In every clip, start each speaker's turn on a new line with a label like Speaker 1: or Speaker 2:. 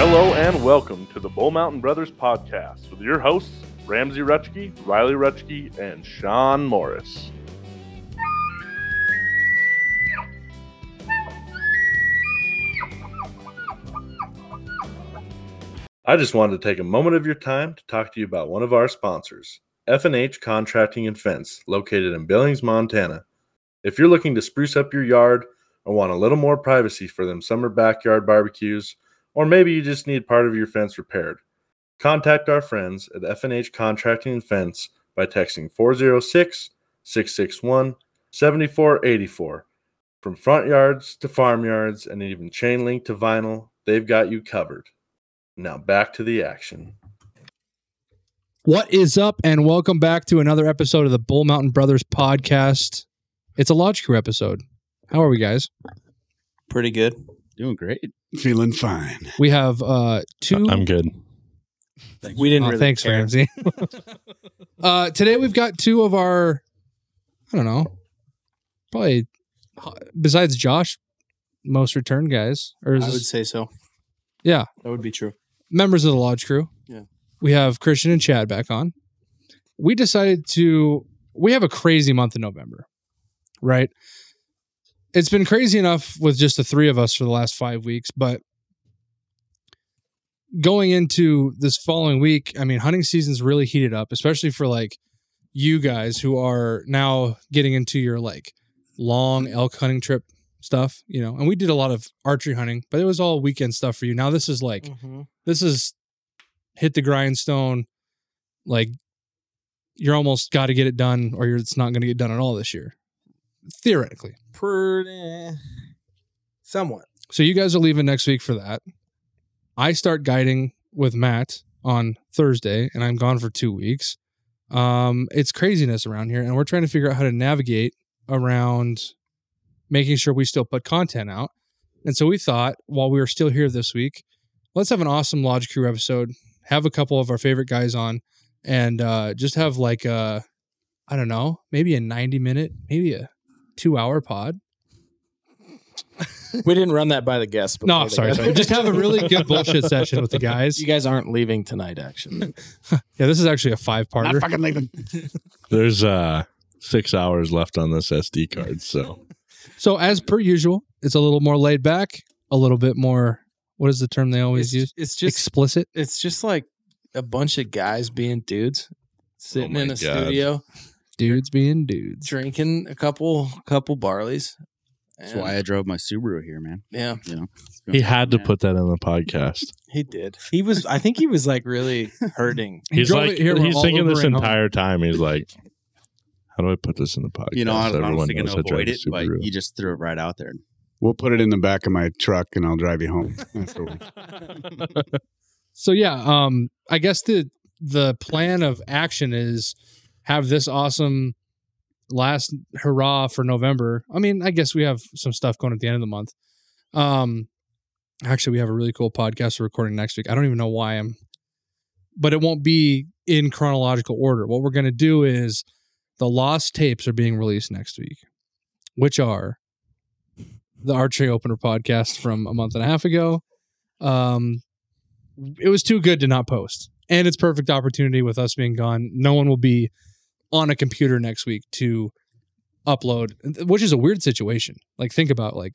Speaker 1: Hello and welcome to the Bull Mountain Brothers podcast with your hosts, Ramsey Rutschke, Riley Rutschke, and Sean Morris. I just wanted to take a moment of your time to talk to you about one of our sponsors, F&H Contracting and Fence, located in Billings, Montana. If you're looking to spruce up your yard or want a little more privacy for them summer backyard barbecues, or maybe you just need part of your fence repaired. Contact our friends at FNH Contracting and Fence by texting 406 661 7484. From front yards to farmyards and even chain link to vinyl, they've got you covered. Now back to the action.
Speaker 2: What is up, and welcome back to another episode of the Bull Mountain Brothers podcast. It's a Lodge Crew episode. How are we, guys?
Speaker 3: Pretty good.
Speaker 4: Doing great.
Speaker 5: Feeling fine.
Speaker 2: We have uh, two.
Speaker 6: I'm good.
Speaker 3: We didn't
Speaker 2: Aw,
Speaker 3: really
Speaker 2: Oh, thanks,
Speaker 3: care.
Speaker 2: Ramsey. uh, today we've got two of our, I don't know, probably besides Josh, most return guys, or is
Speaker 3: I would
Speaker 2: this
Speaker 3: say so.
Speaker 2: Yeah.
Speaker 3: That would be true.
Speaker 2: members of the lodge crew.
Speaker 3: Yeah.
Speaker 2: We have Christian and Chad back on. We decided to we have a crazy month in November. Right? It's been crazy enough with just the three of us for the last 5 weeks, but going into this following week, I mean, hunting season's really heated up, especially for like you guys who are now getting into your like long elk hunting trip stuff, you know. And we did a lot of archery hunting, but it was all weekend stuff for you. Now this is like
Speaker 3: Mm-hmm.
Speaker 2: this is hit the grindstone like you're almost got to get it done or you're, it's not going to get done at all this year theoretically
Speaker 3: Pretty. Somewhat.
Speaker 2: so you guys are leaving next week for that i start guiding with matt on thursday and i'm gone for two weeks um it's craziness around here and we're trying to figure out how to navigate around making sure we still put content out and so we thought while we were still here this week let's have an awesome lodge crew episode have a couple of our favorite guys on and uh just have like a i don't know maybe a 90 minute maybe a two hour pod
Speaker 3: We didn't run that by the guests.
Speaker 2: No,
Speaker 3: before
Speaker 2: I'm
Speaker 3: they
Speaker 2: sorry,
Speaker 3: got
Speaker 2: sorry.
Speaker 3: there.
Speaker 2: Just have a really good bullshit session with the guys.
Speaker 3: You guys aren't leaving tonight, actually.
Speaker 2: Yeah, this is actually a five
Speaker 5: Not
Speaker 2: parter.
Speaker 5: fucking leaving.
Speaker 6: There's uh six hours left on this SD card, so
Speaker 2: So as per usual, it's a little more laid back, a little bit more. What is the term they always
Speaker 3: It's,
Speaker 2: use?
Speaker 3: it's just
Speaker 2: Explicit.
Speaker 3: it's just like a bunch of guys being dudes sitting
Speaker 6: my
Speaker 3: in a
Speaker 6: God.
Speaker 3: studio
Speaker 2: Dudes being dudes.
Speaker 3: drinking a couple couple barleys.
Speaker 4: That's
Speaker 3: And-
Speaker 4: why I drove my Subaru here, man.
Speaker 3: yeah,
Speaker 4: You know, It's
Speaker 6: he
Speaker 4: going
Speaker 6: had to
Speaker 4: down,
Speaker 6: put that in the podcast.
Speaker 3: he did. He was. I think he was like really hurting.
Speaker 2: He
Speaker 6: He's
Speaker 2: drove
Speaker 6: like
Speaker 2: it here, we're
Speaker 6: he's
Speaker 2: all
Speaker 6: thinking
Speaker 2: Ubering
Speaker 6: this
Speaker 2: home.
Speaker 6: entire time. He's like, how do I put this in the podcast?
Speaker 4: man. You know, I was
Speaker 6: Everyone
Speaker 4: honestly going
Speaker 6: knows
Speaker 4: to
Speaker 6: I drive
Speaker 4: avoid
Speaker 6: a
Speaker 4: it, but
Speaker 6: Subaru.
Speaker 4: you just threw it right out there.
Speaker 5: We'll put it in the back of my truck and I'll drive you home. afterwards.
Speaker 2: So yeah, um, I guess the the plan of action is have this awesome last hurrah for November. I mean, I guess we have some stuff going at the end of the month. Um, actually, we have a really cool podcast we're recording next week. I don't even know why I'm, but it won't be in chronological order. What we're gonna do is the lost tapes are being released next week, which are the archery opener podcast from a month and a half ago. Um, it was too good to not post. And it's perfect opportunity with us being gone. No one will be on a computer next week to upload, which is a weird situation. Like think about like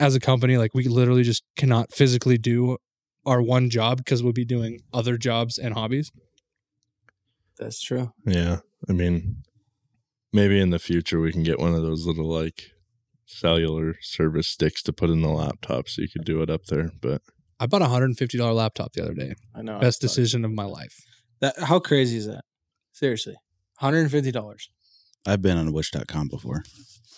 Speaker 2: as a company, like we literally just cannot physically do our one job because we'll be doing other jobs and hobbies.
Speaker 3: That's true.
Speaker 6: yeah. I mean, maybe in the future we can get one of those little like cellular service sticks to put in the laptop so you could do it up there. But
Speaker 2: I bought a hundred and fifty dollar laptop the other day.
Speaker 3: I know.
Speaker 2: Best
Speaker 3: I thought-
Speaker 2: decision of my life.
Speaker 3: That, how crazy is that? Seriously, hundred and fifty dollars.
Speaker 4: I've been on Wish.com before.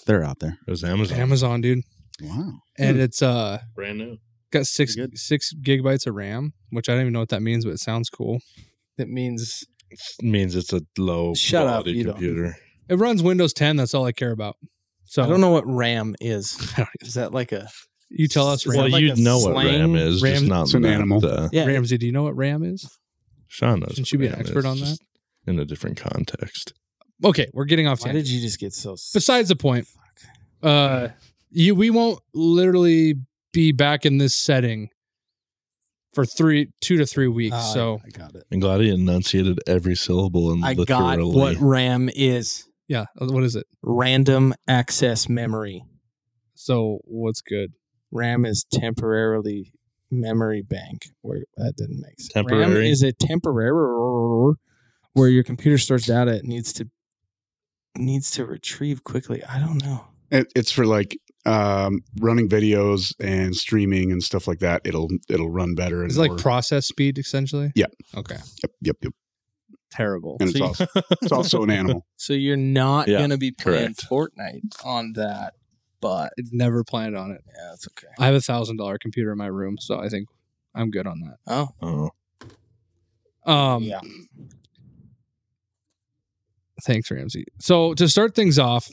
Speaker 4: They're out there.
Speaker 6: it was Amazon.
Speaker 2: Amazon, dude.
Speaker 4: Wow.
Speaker 2: And it's uh
Speaker 6: Brand new.
Speaker 2: got six
Speaker 4: Pretty good.
Speaker 2: six gigabytes of RAM, which I don't even know what that means, but it sounds cool.
Speaker 3: That means
Speaker 6: means it's a low
Speaker 3: Shut up,
Speaker 6: quality
Speaker 3: you don't.
Speaker 6: computer.
Speaker 2: It runs Windows 10. That's all I care about. So
Speaker 3: I don't know what RAM is.
Speaker 2: I don't
Speaker 3: Is that like a
Speaker 2: You tell us,
Speaker 3: Is
Speaker 2: Ram.
Speaker 6: Well,
Speaker 3: that like
Speaker 6: you'd
Speaker 3: a
Speaker 6: know what
Speaker 3: slang?
Speaker 6: RAM is,
Speaker 2: Ram-
Speaker 6: just not
Speaker 5: It's an
Speaker 6: that,
Speaker 5: animal.
Speaker 6: uh,
Speaker 3: yeah?
Speaker 2: Ramsey, do you know what RAM is?
Speaker 6: Sean knows.
Speaker 2: Shouldn't you
Speaker 6: what
Speaker 2: be an
Speaker 6: RAM
Speaker 2: expert
Speaker 6: is,
Speaker 2: on
Speaker 6: just In a different context.
Speaker 2: Okay, we're getting off
Speaker 3: Why
Speaker 2: tangent.
Speaker 3: did you just get so? s-
Speaker 2: Besides the point,
Speaker 3: Fuck.
Speaker 2: uh, you we won't literally be back in this setting for three two to three weeks.
Speaker 3: Oh,
Speaker 2: so
Speaker 3: I got it.
Speaker 6: I'm glad he enunciated every syllable and
Speaker 3: I
Speaker 6: literally.
Speaker 3: got what RAM is.
Speaker 2: yeah, what is it?
Speaker 3: Random access memory.
Speaker 2: So what's good?
Speaker 3: RAM is temporarily memory bank. Where that didn't make sense. RAM
Speaker 6: Temporary?
Speaker 3: is a temporary where your computer stores data it needs to needs to retrieve quickly. I don't know.
Speaker 5: It, it's for like um, running videos and streaming and stuff like that. It'll it'll run better. and
Speaker 2: It's like
Speaker 5: more-
Speaker 2: process speed essentially.
Speaker 5: Yeah.
Speaker 2: Okay.
Speaker 5: yep, yep, yep.
Speaker 2: Terrible.
Speaker 5: And it's also, it's also an animal.
Speaker 3: So you're not
Speaker 6: Yeah,
Speaker 3: gonna be playing
Speaker 6: correct.
Speaker 3: Fortnite on that, but
Speaker 2: I'd never planned on it.
Speaker 3: yeah, that's okay.
Speaker 2: I have a thousand dollar computer in my room, so I think I'm good on that.
Speaker 3: Oh,
Speaker 6: Oh,
Speaker 2: Um,
Speaker 3: yeah.
Speaker 2: Thanks, Ramsey. So to start things off,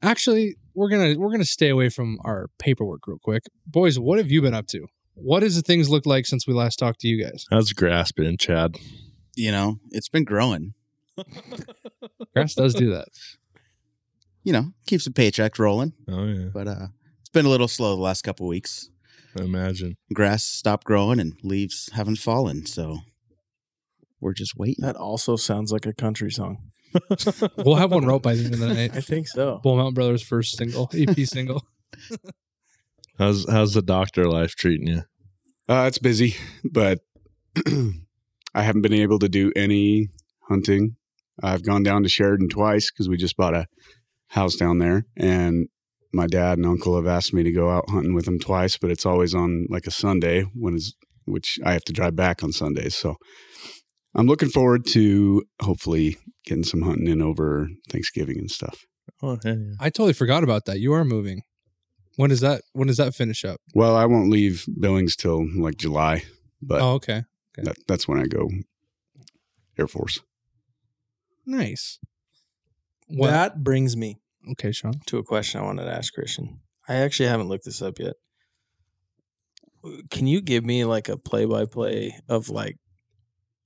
Speaker 2: actually, we're gonna we're gonna stay away from our paperwork real quick, boys. What have you been up to? What does the things look like since we last talked to you guys?
Speaker 6: how's grass been, Chad?
Speaker 4: You know, it's been growing.
Speaker 2: Grass does do that.
Speaker 4: You know, keeps the paycheck rolling,
Speaker 6: Oh yeah,
Speaker 4: but uh, it's been a little slow the last couple weeks.
Speaker 6: I imagine.
Speaker 4: Grass stopped growing and leaves haven't fallen, so we're just waiting.
Speaker 3: That also sounds like a country song.
Speaker 2: We'll have one wrote by the end of the
Speaker 3: I
Speaker 2: night.
Speaker 3: think so.
Speaker 2: Bull Mountain Brothers first single EP single.
Speaker 6: How's how's the doctor life treating you?
Speaker 5: Uh, it's busy, but I haven't been able to do any hunting. I've gone down to Sheridan twice because we just bought a house down there, and my dad and uncle have asked me to go out hunting with them twice, but it's always on like a Sunday when is which I have to drive back on Sundays. So I'm looking forward to hopefully getting some hunting in over Thanksgiving and stuff.
Speaker 6: Oh yeah, yeah.
Speaker 2: I totally forgot about that. You are moving. When does that when does that finish up?
Speaker 5: Well, I won't leave Billings till like July, but
Speaker 2: Oh, okay. okay.
Speaker 5: that, that's when I go Air Force.
Speaker 2: Nice. Well,
Speaker 3: That brings me
Speaker 2: okay, Sean.
Speaker 3: to a question I wanted to ask Christian. I actually haven't looked this up yet. Can you give me like a play by play of like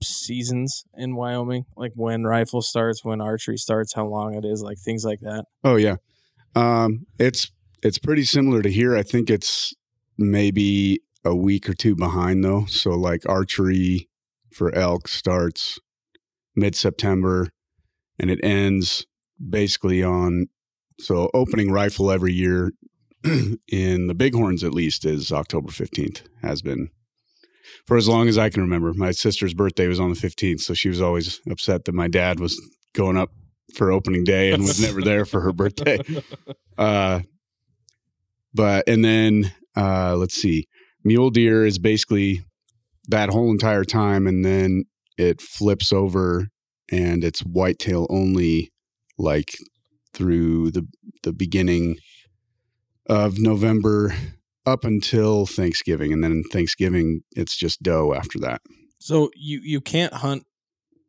Speaker 3: seasons in Wyoming? Like when rifle starts, when archery starts, how long it is, like things like that.
Speaker 5: Oh yeah, um, it's it's pretty similar to here. I think it's maybe a week or two behind though. So like archery for elk starts mid September, and it ends basically on so opening rifle every year in the bighorns at least is October fifteenth has been. For as long as I can remember, my sister's birthday was on the 15th, so she was always upset that my dad was going up for opening day and was never there for her birthday. Uh, but and then uh, let's see, mule deer is basically that whole entire time, and then it flips over and it's whitetail only, like through the the beginning of November up until Thanksgiving, and then Thanksgiving it's just doe after that.
Speaker 3: So you you can't hunt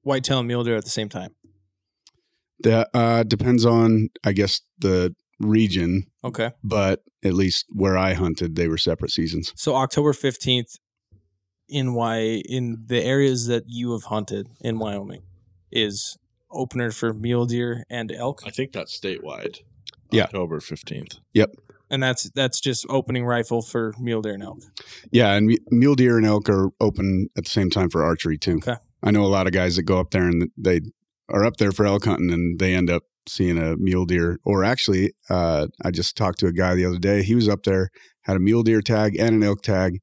Speaker 3: whitetail and mule deer at the same time.
Speaker 5: That uh, depends on, I guess, the region.
Speaker 3: Okay.
Speaker 5: but at least where I hunted, they were separate seasons.
Speaker 3: So October 15th in Wy in the areas that you have hunted in Wyoming is opener for mule deer and elk.
Speaker 6: I think that's statewide.
Speaker 5: Yeah.
Speaker 6: October fifteenth.
Speaker 3: And that's that's just opening rifle for mule deer and elk.
Speaker 5: Yeah, and mu- mule deer and elk are open at the same time for archery too.
Speaker 3: Okay.
Speaker 5: I know a lot of guys that go up there and they are up there for elk hunting and they end up seeing a mule deer. Or actually, uh, I just talked to a guy the other day. He was up there, had a mule deer tag and an elk tag,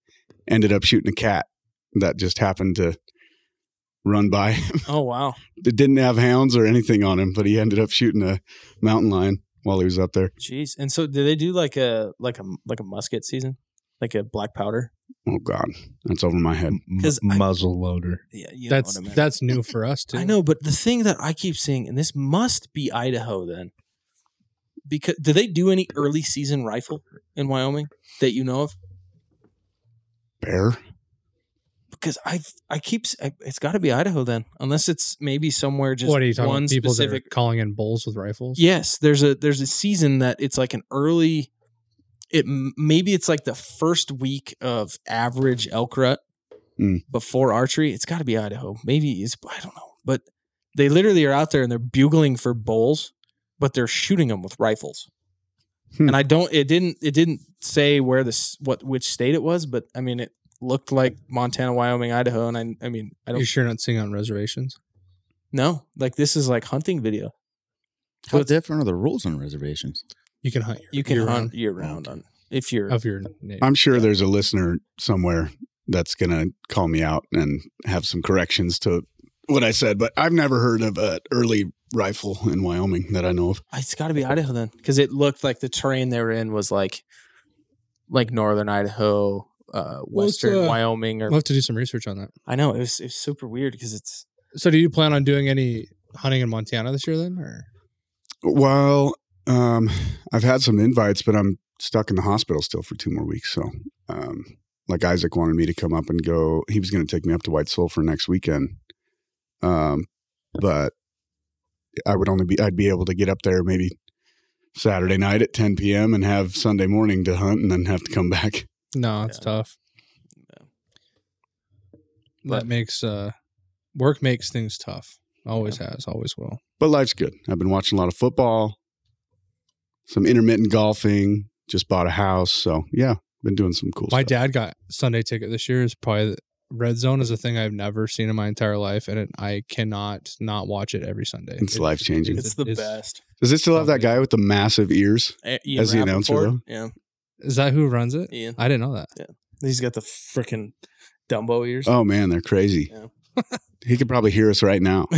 Speaker 5: ended up shooting a cat that just happened to run by him.
Speaker 3: Oh wow!
Speaker 5: it didn't have hounds or anything on him, but he ended up shooting a mountain lion while he was up there.
Speaker 3: Jeez. And so, do they do like a like a like a musket season, like a black powder?
Speaker 5: Oh God, that's over my head.
Speaker 3: 'Cause I-
Speaker 6: muzzle loader.
Speaker 3: Yeah, you know
Speaker 2: that's
Speaker 3: what I mean.
Speaker 2: that's new for us too.
Speaker 3: I know, but the thing that I keep seeing, and this must be Idaho then, because do they do any early season rifle in Wyoming that you know of?
Speaker 5: Bear.
Speaker 3: Because I I keep s- I- it's got to be Idaho then, unless it's maybe somewhere just
Speaker 2: what are you talking
Speaker 3: one
Speaker 2: about? People
Speaker 3: specific
Speaker 2: that are calling in bulls with rifles.
Speaker 3: Yes, there's a there's a season that it's like an early. It m- maybe it's like the first week of average elk rut
Speaker 2: Hmm.
Speaker 5: Mm.
Speaker 3: before archery. It's got to be Idaho. Maybe it's I don't know, but they literally are out there and they're bugling for bulls, but they're shooting them with rifles.
Speaker 5: Hmm.
Speaker 3: And I don't. It didn't. It didn't say where this what which state it was, but I mean it looked like Montana, Wyoming, Idaho, and I I mean I
Speaker 2: You're
Speaker 3: don't
Speaker 2: sure not seeing on reservations?
Speaker 3: know. Like this is like hunting video.
Speaker 4: How
Speaker 3: What's-
Speaker 4: different are the rules on reservations?
Speaker 2: You can hunt. Your,
Speaker 3: You can
Speaker 2: year
Speaker 3: hunt
Speaker 2: round
Speaker 3: year round on if you're
Speaker 2: of your uh, native.
Speaker 5: I'm sure there's a listener somewhere that's going to call me out and have some corrections to what I said, but I've never heard of an early rifle in Wyoming that I know of.
Speaker 3: It's got to be Idaho then, because it looked like the terrain they were in was like, like northern Idaho, uh,
Speaker 2: Well, it's,
Speaker 3: western
Speaker 2: uh,
Speaker 3: Wyoming, or
Speaker 2: We'll have to do some research on that.
Speaker 3: I know it was it's super weird because it's
Speaker 2: So, do you plan on doing any hunting in Montana this year then? Or
Speaker 5: Well, um, I've had some invites, but I'm stuck in the hospital still for two more weeks. So, um, like Isaac wanted me to come up and go. He was going to take me up to White Sulphur next weekend, um, but I would only be I'd be able to get up there maybe Saturday night at 10 p.m. and have Sunday morning to hunt, and then have to come back.
Speaker 2: no, it's
Speaker 3: Yeah.
Speaker 2: tough.
Speaker 3: But-
Speaker 2: that makes uh, work makes things tough. Always has, always will.
Speaker 5: But life's good. I've been watching a lot of football, some intermittent golfing. Just bought a house, so yeah, been doing some cool.
Speaker 2: My
Speaker 5: stuff.
Speaker 2: dad got Sunday ticket this year. Is probably the, red zone is a thing I've never seen in my entire life, and it, I cannot not watch it every Sunday.
Speaker 5: It's life-changing.
Speaker 3: it's, the best.
Speaker 5: Does it still have that guy with the massive ears?
Speaker 3: A- Ian
Speaker 5: As the announcer,
Speaker 3: Rappaport, yeah,
Speaker 2: Is that who runs it?
Speaker 3: Ian,
Speaker 2: I didn't know that.
Speaker 3: he's got the freaking Dumbo ears.
Speaker 5: Oh man, they're crazy.
Speaker 3: Yeah.
Speaker 5: he could probably hear us right now.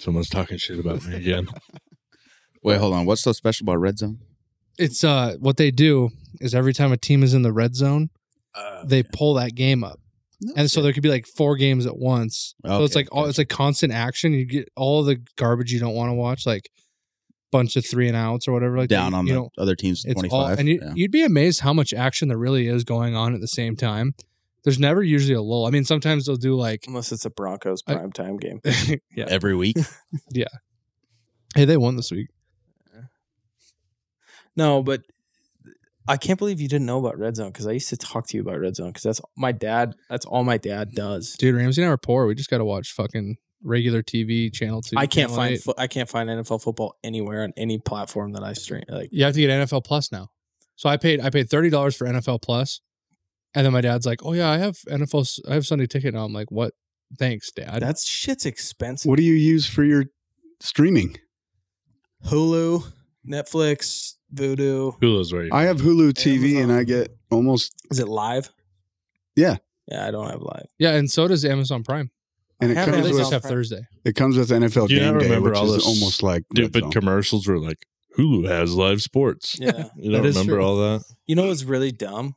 Speaker 6: Someone's talking shit about me again.
Speaker 4: Wait, hold on. What's so special about red zone?
Speaker 2: It's uh, what they do is every time a team is in the red zone,
Speaker 3: Uh,
Speaker 2: they pull that game up. and so there could be like four games at once. so it's
Speaker 4: Okay,
Speaker 2: like all it's like constant action. You get all the garbage you don't want to watch, like bunch of three and outs or whatever. Like
Speaker 4: down
Speaker 2: that.
Speaker 4: on
Speaker 2: you
Speaker 4: the
Speaker 2: don't-
Speaker 4: other team's
Speaker 2: it's
Speaker 4: twenty
Speaker 2: all,
Speaker 4: five.
Speaker 2: and you, you'd be amazed how much action there really is going on at the same time. There's never usually a lull. I mean, sometimes they'll do like,
Speaker 3: Unless it's a Broncos
Speaker 2: I-
Speaker 3: prime time game.
Speaker 2: yeah,
Speaker 4: Every week.
Speaker 2: hey, they won this week.
Speaker 3: No, but I can't believe you didn't know about Red Zone because I used to talk to you about Red Zone because that's my dad. That's all my dad does.
Speaker 2: Dude, Ramsey and I are poor. We just got to watch fucking regular TV channel two.
Speaker 3: I can't
Speaker 2: channel
Speaker 3: find
Speaker 2: eight.
Speaker 3: fo- I can't find NFL football anywhere on any platform that I stream. Like
Speaker 2: you have to get NFL Plus now. So I paid I paid thirty dollars for NFL Plus, and then my dad's like, "Oh yeah, I have NFL. s- I have Sunday Ticket now." I'm like, "What? Thanks, Dad."
Speaker 3: that's shit's expensive.
Speaker 5: What do you use for your streaming?
Speaker 3: Hulu, Netflix, Voodoo.
Speaker 6: Hula's right.
Speaker 5: I have Hulu TV and I get almost
Speaker 3: Is it live?
Speaker 5: Yeah.
Speaker 3: Yeah, I don't have live.
Speaker 2: yeah, and so does Amazon Prime.
Speaker 5: and
Speaker 3: I
Speaker 5: it
Speaker 3: have
Speaker 5: comes
Speaker 2: They
Speaker 3: Amazon
Speaker 5: with
Speaker 2: just have
Speaker 3: Prime.
Speaker 2: Thursday.
Speaker 5: it comes with NFL
Speaker 6: Do you not
Speaker 5: game day,
Speaker 6: remember
Speaker 5: which
Speaker 6: all
Speaker 5: is
Speaker 6: this
Speaker 5: almost like Red
Speaker 6: Stupid
Speaker 5: Zone.
Speaker 6: commercials were like, Hulu has live sports.
Speaker 3: Yeah.
Speaker 6: You
Speaker 2: That
Speaker 6: don't
Speaker 2: is
Speaker 6: remember
Speaker 2: true.
Speaker 6: all that?
Speaker 3: You know what's really dumb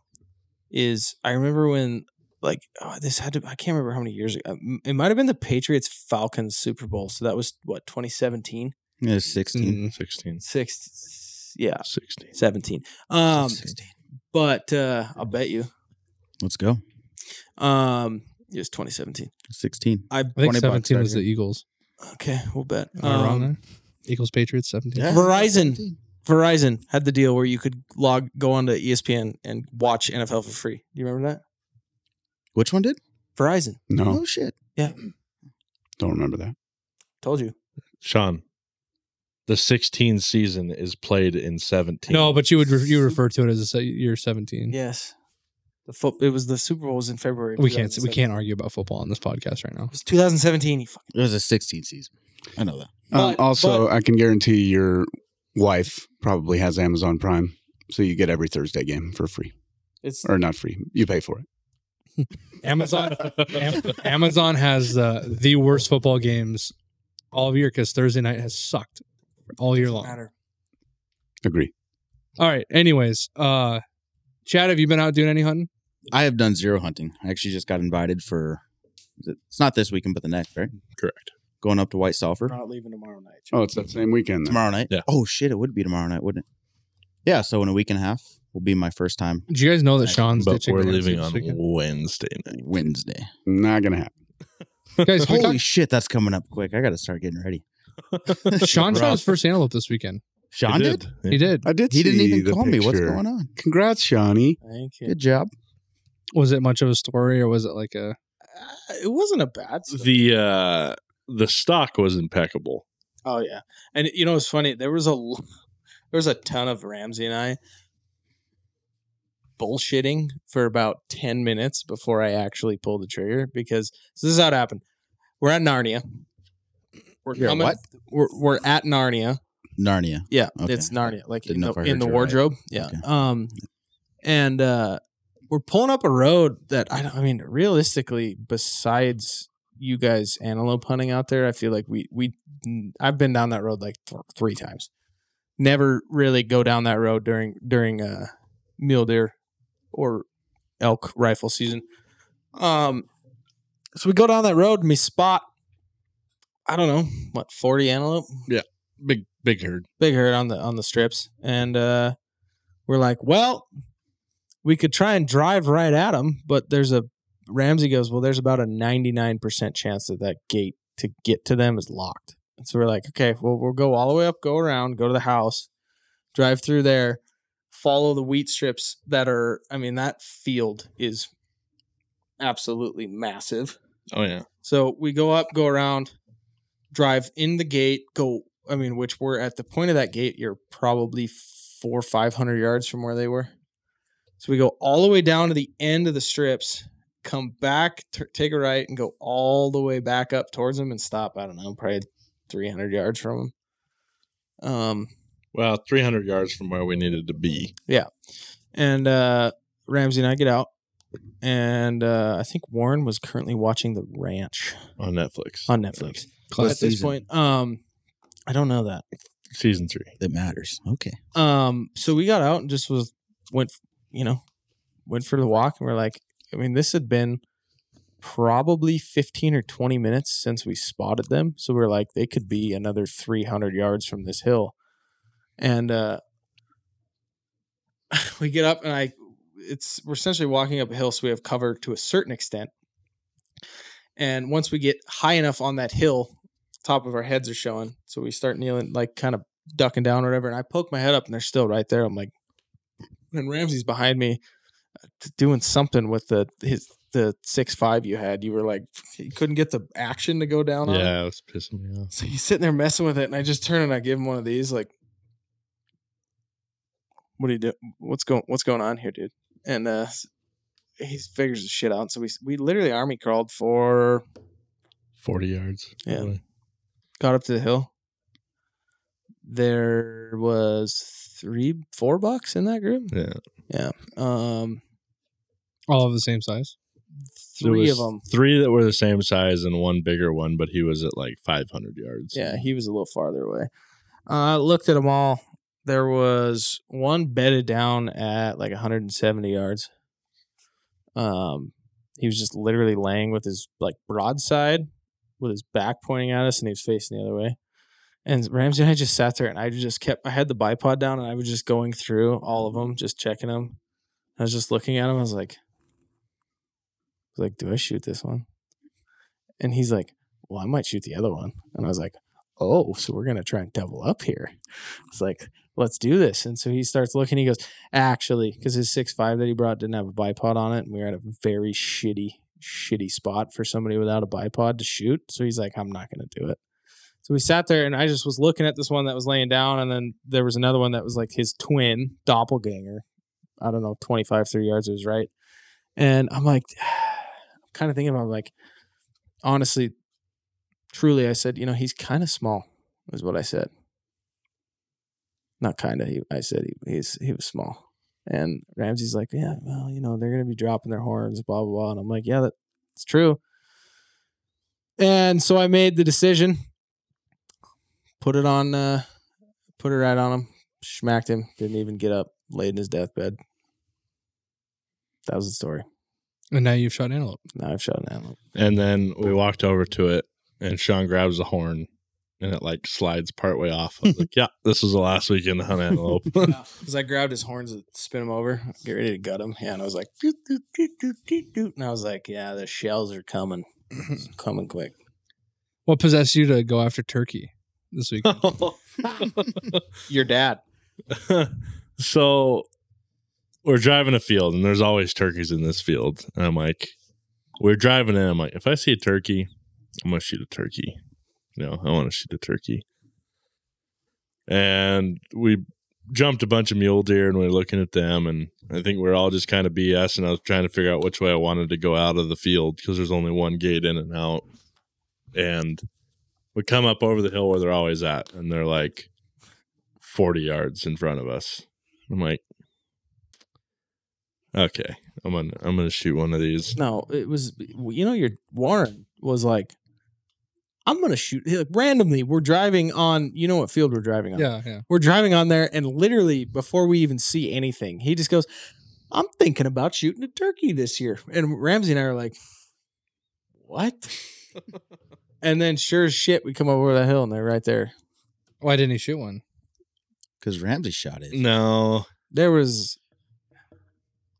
Speaker 3: is I remember when like oh, this had to I can't remember how many years ago. Um, It might have been the Patriots Falcons Super Bowl. So that was what 2017,
Speaker 4: Yeah, sixteen.
Speaker 5: Mm-hmm.
Speaker 2: Mm.
Speaker 6: 16.
Speaker 3: six, yeah,
Speaker 6: 16.
Speaker 3: 17. Um,
Speaker 4: 16.
Speaker 3: but uh, I'll bet you,
Speaker 4: Let's go.
Speaker 3: um, it was 2017.
Speaker 4: Sixteen.
Speaker 3: I
Speaker 2: I think
Speaker 4: 20 bucks
Speaker 2: seventeen
Speaker 4: right
Speaker 2: was the Eagles.
Speaker 3: okay, we'll bet.
Speaker 2: Am I wrong
Speaker 3: Um,
Speaker 2: there? Eagles Patriots seventeen.
Speaker 4: Yeah,
Speaker 3: Verizon.
Speaker 4: 16.
Speaker 3: Verizon had the deal where you could log go onto E ESPN and watch NFL for free. Do you remember that?
Speaker 4: Which one did?
Speaker 3: Verizon.
Speaker 5: No,
Speaker 4: Oh shit.
Speaker 5: don't remember that. Um,
Speaker 3: Told you.
Speaker 6: Sean, the 16 season is played in 17.
Speaker 2: No, but you would re- you refer to it as a se- year seventeen.
Speaker 3: Yes. The fo- it was the Super Bowl was in February.
Speaker 2: We can't we
Speaker 3: 2017.
Speaker 2: can't argue about football on this podcast right now.
Speaker 3: It was 2017. You fuck.
Speaker 4: It was a sixteen season. I know that.
Speaker 5: Um,
Speaker 3: But-
Speaker 5: also,
Speaker 3: but-
Speaker 5: I can guarantee your wife probably has Amazon Prime, so you get every Thursday game for free
Speaker 3: It's
Speaker 5: or not free. You pay for it.
Speaker 2: Amazon Am- Amazon has uh, the worst football games all year because Thursday night has sucked all year long.
Speaker 3: matter.
Speaker 5: Agree.
Speaker 2: All right. Anyways, uh Chad, have you been out doing any hunting?
Speaker 4: I have done zero hunting. I actually just got invited for. It's not this weekend, but the next, right?
Speaker 6: Correct.
Speaker 4: Going up to White Sulphur.
Speaker 3: We're not leaving tomorrow night.
Speaker 5: Oh, it's that same weekend. Then.
Speaker 4: Tomorrow night?
Speaker 6: Yeah.
Speaker 4: Oh shit, it would be tomorrow night, wouldn't it? Yeah, so in a week and a half will be my first time
Speaker 2: Do you guys know that Sean's
Speaker 6: But
Speaker 2: ditching
Speaker 6: we're
Speaker 2: Ramsey
Speaker 6: leaving
Speaker 2: this
Speaker 6: on
Speaker 2: weekend?
Speaker 6: Wednesday night.
Speaker 4: Wednesday.
Speaker 5: Not gonna happen.
Speaker 2: Guys, we
Speaker 4: Holy shit, that's coming up quick. I gotta start getting ready.
Speaker 2: got- Sean shot his
Speaker 6: Ross.
Speaker 2: first antelope this weekend.
Speaker 4: Sean
Speaker 6: He
Speaker 4: did?
Speaker 2: He did.
Speaker 5: I did.
Speaker 4: He didn't
Speaker 5: see
Speaker 4: even
Speaker 5: the
Speaker 4: call me. What's
Speaker 5: picture.
Speaker 4: going on?
Speaker 5: Congrats, Shawnee.
Speaker 3: Thank you.
Speaker 4: Good job.
Speaker 2: Was it much of a story or was it like a
Speaker 3: Uh, it wasn't a bad. Story.
Speaker 6: The, uh, the stock was impeccable.
Speaker 3: Oh yeah, and you know it's funny. There was a l- there was a ton of Ramsey and I bullshitting for about 10 minutes before I actually pulled the trigger because so this is how it happened. We're at Narnia. We're
Speaker 4: You're
Speaker 3: coming.
Speaker 4: what?
Speaker 3: We're, we're at Narnia.
Speaker 4: Narnia.
Speaker 3: Yeah,
Speaker 4: Okay.
Speaker 3: it's Narnia, like
Speaker 4: Didn't
Speaker 3: in
Speaker 4: know
Speaker 3: the,
Speaker 4: if I
Speaker 3: in
Speaker 4: heard
Speaker 3: the
Speaker 4: you right.
Speaker 3: wardrobe. Yeah.
Speaker 4: Okay.
Speaker 3: Um, and uh, we're pulling up a road that I don't. I mean, realistically, besides you guys antelope hunting out there, I feel like we we I've been down that road like th- three times. Never really go down that road during during uh mule deer or elk rifle season. Um, so we go down that road and we spot. I don't know what forty antelope
Speaker 6: Big big herd.
Speaker 3: big herd on the on the strips and uh we're like well we could try and drive right at them but there's a ramsey goes well there's about a 99% chance that that gate to get to them is locked and so we're like okay well we'll go all the way up go around go to the house drive through there follow the wheat strips that are i mean that field is absolutely massive
Speaker 6: Oh yeah.
Speaker 3: so we go up, go around, drive in the gate, go. I mean, which we're at the point of that gate, you're probably four or 500 yards from where they were. So we go all the way down to the end of the strips, come back, t- take a right, and go all the way back up towards them and stop. I don't know, probably 300 yards from them. Um,
Speaker 6: Well, 300 yards from where we needed to be.
Speaker 3: and uh, Ramsey and I get out. And uh, I think Warren was currently watching The Ranch
Speaker 6: on Netflix.
Speaker 3: on Netflix.
Speaker 4: Plus
Speaker 3: at this
Speaker 4: season.
Speaker 3: point, um, I don't know that.
Speaker 6: Season three.
Speaker 4: It matters. Okay.
Speaker 3: Um, so we got out and just was went, you know, went for the walk, and we're like, I mean, this had been probably fifteen or twenty minutes since we spotted them, so we're like, they could be another three hundred yards from this hill, and uh, we get up and I, it's we're essentially walking up a hill, so we have cover to a certain extent, and once we get high enough on that hill, top of our heads are showing, so we start kneeling, like kind of ducking down or whatever. And I poke my head up and they're still right there. I'm like, and Ramsey's behind me uh, t- doing something with the, his, the six five you had. You were like, you couldn't get the action to go down on it.
Speaker 6: Yeah, it was pissing me off.
Speaker 3: So he's sitting there messing with it, and I just turn and I give him one of these, like, "What are you doing? What's going What's going on here, dude?" And uh he figures the shit out. So we we literally army crawled for
Speaker 6: 40 yards.
Speaker 3: Yeah.
Speaker 6: probably.
Speaker 3: got up to the hill. There was three, four bucks in that group.
Speaker 6: Yeah.
Speaker 3: Um,
Speaker 2: all of the same size.
Speaker 6: There
Speaker 3: three
Speaker 6: was
Speaker 3: of them.
Speaker 6: Three that were the same size and one bigger one, but he was at like 500 yards.
Speaker 3: Yeah, he was a little farther away. Uh, I looked at them all. There was one bedded down at like 170 yards. Um, he was just literally laying with his like broadside, with his back pointing at us, and he was facing the other way. And Ramsey and I just sat there, and I just kept. I had the bipod down, and I was just going through all of them, just checking them. I was just looking at him. I was like, I was like, do I shoot this one? And he's like, well, I might shoot the other one. And I was like, oh, so we're going to try and double up here. It's like, let's do this. And so he starts looking. He goes, actually, because his six five that he brought didn't have a bipod on it. And we were at a very shitty, shitty spot for somebody without a bipod to shoot. So he's like, I'm not going to do it. So we sat there and I just was looking at this one that was laying down. And then there was another one that was like his twin doppelganger. I don't know, 25, 30 yards to his right. And I'm like, I'm kind of thinking about like, honestly, truly i said you know he's kind of small is what i said not kind of he i said he, he's he was small and ramsey's like yeah well you know they're gonna be dropping their horns blah blah blah and i'm like yeah that, that's true and so i made the decision put it on uh put it right on him smacked him didn't even get up laid in his deathbed that was the story
Speaker 2: And now you've shot antelope.
Speaker 3: now i've shot an animal
Speaker 6: And then we walked over to it, and Sean grabs the horn and it like slides partway off. I was like, yeah, this was the last weekend to hunt antelope.
Speaker 3: because I grabbed his horns and spin him over, get ready to gut him. Yeah, and I was like, doot, doot, doot, doot, doot, doot. and I was like, yeah, the shells are coming, It's coming quick.
Speaker 2: What possessed you to go after turkey this week?
Speaker 3: Your dad,
Speaker 6: so we're driving a field and there's always turkeys in this field. And I'm like, we're driving in. I'm like, if I see a turkey, I'm going to shoot a turkey. You know, I want to shoot a turkey. And we jumped a bunch of mule deer and we were looking at them and I think we were all just kind of BS and I was trying to figure out which way I wanted to go out of the field because there's only one gate in and out. And we come up over the hill where they're always at and they're like 40 yards in front of us. I'm like okay, I'm going to I'm going to shoot one of these.
Speaker 3: No, it was you know your Warren was like, I'm gonna shoot he, like randomly. We're driving on you know what field we're driving on.
Speaker 2: Yeah, yeah.
Speaker 3: We're driving on there, and literally before we even see anything, he just goes, "I'm thinking about shooting a turkey this year." And Ramsey and I are like, "What?" and then sure as shit, we come over the hill, and they're right there.
Speaker 2: Why didn't he shoot one?
Speaker 4: because Ramsey shot it.
Speaker 6: No.
Speaker 3: There was.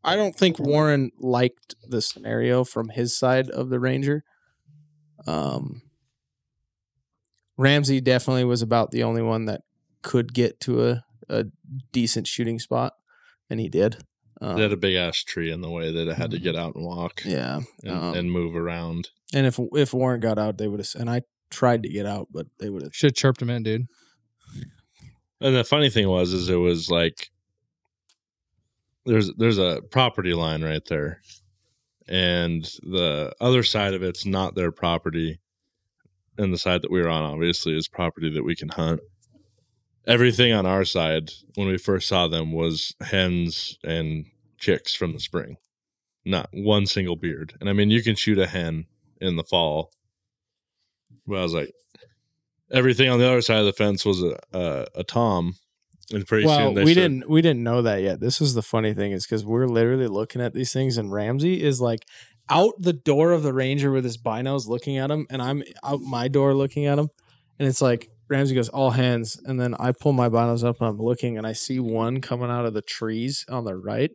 Speaker 3: I don't think Warren liked the scenario from his side of the Ranger. Um, Ramsey definitely was about the only one that could get to a, a decent shooting spot, and he did. Um, Mm-hmm.
Speaker 6: They had a big ass tree in the way that I had to get out and walk
Speaker 3: yeah,
Speaker 6: and,
Speaker 3: um,
Speaker 6: and move around.
Speaker 3: and if if Warren got out, they would have. And I tried to get out, but they would have.
Speaker 2: Should have chirped him in, dude.
Speaker 6: And the funny thing was, is it was like there's there's a property line right there, and the other side of it's not their property, and the side that we were on obviously is property that we can hunt. Everything on our side when we first saw them was hens and chicks from the spring, not one single beard. And I mean, you can shoot a hen in the fall. Well, I was like, everything on the other side of the fence was a a, a tom, and pretty
Speaker 3: Well,
Speaker 6: soon they
Speaker 3: we
Speaker 6: said-
Speaker 3: didn't we didn't know that yet. This is the funny thing is because we're literally looking at these things, and Ramsey is like out the door of the Ranger with his binos looking at him, and I'm out my door looking at him, and it's like Ramsey goes all hands, and then I pull my binos up and I'm looking, and I see one coming out of the trees on the right,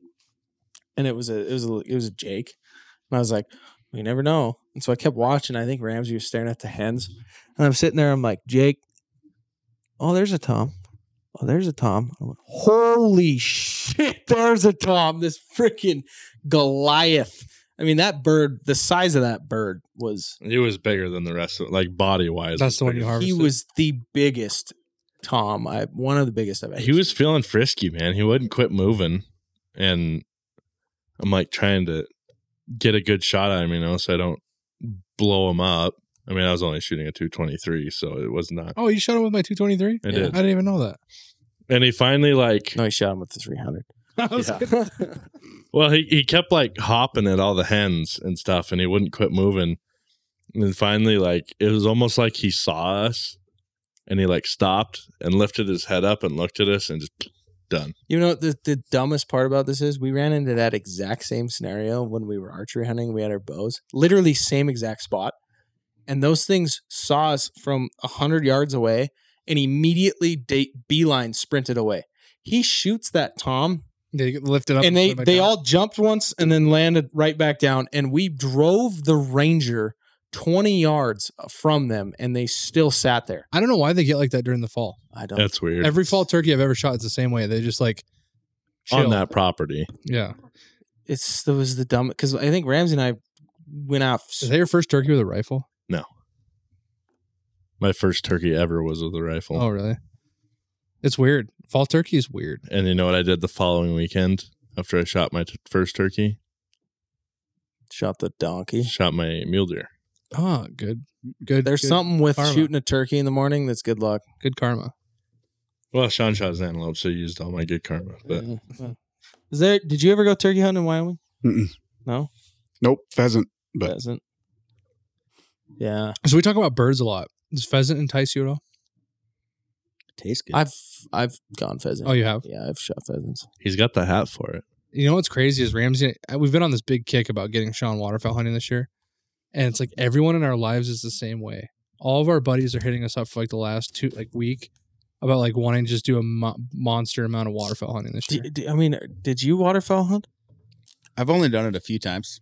Speaker 3: and it was a it was a, it was a Jake, and I was like. We never know. And so I kept watching. I think Ramsey was staring at the hens. And I'm sitting there. I'm like, Jake, oh, there's a Tom. Oh, there's a Tom. I went, Holy shit, there's a Tom. This freaking Goliath. I mean, that bird, the size of that bird was,
Speaker 6: It was bigger than the rest of like body wise.
Speaker 2: That's the one you
Speaker 3: he
Speaker 2: harvested.
Speaker 3: was the biggest Tom. I One of the biggest I've ever
Speaker 6: He was feeling frisky, man. He wouldn't quit moving, and I'm like trying to get a good shot at him, you know, so I don't blow him up. I mean, I was only shooting a 223, so it was not.
Speaker 2: Oh, you shot him with my 223?
Speaker 6: I
Speaker 3: Yeah.
Speaker 6: did,
Speaker 2: I didn't even know that.
Speaker 6: and he finally like.
Speaker 3: No, he shot him with the 300.
Speaker 2: I was
Speaker 3: Yeah.
Speaker 2: gonna-
Speaker 6: Well, he, he kept like hopping at all the hens and stuff, and he wouldn't quit moving. And then finally, like it was almost like he saw us, and he like stopped and lifted his head up and looked at us and just done.
Speaker 3: You know the the dumbest part about this is we ran into that exact same scenario when we were archery hunting. We had our bows, literally same exact spot, and those things saw us from a hundred yards away and immediately date beeline sprinted away. He shoots that tom,
Speaker 2: They lifted up
Speaker 3: and they
Speaker 2: put it back
Speaker 3: they
Speaker 2: down.
Speaker 3: all jumped once and then landed right back down. And we drove the ranger twenty yards from them, and they still sat there.
Speaker 2: I don't know why they get like that during the fall.
Speaker 3: I don't.
Speaker 6: That's weird.
Speaker 2: Every fall turkey I've ever shot is the same way. They just like chill.
Speaker 6: on that property,
Speaker 2: Yeah.
Speaker 3: It's that was the dumb because I think Ramsey and I went off.
Speaker 2: Is that your first turkey with a rifle?
Speaker 6: my first turkey ever was with a rifle.
Speaker 2: Oh, really? It's weird. Fall turkey is weird.
Speaker 6: And you know what I did the following weekend after I shot my t- first turkey?
Speaker 3: Shot the donkey.
Speaker 6: Shot my mule deer.
Speaker 2: Oh, good. Good.
Speaker 3: There's
Speaker 2: good-
Speaker 3: something with
Speaker 2: karma.
Speaker 3: shooting a turkey in the morning that's good luck.
Speaker 2: good karma.
Speaker 6: Well, Sean shot his antelope, so he used all my good karma. But
Speaker 3: Yeah. Is there? Did you ever go turkey hunting in Wyoming?
Speaker 5: Mm-mm.
Speaker 3: No,
Speaker 5: Nope, pheasant. But-
Speaker 3: doesn't. Yeah,
Speaker 2: So we talk about birds a lot. Does pheasant entice you at all?
Speaker 4: Tastes good.
Speaker 3: I've I've gone pheasant.
Speaker 2: Oh, you have.
Speaker 3: yeah, I've shot pheasants.
Speaker 6: he's got the hat for it.
Speaker 2: You know what's crazy is Ramsey. uh, We've been on this big kick about getting Sean waterfowl hunting this year, and it's like everyone in our lives is the same way. All of our buddies are hitting us up for like the last two like week about like wanting to just do a mo- monster amount of waterfowl hunting this
Speaker 3: D-
Speaker 2: year.
Speaker 3: d- I mean, did you waterfowl hunt?
Speaker 4: I've only done it a few times.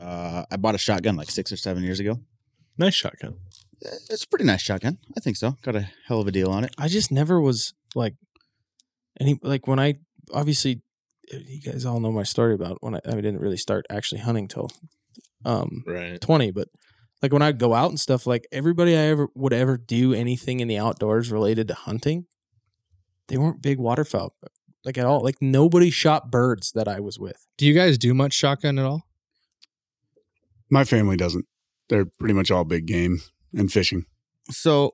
Speaker 4: Uh, I bought a shotgun like six or seven years ago.
Speaker 6: Nice shotgun.
Speaker 4: Uh, It's a pretty nice shotgun. I think so. Got a hell of a deal on it.
Speaker 3: I just never was like any like when I obviously you guys all know my story about when I, I didn't really start actually hunting till um
Speaker 6: Right.
Speaker 3: 20 but like when i go out and stuff like everybody i ever would ever do anything in the outdoors related to hunting they weren't big waterfowl like at all. Like nobody shot birds that I was with.
Speaker 2: Do you guys do much shotgun at all?
Speaker 5: My family doesn't. They're pretty much all big game and fishing.
Speaker 4: So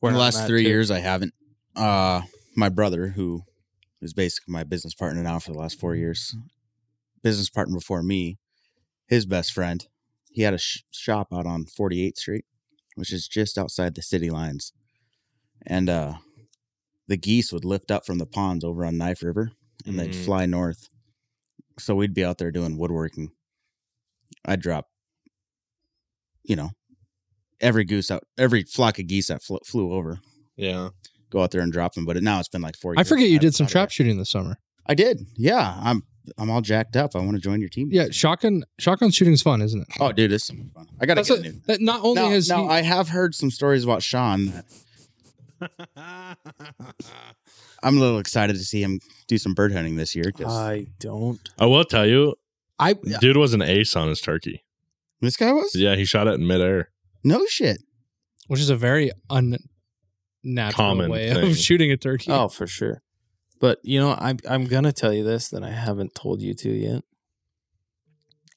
Speaker 3: Where
Speaker 4: in the
Speaker 3: I'm
Speaker 4: last
Speaker 3: at,
Speaker 4: three
Speaker 3: too.
Speaker 4: years, I haven't. Uh, my brother, who is basically my business partner now for the last four years, business partner before me, his best friend, he had a sh- shop out on 48th Street, which is just outside the city lines. And uh, the geese would lift up from the ponds over on Knife River and they'd
Speaker 2: Mm.
Speaker 6: Mhm.
Speaker 4: fly north. So we'd be out there doing woodworking. I'd drop, you know, every goose out, every flock of geese that fl- flew over
Speaker 6: Yeah.
Speaker 4: go out there and drop them. But now it's been like four.
Speaker 2: I
Speaker 4: years
Speaker 2: forget
Speaker 4: and
Speaker 2: you
Speaker 4: haven't
Speaker 2: did some
Speaker 4: shot
Speaker 2: trap shooting this summer.
Speaker 4: it. I did. Yeah, I'm I'm all jacked up. I want to join your team.
Speaker 2: Yeah, shotgun shotgun shooting's fun, isn't it?
Speaker 4: Oh, dude, it's so much fun. I gotta
Speaker 2: That's
Speaker 4: get
Speaker 2: a-
Speaker 4: a new.
Speaker 2: that not only
Speaker 4: Now,
Speaker 2: has
Speaker 4: now
Speaker 2: he-
Speaker 4: I have heard some stories about Sean. That I'm a little excited to see him do some bird hunting this year. 'cause
Speaker 3: I don't.
Speaker 6: I will tell you,
Speaker 3: I
Speaker 6: dude was an ace on his turkey.
Speaker 4: this guy was
Speaker 6: Yeah, he shot it in midair.
Speaker 4: no shit.
Speaker 2: which is a very unnatural
Speaker 6: Common
Speaker 2: way
Speaker 6: thing.
Speaker 2: of shooting a turkey.
Speaker 3: oh for sure. But you know, I'm I'm gonna tell you this that I haven't told you to yet.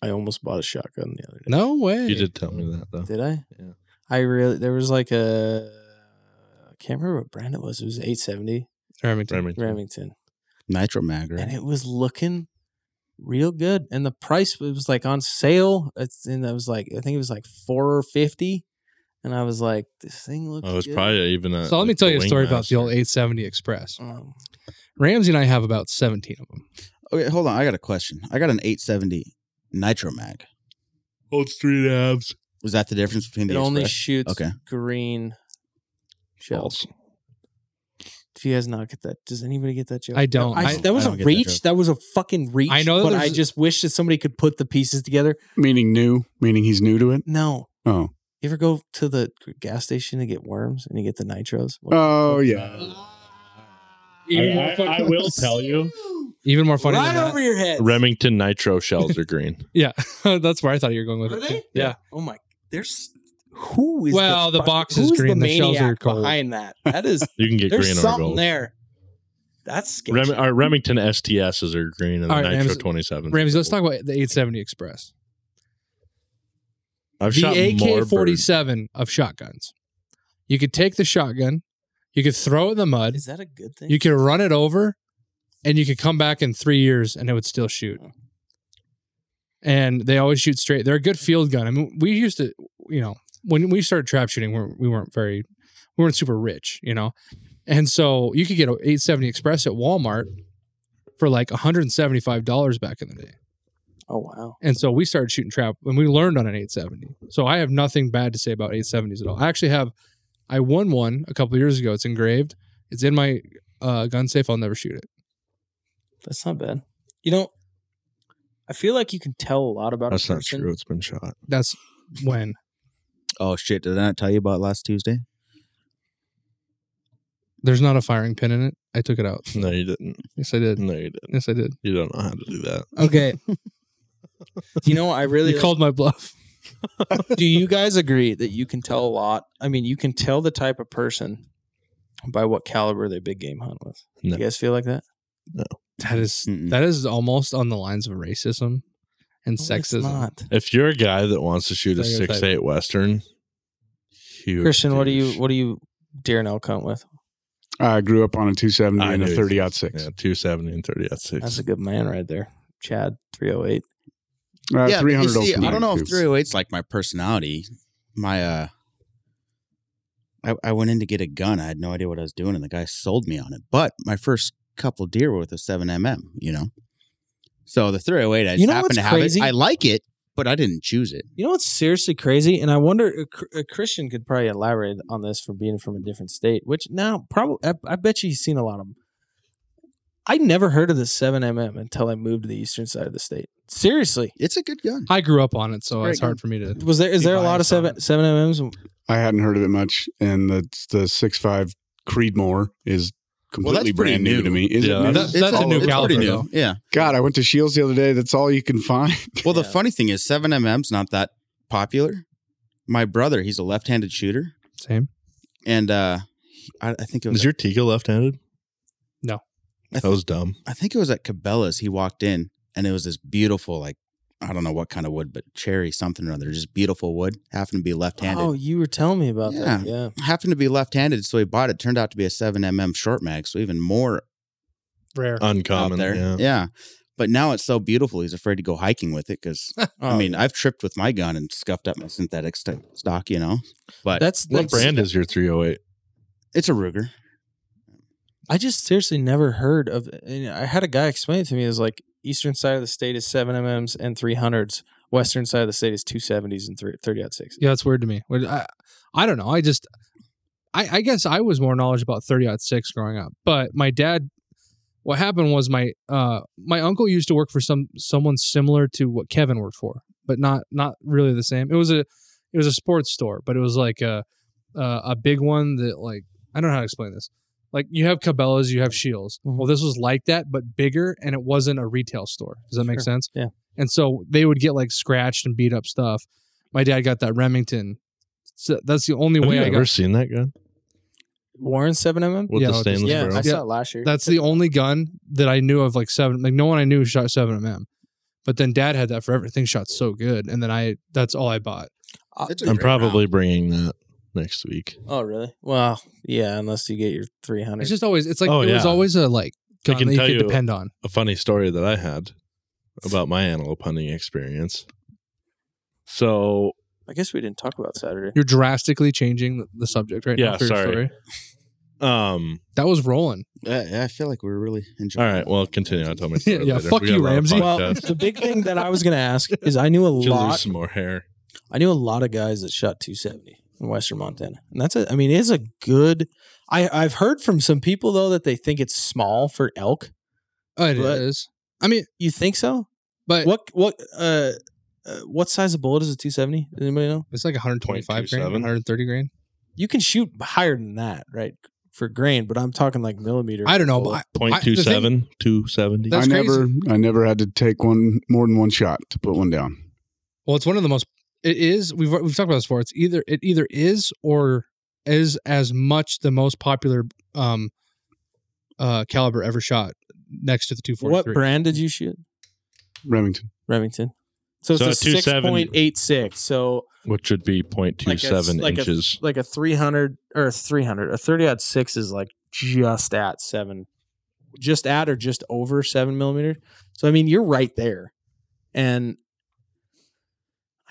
Speaker 3: I almost bought a shotgun the other day.
Speaker 2: no way!
Speaker 6: You did tell me that though.
Speaker 3: Did I?
Speaker 6: Yeah.
Speaker 3: I really there was like a I can't remember what brand it was. It was 870
Speaker 2: Remington.
Speaker 4: Mm-hmm.
Speaker 6: Remington.
Speaker 3: Remington.
Speaker 4: Nitro mag, right?
Speaker 3: And it was looking real good. And the price was like on sale. It's and I was like, I think it was like four fifty. And I was like, this thing looks
Speaker 6: Oh, it's
Speaker 3: good.
Speaker 6: probably even a.
Speaker 2: So let me tell you a
Speaker 6: wing
Speaker 2: story about
Speaker 6: master.
Speaker 2: the old 870 Express.
Speaker 3: Um,
Speaker 2: Ramsey and I have about 17 of them.
Speaker 4: Okay, hold on. I got a question. I got an 870 Nitro mag.
Speaker 6: Holds three halves.
Speaker 4: Was that the difference between
Speaker 3: it
Speaker 4: the
Speaker 3: only
Speaker 4: Express?
Speaker 3: shoots
Speaker 4: Okay.
Speaker 3: green shells.
Speaker 6: False.
Speaker 3: Do you guys not get that? Does anybody get that joke?
Speaker 2: I don't.
Speaker 3: I-
Speaker 2: I-
Speaker 3: that was a
Speaker 4: I don't get that
Speaker 3: reach.
Speaker 4: joke.
Speaker 3: That, was a fucking reach.
Speaker 2: I know that
Speaker 3: but I
Speaker 2: there's-
Speaker 3: just wish that somebody could put the pieces together.
Speaker 5: Meaning new, meaning he's new to it.
Speaker 3: No,
Speaker 5: Oh,
Speaker 3: You ever go to the gas station to get worms and you get the nitros?
Speaker 5: oh yeah.
Speaker 6: I, I will tell you,
Speaker 2: Even more funny
Speaker 3: right
Speaker 2: than
Speaker 3: over your head.
Speaker 6: Remington nitro shells are green.
Speaker 2: that. Yeah, that's where I thought you were going with it. too. Yeah.
Speaker 3: Oh my. There's who is
Speaker 2: Well, the
Speaker 3: fuck-
Speaker 2: box is
Speaker 3: who's
Speaker 2: green, the shells
Speaker 3: maniac
Speaker 2: are gold.
Speaker 3: behind that. That is
Speaker 6: You can get
Speaker 3: there's
Speaker 6: green or
Speaker 3: something
Speaker 6: gold.
Speaker 3: there. That's scary.
Speaker 6: Rem- our Remington STSs are green and the
Speaker 2: All right,
Speaker 6: Nitro
Speaker 2: Ramsey-
Speaker 6: 27.
Speaker 2: Ramsey, let's talk about the 870 Express.
Speaker 6: I've shot
Speaker 2: the
Speaker 6: more
Speaker 2: AK 47 of shotguns. You could take the shotgun, you could throw it in the mud,
Speaker 3: is that a good thing?
Speaker 2: you could run it over, and you could come back in three years and it would still shoot. And they always shoot straight. They're a good field gun. I mean, we used to, you know, when we started trap shooting, we weren't, we weren't very, we weren't super rich, you know, and so you could get an 870 Express at Walmart for like 175 dollars back in the day.
Speaker 3: oh wow.
Speaker 2: And so we started shooting trap and we learned on an 870. So I have nothing bad to say about 870s at all. I actually have, I won one a couple years ago. It's engraved, it's in my uh, gun safe. I'll never shoot it.
Speaker 3: That's not bad. You know, I feel like you can tell a lot about
Speaker 6: That's
Speaker 3: a
Speaker 6: not
Speaker 3: person.
Speaker 6: true. It's been shot.
Speaker 2: That's when.
Speaker 4: Oh shit! Did I not tell you about last Tuesday?
Speaker 2: There's not a firing pin in it. I took it out.
Speaker 6: No, you didn't.
Speaker 2: Yes, I did.
Speaker 6: No, you didn't.
Speaker 2: Yes, I did.
Speaker 6: You don't know how to do that.
Speaker 3: Okay. you know, I really
Speaker 2: You called my bluff.
Speaker 3: do you guys agree that you can tell a lot? I mean, you can tell the type of person by what caliber they big game hunt with.
Speaker 6: No.
Speaker 3: You guys feel like that?
Speaker 2: That is
Speaker 4: Mm-mm.
Speaker 2: that is almost on the lines of racism and
Speaker 3: No, it's
Speaker 2: sexism.
Speaker 3: not.
Speaker 6: If you're a guy that wants to shoot a
Speaker 2: Stereotype.
Speaker 6: six eight Western, huge
Speaker 3: Christian, what do you
Speaker 6: douche.
Speaker 3: what do you deer and elk hunt with?
Speaker 5: I grew up on a 270
Speaker 6: I
Speaker 5: and a
Speaker 6: knew it.
Speaker 5: 30 out six.
Speaker 6: Yeah, two seventy and thirty at
Speaker 3: That's
Speaker 6: six.
Speaker 3: a good man right there. Chad three oh eight.
Speaker 5: Uh,
Speaker 4: yeah, but you
Speaker 5: 300
Speaker 4: see,
Speaker 5: open
Speaker 4: I don't know if
Speaker 5: mic, too.
Speaker 4: 308's like my personality. My uh I, I went in to get a gun. I had no idea what I was doing, and the guy sold me on it. But my first couple deer were with a seven mm, you know. So the 308, I
Speaker 3: You
Speaker 4: just
Speaker 3: know
Speaker 4: happen
Speaker 3: what's
Speaker 4: to have
Speaker 3: crazy?
Speaker 4: it. I like it, but I didn't choose it.
Speaker 3: You know what's seriously crazy? And I wonder uh, Chr- uh, Christian could probably elaborate on this from being from a different state, which now probably I, I bet you he's seen a lot of them. I never heard of the 7mm until I moved to the eastern side of the state. Seriously.
Speaker 4: It's a good gun.
Speaker 2: I grew up on it, so
Speaker 4: Great
Speaker 2: it's hard for me to.
Speaker 3: Was there is
Speaker 2: Be
Speaker 3: there a lot of
Speaker 2: biased on
Speaker 3: seven seven MMs?
Speaker 5: I hadn't heard of it much, and the the six five Creedmoor is
Speaker 4: Well, that's
Speaker 5: completely
Speaker 4: pretty
Speaker 5: brand new.
Speaker 4: new.
Speaker 5: to me. Is it
Speaker 6: Yeah.
Speaker 5: new?
Speaker 2: That- that's a
Speaker 4: all-
Speaker 2: new
Speaker 4: it's
Speaker 2: caliber,
Speaker 4: pretty
Speaker 2: though.
Speaker 4: Yeah.
Speaker 5: God, I went to Shields the other day. That's all you can find.
Speaker 4: Well, the
Speaker 3: Yeah.
Speaker 4: funny thing is, seven mm's not that popular. My brother, he's a left-handed shooter,
Speaker 2: Same.
Speaker 4: and uh, he- I, I think it was
Speaker 6: Is your Tiga left handed?
Speaker 2: No.
Speaker 4: I,
Speaker 6: That
Speaker 4: th-
Speaker 6: was dumb.
Speaker 4: I think it was at Cabela's. He walked in and it was this beautiful, like, I don't know what kind of wood, but cherry something or other, just beautiful wood. Happened to be left handed.
Speaker 3: Oh, you were telling me about that. Yeah.
Speaker 4: Happened to be left handed. So he bought it. Turned out to be a 7mm short mag. So even more
Speaker 2: Rare.
Speaker 6: Uncommon.
Speaker 4: out there.
Speaker 6: Yeah.
Speaker 4: But now it's so beautiful. He's afraid to go hiking with it because, I
Speaker 3: Oh,
Speaker 4: mean, I've tripped with my gun and scuffed up my synthetic st- stock, you know? But
Speaker 3: that's
Speaker 6: What
Speaker 3: that's-
Speaker 6: brand is your 308?
Speaker 4: it's a Ruger.
Speaker 3: I just seriously never heard of. And I had a guy explain it to me. It was like eastern side of the state is seven mms and three hundreds. Western side of the state is two seventies and three, 30 out six.
Speaker 2: Yeah, that's weird to me. What- I, I don't know. I just, I, I guess I was more knowledgeable about thirty six growing up, but my dad. What happened was my uh my uncle used to work for some someone similar to what Kevin worked for, but not not really the same. It was a it was a sports store, but it was like a a, a big one that like I don't know how to explain this. Like you have Cabela's, you have Shields.
Speaker 3: Mhm.
Speaker 2: Well, this was like that, but bigger, and it wasn't a retail store. Does that make
Speaker 3: Sure.
Speaker 2: sense?
Speaker 3: Yeah.
Speaker 2: And so they would get like scratched and beat up stuff. My dad got that Remington. So that's the only
Speaker 6: Have
Speaker 2: way
Speaker 6: you
Speaker 2: I
Speaker 6: ever
Speaker 2: got.
Speaker 6: seen that gun
Speaker 3: Warren seven mm.
Speaker 6: with
Speaker 2: Yeah,
Speaker 6: the
Speaker 2: with the-
Speaker 6: stainless
Speaker 3: Yeah, I
Speaker 6: barrel?
Speaker 3: saw it last year.
Speaker 2: That's the only gun that I knew of. Like seven, like no one I knew shot seven mm. But then dad had that for everything. Shot so good, and then I that's all I bought.
Speaker 3: Uh,
Speaker 4: It's a
Speaker 6: I'm
Speaker 4: great
Speaker 6: probably
Speaker 4: round.
Speaker 6: bringing that next week.
Speaker 3: Oh, really? Well, yeah. Unless you get your three hundred.
Speaker 2: It's just always it's like
Speaker 6: Oh,
Speaker 2: it was
Speaker 6: yeah.
Speaker 2: always a like
Speaker 6: I
Speaker 2: gun
Speaker 6: can
Speaker 2: that you
Speaker 6: tell
Speaker 2: could
Speaker 6: you-
Speaker 2: depend on.
Speaker 6: A funny story that I had about my antelope hunting experience. So
Speaker 3: I guess we didn't talk about Saturday.
Speaker 2: You're drastically changing the, the subject right now.
Speaker 6: Yeah,
Speaker 2: for your
Speaker 6: sorry.
Speaker 2: story.
Speaker 6: um
Speaker 2: That was rolling.
Speaker 4: Yeah, yeah, I feel like we're really enjoying
Speaker 6: all right, well continue. I'll tell my story.
Speaker 2: Yeah,
Speaker 6: later.
Speaker 2: fuck
Speaker 6: We got a
Speaker 2: you,
Speaker 6: lot of
Speaker 2: Ramsey.
Speaker 3: Well,
Speaker 6: podcasts.
Speaker 3: the big thing that I was going to ask is I knew a
Speaker 6: Did you lose
Speaker 3: lot.
Speaker 6: some more hair.
Speaker 3: I knew a lot of guys that shot 270 in Western Montana, and that's a. I mean, it's a good. I I've heard from some people though that they think it's small for elk.
Speaker 2: It is.
Speaker 3: But-
Speaker 2: I mean,
Speaker 3: You think so?
Speaker 2: but
Speaker 3: What what uh, uh what size of bullet is a 270? Does anybody know?
Speaker 2: it's like 125 grain,
Speaker 6: 0.27.
Speaker 2: 130 grain.
Speaker 3: You can shoot higher than that, right? For grain, but I'm talking like millimeter.
Speaker 2: I don't know,
Speaker 3: bullet.
Speaker 2: but I,
Speaker 6: Point
Speaker 2: the
Speaker 6: two
Speaker 2: thing-
Speaker 6: seven, two seventy.
Speaker 2: That's
Speaker 5: I
Speaker 2: crazy.
Speaker 5: never I never had to take one more than one shot to put one down.
Speaker 2: Well, it's one of the most. It is. We've we've talked about this before. It's either it either is or is as much the most popular um uh caliber ever shot next to the
Speaker 3: what
Speaker 2: 243.
Speaker 3: brand did you shoot?
Speaker 5: Remington.
Speaker 3: Remington. So it's
Speaker 6: So
Speaker 3: a
Speaker 6: a 270
Speaker 3: six point eight six. So
Speaker 6: which would be 0.27
Speaker 3: like a- like a-
Speaker 6: inches.
Speaker 3: like a three hundred or a three hundred. A thirty odd six is like just at seven, just at or just over seven millimeter. So I mean, you're right there, and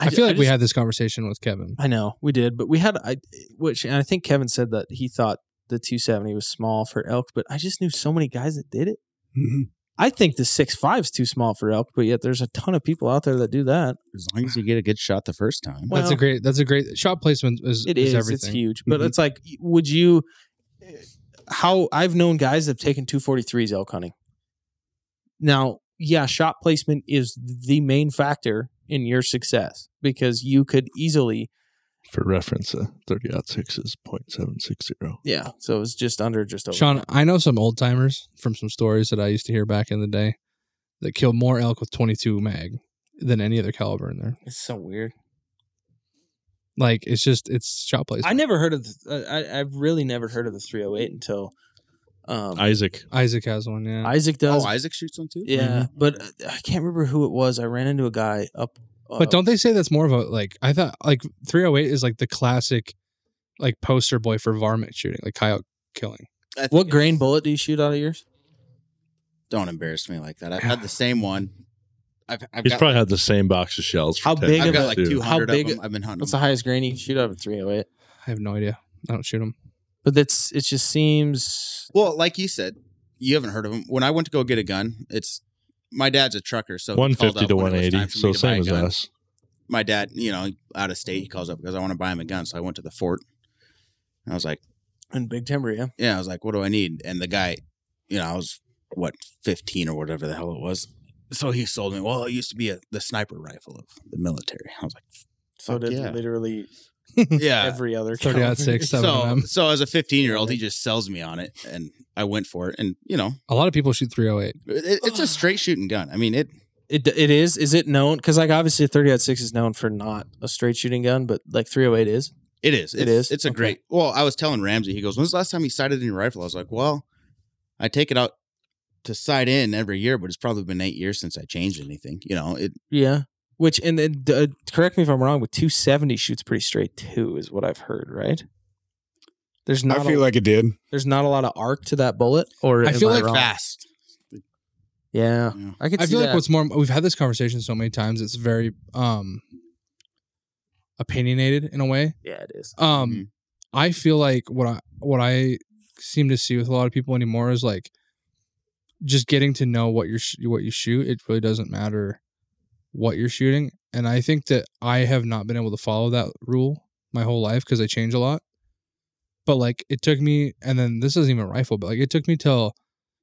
Speaker 2: I feel
Speaker 3: ju-
Speaker 2: like we
Speaker 3: just-
Speaker 2: had this conversation with Kevin.
Speaker 3: I know we did, but we had I, which and I think Kevin said that he thought the 270 was small for elk, but I just knew so many guys that did it.
Speaker 5: Mhm.
Speaker 3: I think the six five's too small for elk, but yet there's a ton of people out there that do that.
Speaker 4: As long as you get a good shot the first time.
Speaker 3: Well,
Speaker 2: that's a great. That's a great shot placement. Is
Speaker 3: It
Speaker 2: is,
Speaker 3: is,
Speaker 2: everything.
Speaker 3: it's Mm-hmm. huge, but
Speaker 5: Mhm.
Speaker 3: it's like, would you? eh, How I've known guys that have taken 243s elk hunting. Now, yeah, shot placement is the main factor in your success because you could easily
Speaker 6: For reference, Uh, a 30 out 6 is 0.760.
Speaker 3: yeah. So it's just under, just over.
Speaker 2: Sean, I know some old timers from some stories that I used to hear back in the day that killed more elk with 22 mag than any other caliber in there.
Speaker 3: it's so weird.
Speaker 2: Like it's just it's shot place.
Speaker 3: I never heard of. The, uh, I I've really never heard of the 308 until um,
Speaker 6: Isaac,
Speaker 2: Isaac has one, yeah.
Speaker 3: Isaac does.
Speaker 4: oh, Isaac shoots one too?
Speaker 3: yeah, but uh, I can't remember who it was. I ran into a guy up. Uh,
Speaker 2: but don't they say that's more of a like I thought like 308 is like the classic like poster boy for varmint shooting, like coyote killing.
Speaker 4: I think
Speaker 3: what grain
Speaker 4: it's-
Speaker 3: bullet do you shoot out of yours?
Speaker 4: Don't embarrass me like that. I've had the same one. I've, I've
Speaker 6: he's
Speaker 4: got,
Speaker 6: probably had the same box of shells. For
Speaker 3: How
Speaker 6: 10
Speaker 3: big
Speaker 6: years,
Speaker 4: I've
Speaker 3: of
Speaker 4: got
Speaker 3: a-
Speaker 4: like
Speaker 6: too.
Speaker 4: 200 of
Speaker 3: big-
Speaker 4: them. I've been hunting.
Speaker 3: What's the highest grain you can shoot out of a 308?
Speaker 2: I have no idea. I don't shoot them.
Speaker 3: But that's it. Just seems
Speaker 4: Well, like you said, you haven't heard of them. When I went to go get a gun, it's my dad's a trucker, so he called
Speaker 6: 150
Speaker 4: up
Speaker 6: to
Speaker 4: when it was time
Speaker 6: 180.
Speaker 4: for
Speaker 6: So
Speaker 4: me to buy a
Speaker 6: same as
Speaker 4: gun.
Speaker 6: us.
Speaker 4: My dad, you know, out of state, he calls up because I want to buy him a gun. So I went to the fort. And I was like,
Speaker 3: in big timber. Yeah,
Speaker 4: yeah, I was like, what do I need? And the guy, you know, I was what fifteen or whatever the hell it was. So he sold me. Well, it used to be a, the sniper rifle of the military. I was like,
Speaker 3: so did
Speaker 4: yeah.
Speaker 3: literally
Speaker 4: yeah.
Speaker 3: every other
Speaker 2: 30-06,
Speaker 3: caliber.
Speaker 2: seven of
Speaker 4: So,
Speaker 2: them.
Speaker 4: so as a 15 year old, he just sells me on it, and I went for it. And you know,
Speaker 2: A lot of people shoot 308.
Speaker 4: it, it's a straight shooting gun. I mean, it
Speaker 3: It it is. Is it known? Because like obviously, 30 six is known for not a straight shooting gun, but like 308 is.
Speaker 4: It is.
Speaker 3: It
Speaker 4: It's,
Speaker 3: is?
Speaker 4: It's a
Speaker 3: Okay.
Speaker 4: great. Well, I was telling Ramsey, he goes, "When's the last time you sighted in your rifle?" I was like, "Well, I take it out to sight in every year, but it's probably been eight years since I changed anything. You know, it
Speaker 3: Yeah. Which and then uh, correct me if I'm wrong, but 270 shoots pretty straight too, is what I've heard. Right? There's not.
Speaker 5: I feel
Speaker 3: a,
Speaker 5: like it did.
Speaker 3: there's not a lot of arc to that bullet. Or
Speaker 2: I
Speaker 3: am
Speaker 2: feel like
Speaker 3: wrong?
Speaker 4: fast.
Speaker 3: Yeah,
Speaker 4: You know.
Speaker 3: I could.
Speaker 2: I
Speaker 3: see
Speaker 2: feel
Speaker 3: that.
Speaker 2: like what's more, we've had this conversation so many times. It's very um opinionated in a way.
Speaker 3: Yeah, it is.
Speaker 2: Um,
Speaker 4: Mhm.
Speaker 2: I feel like what I what I seem to see with a lot of people anymore is like just getting to know what you sh- what you shoot. It really doesn't matter what you're shooting, and I think that I have not been able to follow that rule my whole life because I change a lot. But like it took me, and then this isn't even a rifle, but like it took me till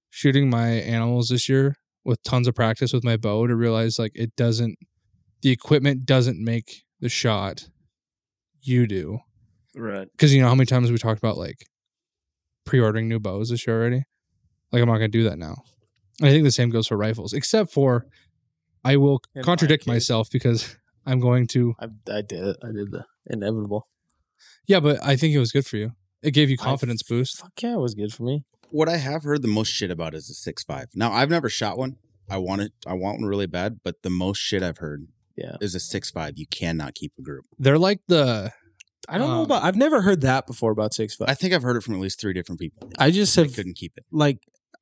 Speaker 2: shooting my animals this year with tons of practice with my bow to realize like it doesn't, the equipment doesn't make the shot. You do
Speaker 7: Right.
Speaker 2: because you know how many times we talked about like pre-ordering new bows this year already. Like I'm not gonna do that now. And I think the same goes for rifles, except for I will
Speaker 3: In my
Speaker 2: contradict
Speaker 3: case.
Speaker 2: myself because I'm going to.
Speaker 3: I, I did it. I did the inevitable
Speaker 2: Yeah, but I think it was good for you. It gave you
Speaker 3: I-
Speaker 2: confidence boost.
Speaker 3: Fuck yeah, it was good for me.
Speaker 4: What I have heard the most shit about is a six five. Now I've never shot one. I want it. I want one really bad, but the most shit I've heard
Speaker 3: Yeah.
Speaker 4: is a six five. You cannot keep a group.
Speaker 2: They're like the
Speaker 3: I don't know
Speaker 2: Um,
Speaker 3: about. I've never heard that before about six foot.
Speaker 4: I think I've heard it from at least three different people.
Speaker 3: I just
Speaker 4: I
Speaker 3: have
Speaker 4: couldn't keep it.
Speaker 3: like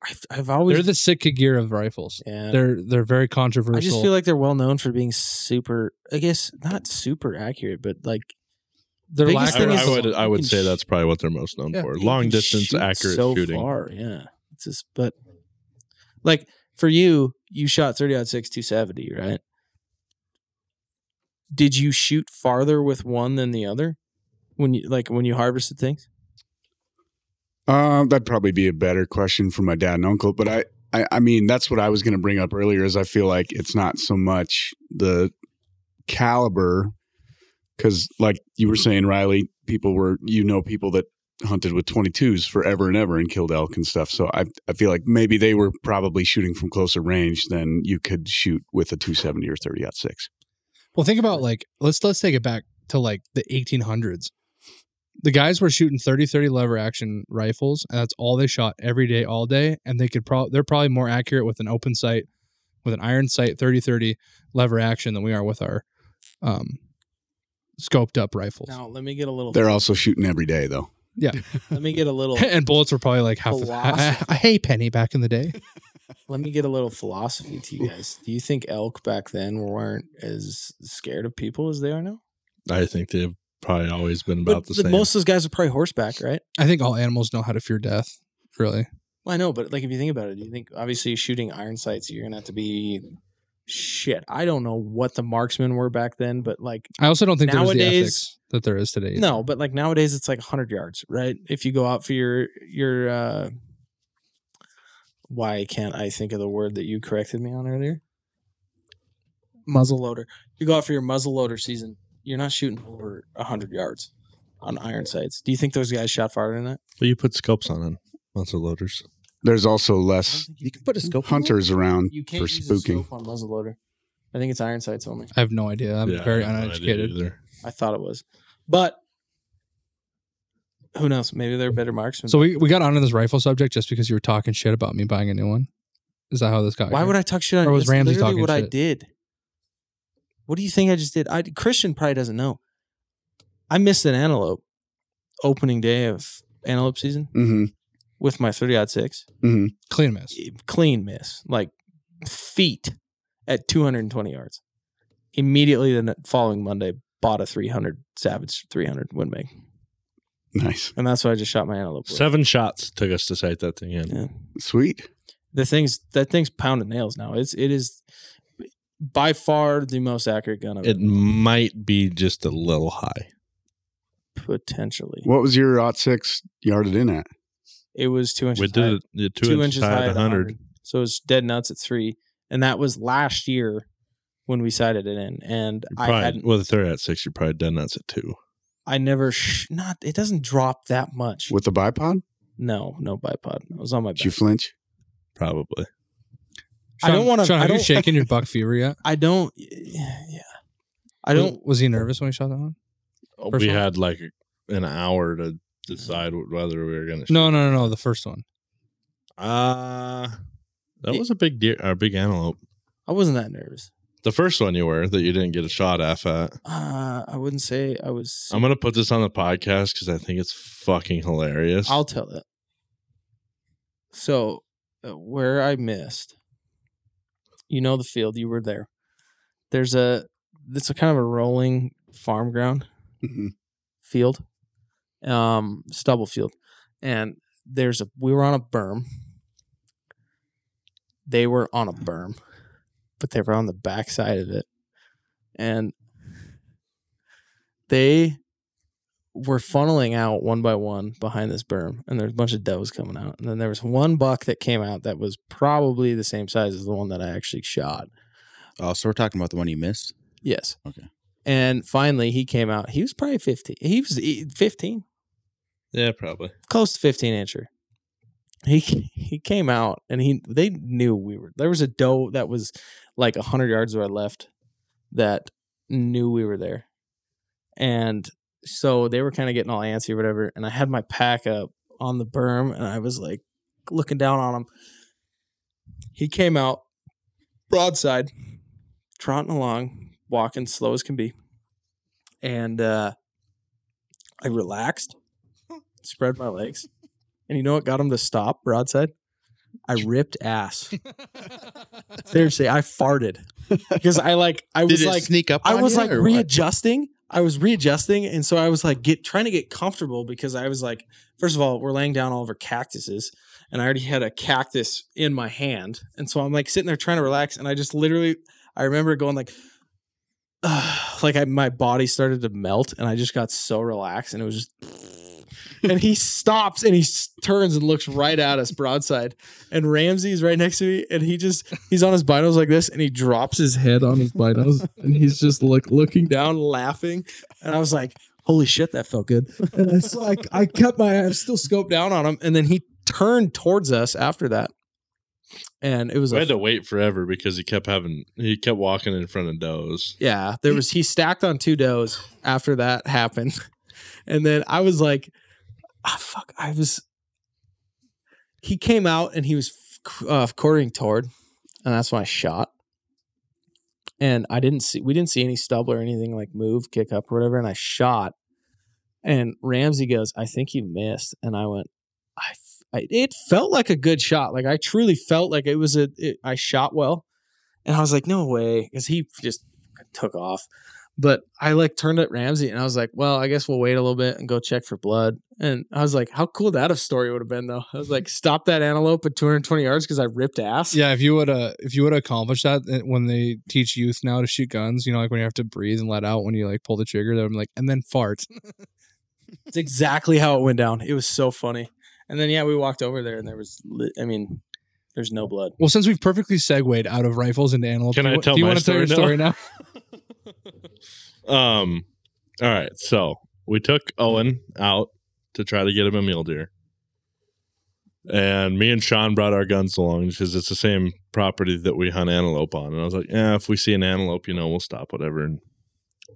Speaker 3: I've, I've
Speaker 2: they're
Speaker 3: always.
Speaker 2: the Sitka gear of rifles.
Speaker 3: yeah.
Speaker 2: They're they're very controversial.
Speaker 3: I just feel like they're well known for being super. I guess not super accurate, but like
Speaker 2: their
Speaker 3: biggest
Speaker 2: lack
Speaker 3: This
Speaker 6: I,
Speaker 3: thing
Speaker 2: of
Speaker 3: is-
Speaker 6: I would I
Speaker 3: you
Speaker 6: would
Speaker 3: can
Speaker 6: say
Speaker 3: sh-
Speaker 6: that's probably what they're most known
Speaker 2: Yeah.
Speaker 6: for.
Speaker 3: you
Speaker 6: Long
Speaker 3: can
Speaker 6: distance
Speaker 3: shoot
Speaker 6: accurate
Speaker 3: so
Speaker 6: shooting.
Speaker 3: Far, yeah. It's just, but like for you, you shot thirty out six two seventy, right? Did you shoot farther with one than the other when you like when you harvested things?
Speaker 5: Uh, that'd probably be a better question for my dad and uncle. But I, I, I mean, that's what I was going to bring up earlier. Is I feel like it's not so much the caliber, because like you were saying, Riley, people were you know people that hunted with 22s forever and ever and killed elk and stuff. So I, I feel like maybe they were probably shooting from closer range than you could shoot with a 270 or 30 out six.
Speaker 2: Well, think about like let's let's take it back to like the 1800s. The guys were shooting 30 30 lever action rifles, and that's all they shot every day all day, and they could probably they're probably more accurate with an open sight with an iron sight 30 30 lever action than we are with our um scoped up rifles.
Speaker 3: Now let me get a little.
Speaker 5: They're also shooting every day though.
Speaker 3: Let me get a little.
Speaker 2: and bullets were probably like half the
Speaker 3: Philosophy.
Speaker 2: a, hey penny back in the day.
Speaker 3: Let me get a little philosophy to you guys. Do you think elk back then weren't as scared of people as they are now?
Speaker 6: I think they've probably always been about
Speaker 3: But
Speaker 6: the, same.
Speaker 3: Most of those guys are probably horseback, right?
Speaker 2: I think all animals know how to fear death, really.
Speaker 3: Well, I know, but like if you think about it, you think obviously shooting iron sights, you're gonna have to be shit. I don't know what the marksmen were back then, but like
Speaker 2: I also don't think there was the
Speaker 3: Nowadays-
Speaker 2: ethics that there is today.
Speaker 3: no, but like nowadays it's like 100 yards, right? If you go out for your your uh why can't I think of the word that you corrected me on earlier? Muzzle loader. You go out for your muzzle loader season, you're not shooting over 100 yards on iron sights. Do you think those guys shot farther than that?
Speaker 6: Well, you put scopes on them, monster loaders.
Speaker 5: There's also less
Speaker 4: You can put a scope. on it.
Speaker 5: hunters around
Speaker 3: You
Speaker 5: for
Speaker 3: can't use a
Speaker 5: spooking.
Speaker 3: scope on muzzle loader. I think it's iron sights only.
Speaker 2: I have no idea. I'm
Speaker 6: Yeah,
Speaker 2: very
Speaker 6: I have no idea
Speaker 2: uneducated.
Speaker 6: either.
Speaker 3: I thought it was, but who knows? Maybe they're better marksmen.
Speaker 2: So we, we got onto this rifle subject just because you were talking shit about me buying a new one. Is that how this got?
Speaker 3: why
Speaker 2: here?
Speaker 3: would I talk shit on?
Speaker 2: Or was
Speaker 3: that's
Speaker 2: Ramsey
Speaker 3: literally
Speaker 2: talking
Speaker 3: what I
Speaker 2: shit?
Speaker 3: did? What do you think I just did? I Christian probably doesn't know. I missed an antelope opening day of antelope season
Speaker 5: hmm
Speaker 3: with my thirty odd six
Speaker 5: hmm
Speaker 2: clean miss?
Speaker 3: clean miss, like feet at two hundred and twenty yards. Immediately the following Monday, bought a three hundred Savage three hundred Windmake,
Speaker 5: Nice,
Speaker 3: and that's why I just shot my antelope. with.
Speaker 6: Seven shots took us to sight that thing in.
Speaker 3: Yeah.
Speaker 5: sweet.
Speaker 3: the thing's that thing's pounding nails now. It's it is by far the most accurate gun of
Speaker 6: It might be just a little high.
Speaker 3: potentially.
Speaker 5: What was your aught six yarded in at?
Speaker 3: It was two inches.
Speaker 6: We
Speaker 3: high,
Speaker 6: did it the two, inches, high at
Speaker 3: at
Speaker 6: 100.
Speaker 3: So it's dead nuts at three, and that was last year when we sighted it in. And
Speaker 6: You're
Speaker 3: I
Speaker 6: Probably,
Speaker 3: hadn't.
Speaker 6: well, if they're at six, you're probably done. That's at two.
Speaker 3: I never. Sh- not. It doesn't drop that much.
Speaker 5: With the bipod?
Speaker 3: no, no bipod. It was on my
Speaker 5: Did you
Speaker 3: back.
Speaker 5: flinch?
Speaker 6: Probably.
Speaker 3: I don't wanna-
Speaker 2: Sean,
Speaker 3: I
Speaker 2: have you
Speaker 3: don't-
Speaker 2: shaking your buck fever yet?
Speaker 3: I don't. Yeah. I
Speaker 2: Was-
Speaker 3: don't.
Speaker 2: Was he nervous when he shot that one? First
Speaker 6: we
Speaker 2: one?
Speaker 6: had like a an hour to decide whether we were going to.
Speaker 2: No, no, no, no. The first one.
Speaker 6: Uh, that was a big deer, or a big antelope.
Speaker 3: I wasn't that nervous.
Speaker 6: The first one you were that you didn't get a shot at. at.
Speaker 3: Uh, I wouldn't say I was.
Speaker 6: I'm going to put this on the podcast because I think it's fucking hilarious.
Speaker 3: I'll tell it. So, uh, where I missed, you know the field. You were there. There's a. It's a kind of a rolling farm ground
Speaker 4: Mm-hmm.
Speaker 5: Mhm.
Speaker 3: field, um, stubble field, and there's a. We were on a berm. They were on a berm, but they were on the backside of it, and they were funneling out one by one behind this berm, and there's a bunch of does coming out, and then there was one buck that came out that was probably the same size as the one that I actually shot.
Speaker 4: Oh, so we're talking about the one you missed.
Speaker 3: Yes.
Speaker 4: Okay.
Speaker 3: And finally, he came out. He was probably 15. He was e- 15,
Speaker 6: Yeah, probably.
Speaker 3: close to 15 incher. He he came out and he they knew we were there was a doe that was like 100 yards where I left that knew we were there. And so they were kind of getting all antsy or whatever and I had my pack up on the berm and I was like looking down on him. He came out broadside trotting along, walking slow as can be. And uh I relaxed spread my legs. And you know what got him to stop broadside? I ripped ass. Seriously, I farted because I like I
Speaker 4: Did
Speaker 3: was
Speaker 4: it
Speaker 3: like
Speaker 4: sneak up?
Speaker 3: I
Speaker 4: on
Speaker 3: was
Speaker 4: you,
Speaker 3: like
Speaker 4: or what?
Speaker 3: readjusting. I was readjusting, and so I was like get trying to get comfortable because I was like, first of all, we're laying down all of our cactuses, and I already had a cactus in my hand, and so I'm like sitting there trying to relax, and I just literally, I remember going like, like I, my body started to melt, and I just got so relaxed, and it was just. and he stops and he s- turns and looks right at us broadside and ramsey's right next to me and he just he's on his binos like this and he drops his head on his binos and he's just like looking down laughing and i was like holy shit that felt good and it's like i kept my i still scoped down on him and then he turned towards us after that and it was
Speaker 6: We
Speaker 3: a
Speaker 6: had to wait forever because he kept having he kept walking in front of does.
Speaker 3: Yeah, there was he stacked on two does after that happened, and then I was like, ah, "Fuck!" I was. He came out and he was f- uh, quartering toward, and that's when I shot. And I didn't see we didn't see any stubble or anything like move, kick up, or whatever. And I shot, and Ramsey goes, "I think you missed," and I went, "I." f- I- It felt like a good shot. Like I truly felt like it was a. It, I shot well, and I was like, "No way," because he just took off. But I like turned at Ramsey and I was like, well, I guess we'll wait a little bit and go check for blood. And I was like, how cool that a story would have been though. I was like, stop that antelope at 220 yards because I ripped ass.
Speaker 2: Yeah, if you would uh if you would accomplished that uh, when they teach youth now to shoot guns, you know, like when you have to breathe and let out when you like pull the trigger, then I'm like, and then fart.
Speaker 3: It's exactly how it went down. It was so funny. And then yeah, we walked over there and there was, li- I mean, there's no blood.
Speaker 2: Well, since we've perfectly segued out of rifles into antelope,
Speaker 6: Can
Speaker 2: do
Speaker 6: I
Speaker 2: you, wa-
Speaker 6: tell
Speaker 2: do you
Speaker 6: my
Speaker 2: wanna tell
Speaker 6: story
Speaker 2: your story now?
Speaker 6: Um, all right. So we took Owen out to try to get him a mule deer, and me and Sean brought our guns along because it's the same property that we hunt antelope on. And I was like, yeah, if we see an antelope, you know, we'll stop whatever. And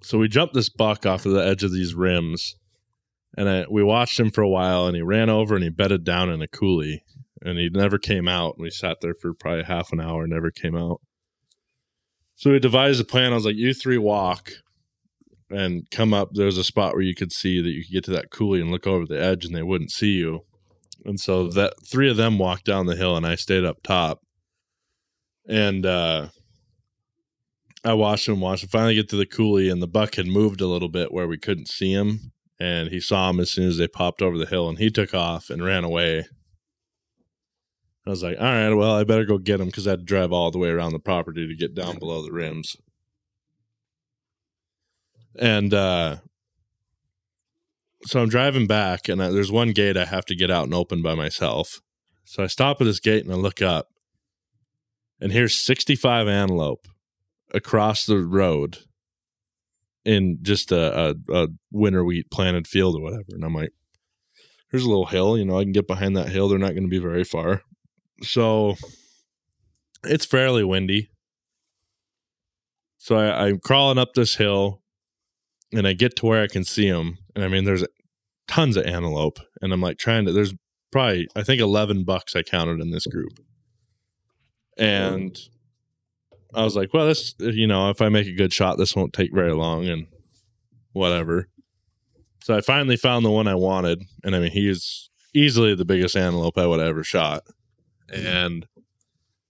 Speaker 6: so we jumped this buck off of the edge of these rims, and I, we watched him for a while, and he ran over and he bedded down in a coulee, and he never came out. And we sat there for probably half an hour, never came out. So we devised a plan. I was like, you three walk and come up. There's a spot where you could see that you could get to that coulee and look over the edge and they wouldn't see you. And so that three of them walked down the hill and I stayed up top. And uh I watched him watch him finally get to the coulee and the buck had moved a little bit where we couldn't see him. And he saw him as soon as they popped over the hill and he took off and ran away. I was like, all right, well, I better go get him because I had to drive all the way around the property to get down below the rims. And uh, so I'm driving back, and I, there's one gate I have to get out and open by myself. So I stop at this gate and I look up, and here's 65 antelope across the road in just a, a, a winter wheat planted field or whatever. And I'm like, there's a little hill, you know, I can get behind that hill. They're not going to be very far. So it's fairly windy. So I, I'm crawling up this hill and I get to where I can see them. And I mean, there's tons of antelope, and I'm like trying to. There's probably I think 11 bucks I counted in this group, and I was like, well, this you know, if I make a good shot, this won't take very long, and whatever. So I finally found the one I wanted, and I mean, he's easily the biggest antelope I would have ever shot, and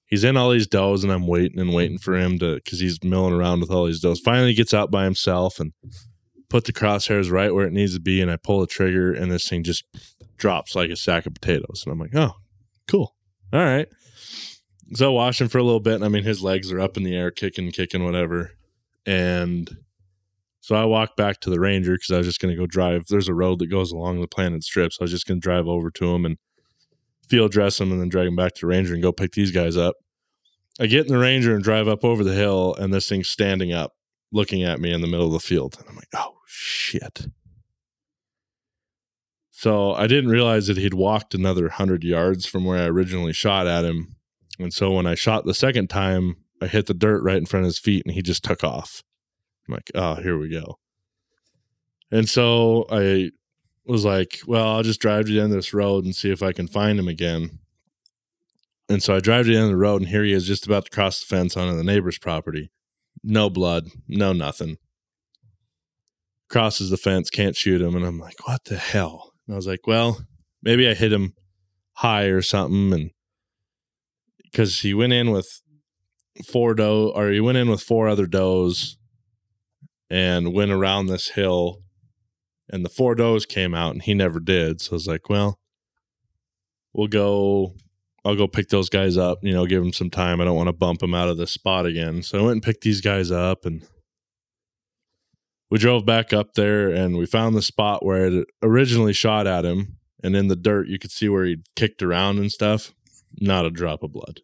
Speaker 6: he's in all these does, and I'm waiting and waiting for him to because he's milling around with all these does. Finally, he gets out by himself and put the crosshairs right where it needs to be, and I pull the trigger, and this thing just drops like a sack of potatoes, and I'm like, oh, cool, all right. So I watch him for a little bit, and I mean, his legs are up in the air, kicking, kicking, whatever, and. So I walked back to the ranger because I was just going to go drive. There's a road that goes along the planted strip, so I was just going to drive over to him and field dress him, and then drag him back to the ranger and go pick these guys up. I get in the ranger and drive up over the hill, and this thing's standing up, looking at me in the middle of the field, and I'm like, "Oh shit!" So I didn't realize that he'd walked another hundred yards from where I originally shot at him, and so when I shot the second time, I hit the dirt right in front of his feet, and he just took off. I'm like, oh, here we go. And so I was like, well, I'll just drive to the end of this road and see if I can find him again. And so I drive to the end of the road, and here he is just about to cross the fence onto the neighbor's property. No blood, no nothing. Crosses the fence, can't shoot him. And I'm like, what the hell? And I was like, well, maybe I hit him high or something. And because he went in with four doe, or he went in with four other does and went around this hill and the four does came out and he never did so i was like well we'll go i'll go pick those guys up you know give them some time i don't want to bump them out of this spot again so i went and picked these guys up and we drove back up there and we found the spot where it originally shot at him and in the dirt you could see where he'd kicked around and stuff not a drop of blood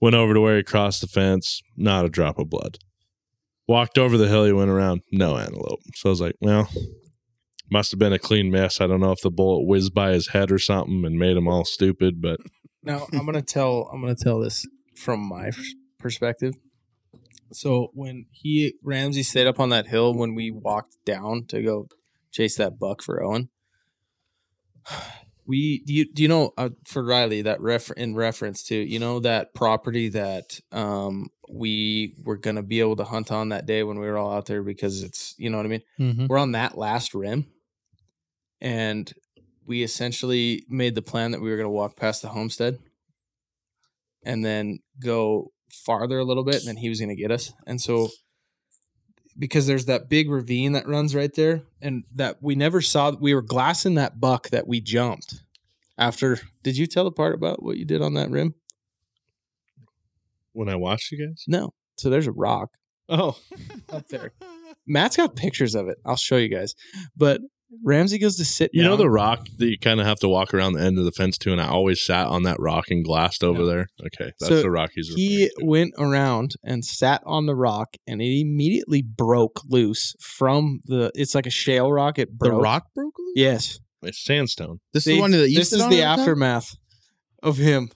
Speaker 6: went over to where he crossed the fence not a drop of blood walked over the hill he went around no antelope so i was like well must have been a clean mess i don't know if the bullet whizzed by his head or something and made him all stupid but
Speaker 3: Now I'm gonna tell I'm gonna tell this from my pers- perspective. So when he Ramsey stayed up on that hill when we walked down to go chase that buck for Owen, we do you do you know uh, for Riley that refer in reference to you know that property that um we were gonna be able to hunt on that day when we were all out there because it's you know what I mean
Speaker 2: Mhm.
Speaker 3: we're on that last rim and we essentially made the plan that we were going to walk past the homestead and then go farther a little bit and then he was going to get us and so because there's that big ravine that runs right there and that we never saw we were glassing that buck that we jumped after did you tell the part about what you did on that rim
Speaker 6: when i watched you guys
Speaker 3: no so there's a rock
Speaker 6: oh
Speaker 3: up there matt's got pictures of it i'll show you guys but ramsey goes to sit
Speaker 6: you know
Speaker 3: down.
Speaker 6: the rock that you kind of have to walk around the end of the fence to and i always sat on that rock and glassed over there okay that's
Speaker 3: So
Speaker 6: the rock he's
Speaker 3: he
Speaker 6: referring to.
Speaker 3: went around and sat on the rock and it immediately broke loose from the it's like a shale rock it
Speaker 4: The
Speaker 3: broke
Speaker 4: rock broke loose?
Speaker 3: yes
Speaker 6: it's sandstone
Speaker 4: This is
Speaker 3: See,
Speaker 4: the one that you
Speaker 3: this
Speaker 4: sit
Speaker 3: is
Speaker 4: on
Speaker 3: the
Speaker 4: all time?
Speaker 3: aftermath of him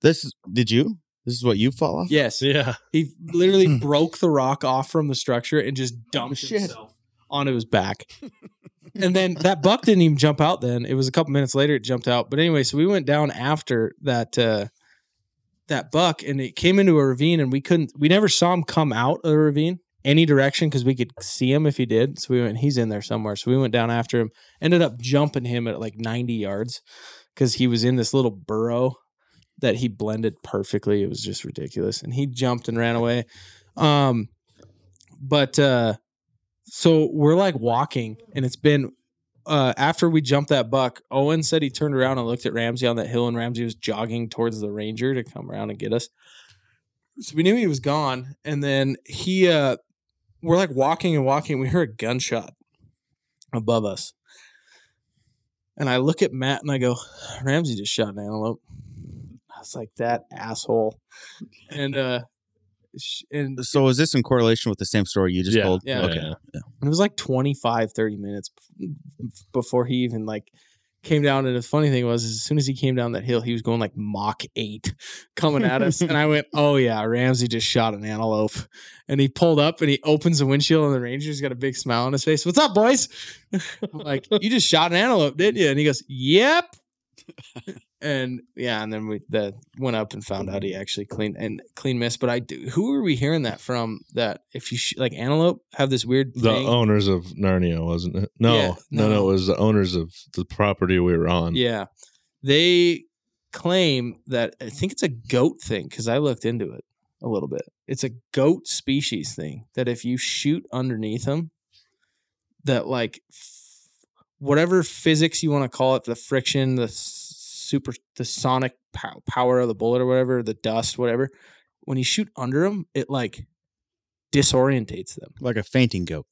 Speaker 4: This is- did you? This is what you fall off?
Speaker 3: yes
Speaker 6: yeah
Speaker 3: he literally broke the rock off from the structure and just dumped himself onto his back and then that buck didn't even jump out then it was a couple minutes later it jumped out but anyway so we went down after that uh that buck and it came into a ravine and we couldn't we never saw him come out of the ravine any direction because we could see him if he did so we went he's in there somewhere so we went down after him ended up jumping him at like 90 yards because he was in this little burrow that he blended perfectly it was just ridiculous and he jumped and ran away um but uh so we're like walking and it's been uh after we jumped that buck owen said he turned around and looked at ramsey on that hill and ramsey was jogging towards the ranger to come around and get us so we knew he was gone and then he uh we're like walking and walking we heard a gunshot above us and i look at matt and i go ramsey just shot an antelope i was like that asshole and uh sh- and
Speaker 4: So is this in correlation with the same story you just
Speaker 6: Yeah.
Speaker 4: told?
Speaker 3: Yeah.
Speaker 4: Okay.
Speaker 3: And it was like 25, 30 minutes bef- before he even like came down, and the funny thing was, is as soon as he came down that hill, he was going like Mach eight coming at us, and I went, "Oh yeah, Ramsey just shot an antelope," and he pulled up and he opens the windshield, and the ranger's got a big smile on his face. What's up, boys? I'm like you just shot an antelope, didn't you? And he goes, "Yep." and yeah, and then we the went up and found out he actually clean and clean missed. But I do. Who are we hearing that from? That if you sh- like antelope have this weird
Speaker 6: The
Speaker 3: thing?
Speaker 6: owners of Narnia, wasn't it? No,
Speaker 3: Yeah,
Speaker 6: no,
Speaker 3: no.
Speaker 6: no, it was the owners of the property we were on.
Speaker 3: Yeah. They claim that I think it's a goat thing because I looked into it a little bit. It's a goat species thing that if you shoot underneath them, that like f- whatever physics you want to call it, the friction, the s- super, the sonic pow- power of the bullet or whatever, the dust, whatever, when you shoot under them, it like disorientates them.
Speaker 4: like a fainting goat.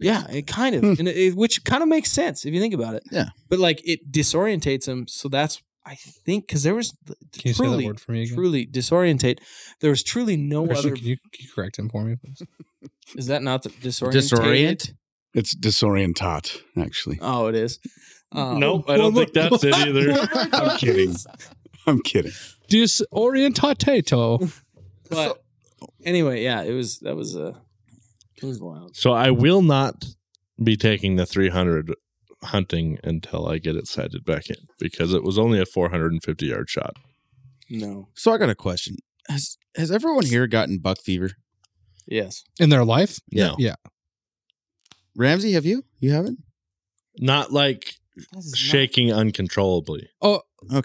Speaker 3: Yeah, it kind of,
Speaker 5: Hmm.
Speaker 3: and it, it- which kind of makes sense if you think about it.
Speaker 4: Yeah.
Speaker 3: but like it disorientates them. So that's I think because there was th-
Speaker 2: Can you say that
Speaker 3: truly,
Speaker 2: word for me again?
Speaker 3: truly disorientate. There was truly no
Speaker 2: Christian,
Speaker 3: other.
Speaker 2: can, you, can you correct him for me, please?
Speaker 3: Is that not the disorient?
Speaker 4: Disorient?
Speaker 5: It's disorientat, actually.
Speaker 3: Oh, it is. Um,
Speaker 6: Nope, I don't think that's it either.
Speaker 5: I'm kidding. I'm kidding.
Speaker 2: Disorientato.
Speaker 3: But anyway, yeah, it was that was uh, it was wild.
Speaker 6: So I will not be taking the 300 hunting until I get it sighted back in because it was only a 450 yard shot.
Speaker 3: No,
Speaker 4: So I got a question. Has has everyone here gotten buck fever?
Speaker 3: yes,
Speaker 2: In their life?
Speaker 6: No.
Speaker 2: Yeah.
Speaker 4: Ramsey, have you? You haven't?
Speaker 6: Not like shaking uncontrollably.
Speaker 4: Okay.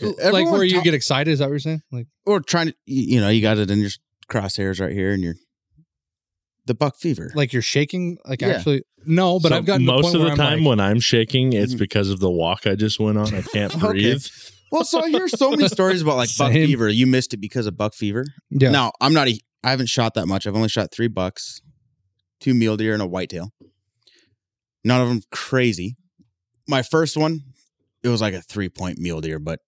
Speaker 2: like
Speaker 4: Everyone
Speaker 2: where you
Speaker 4: ta-
Speaker 2: get excited? Is that what you're saying? Like,
Speaker 4: or trying to you you know, you got it in your crosshairs right here and you're the buck fever.
Speaker 2: like you're shaking? Like
Speaker 4: Yeah.
Speaker 2: actually, no. But
Speaker 6: So
Speaker 2: I've gotten to
Speaker 6: most
Speaker 2: point
Speaker 6: of
Speaker 2: where
Speaker 6: the
Speaker 2: I'm
Speaker 6: time
Speaker 2: like,
Speaker 6: when I'm Mm-hmm. shaking, it's
Speaker 4: Mhm.
Speaker 6: because of the walk I just went on. I can't
Speaker 4: Okay.
Speaker 6: breathe.
Speaker 4: well, so I hear so many stories about like buck
Speaker 2: Same.
Speaker 4: fever. You missed it because of buck fever.
Speaker 2: yeah,
Speaker 4: Now, I'm not a I haven't shot that much. I've only shot three bucks, two mule deer, and a whitetail. None of them crazy. My first one, it was like a three point mule deer, but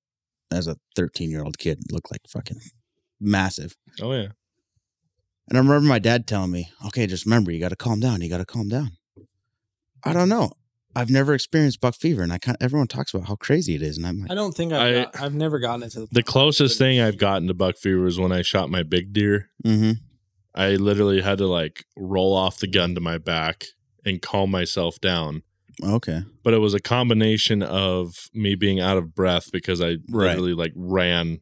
Speaker 4: as a 13 year old kid, it looked like fucking massive.
Speaker 6: Oh yeah.
Speaker 4: And I remember my dad telling me, okay, just remember, you got to calm down. You got to calm down. I don't know. I've never experienced buck fever, and I kind everyone talks about how crazy it is, and I'm like,
Speaker 3: I don't think
Speaker 6: I-
Speaker 3: I've, got, I've never gotten into the,
Speaker 6: The closest thing I've gotten to buck fever was when I shot my big deer.
Speaker 4: mm-hmm.
Speaker 6: I literally had to like roll off the gun to my back and calm myself down.
Speaker 4: okay,
Speaker 6: But it was a combination of me being out of breath because I
Speaker 4: Right.
Speaker 6: literally like ran.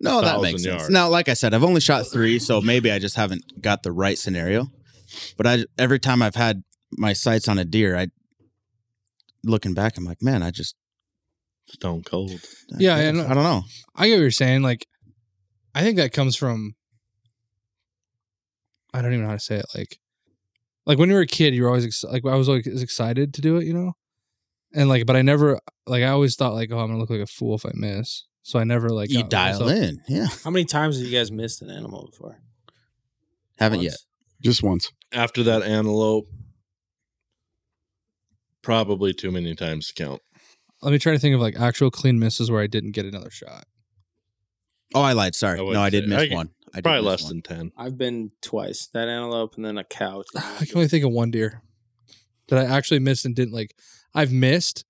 Speaker 4: no, that
Speaker 6: Thousand
Speaker 4: makes sense.
Speaker 6: yards.
Speaker 4: Now, like I said, I've only shot three, so maybe I just haven't got the right scenario. But I every time I've had my sights on a deer, I looking back, I'm like, man, I just
Speaker 6: Stone cold.
Speaker 4: I
Speaker 2: Yeah,
Speaker 4: guess-
Speaker 2: and-
Speaker 4: I don't know.
Speaker 2: I get what you're saying. Like, I think that comes from. I don't even know how to say it. Like, like when you were a kid, you were always ex- like I was always excited to do it, you know, and like, but I never like I always thought like, oh, I'm gonna look like a fool if I miss. So I never like
Speaker 6: uh,
Speaker 4: you
Speaker 2: got
Speaker 4: dial
Speaker 2: myself-
Speaker 4: in, yeah.
Speaker 3: How many times have you guys missed an animal before?
Speaker 4: Haven't
Speaker 3: Once?
Speaker 5: Just once.
Speaker 6: After that antelope, probably too many times to count.
Speaker 2: Let me try to think of like actual clean misses where I didn't get another shot.
Speaker 4: yet. Oh, I lied. Sorry,
Speaker 6: I
Speaker 4: no,
Speaker 6: wouldn't
Speaker 4: I did
Speaker 6: say-
Speaker 4: miss
Speaker 6: I-
Speaker 4: one. I did
Speaker 6: Probably less
Speaker 4: miss one.
Speaker 6: than 10.
Speaker 3: I've been twice. That antelope and then a cow.
Speaker 2: I can only think of one deer that I actually missed and didn't like. I've missed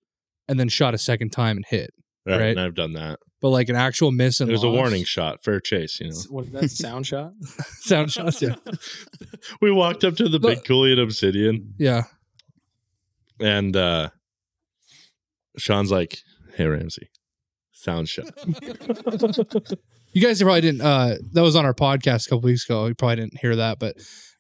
Speaker 2: and then shot a second time and hit,
Speaker 6: Right.
Speaker 2: Right.
Speaker 6: And I've done that.
Speaker 2: but like an actual miss and
Speaker 6: It was a
Speaker 2: loss-
Speaker 6: warning shot, fair chase, you know.
Speaker 3: What that sound shot?
Speaker 2: sound shots. Yeah,
Speaker 6: we walked up to the
Speaker 2: The-
Speaker 6: big coulee at Obsidian
Speaker 2: yeah.
Speaker 6: and uh Sean's like, Hey Ramsey, sound shot.
Speaker 2: You guys probably didn't. Uh, that was on our podcast a couple weeks ago. You probably didn't hear that, but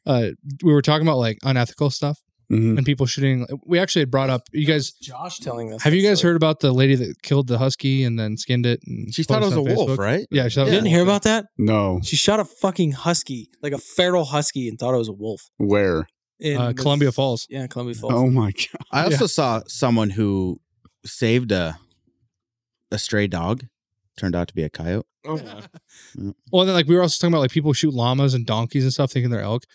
Speaker 2: uh, we were talking about like unethical stuff
Speaker 5: Mhm.
Speaker 2: and people shooting. We actually had brought up. You guys,
Speaker 3: Josh telling us.
Speaker 2: have you guys heard about the lady that killed the husky and then skinned it? And
Speaker 4: She thought it was a
Speaker 2: posted on
Speaker 4: wolf,
Speaker 2: Facebook?
Speaker 4: right?
Speaker 2: Yeah, she thought
Speaker 3: You
Speaker 2: it was
Speaker 3: didn't hear about that?
Speaker 5: No.
Speaker 3: She shot a fucking husky, like a feral husky, and thought it was a wolf.
Speaker 5: Where?
Speaker 3: In
Speaker 2: uh,
Speaker 3: Mis-
Speaker 2: Columbia Falls.
Speaker 3: Yeah, Columbia Falls.
Speaker 5: Oh my god.
Speaker 4: I also saw someone who saved a a stray dog. Turned out to be a coyote.
Speaker 2: Well, then like we were also talking about like people shoot llamas and donkeys and stuff thinking they're elk.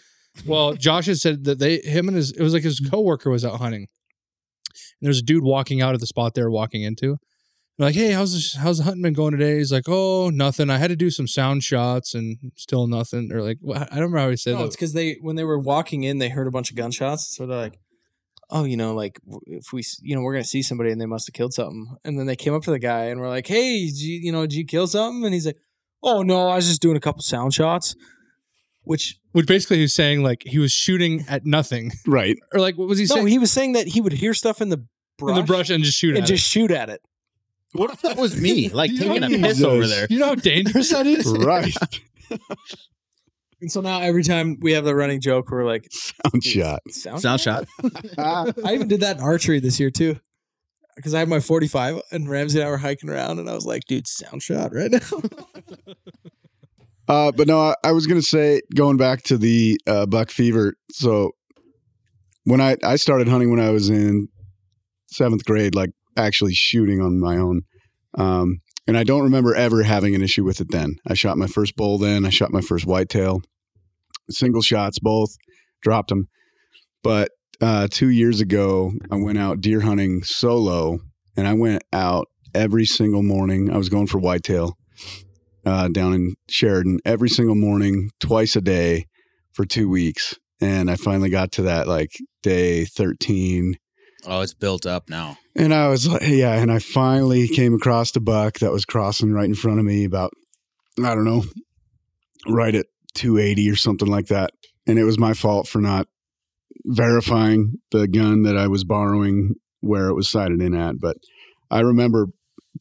Speaker 2: Well, Josh had said that they him and his it was like
Speaker 3: Mm-hmm.
Speaker 2: his coworker was out hunting. And there's a dude walking out of the spot they were walking into. They're like, hey, how's this, how's the hunting been going today? He's like, oh, nothing. I had to do some sound shots and still nothing. Or like, wha- I don't remember how he said
Speaker 3: no,
Speaker 2: that.
Speaker 3: it's because they when they were walking in, they heard a bunch of gunshots, so they're like, oh, you know, like w- if we, s- you know, we're gonna see somebody and they must have killed something. And then they came up to the guy and we're like, hey, did you, you know, did you kill something? And he's like, oh no, I was just doing a couple sound shots, which
Speaker 2: Which basically he's saying like he was shooting at nothing,
Speaker 5: Right.
Speaker 2: or like what was he
Speaker 3: no,
Speaker 2: saying?
Speaker 3: he was saying that he would hear stuff in the brush,
Speaker 2: in the brush and just shoot
Speaker 3: and
Speaker 2: at
Speaker 3: just shoot at it.
Speaker 4: What if that was me, like
Speaker 2: You
Speaker 4: taking a
Speaker 2: know,
Speaker 4: piss over
Speaker 5: Jesus.
Speaker 4: there?
Speaker 2: it. You know how dangerous that is.
Speaker 5: Right.
Speaker 3: And so now every time we have the running joke, we're like,
Speaker 5: Sound shot.
Speaker 3: sound,
Speaker 4: Sound shot.
Speaker 5: Ah,
Speaker 3: I even did that in archery this year too. Because I had my 45 and Ramsey and I were hiking around and I was like, dude, sound shot right now.
Speaker 5: Uh, but no, I, I was gonna say going back to the uh, buck fever. So when I I started hunting when I was in seventh grade, like actually shooting on my own, um, and I don't remember ever having an issue with it. Then I shot my first bull. Then I shot my first whitetail, single shots both, dropped them. But uh, two years ago, I went out deer hunting solo, and I went out every single morning. I was going for whitetail uh, down in Sheridan every single morning, twice a day for two weeks. And I finally got to that like day 13.
Speaker 4: Oh, it's built up now.
Speaker 5: And I was like, yeah. And I finally came across the buck that was crossing right in front of me about, I don't know, right at 280 or something like that. And it was my fault for not verifying the gun that I was borrowing where it was sighted in at. But I remember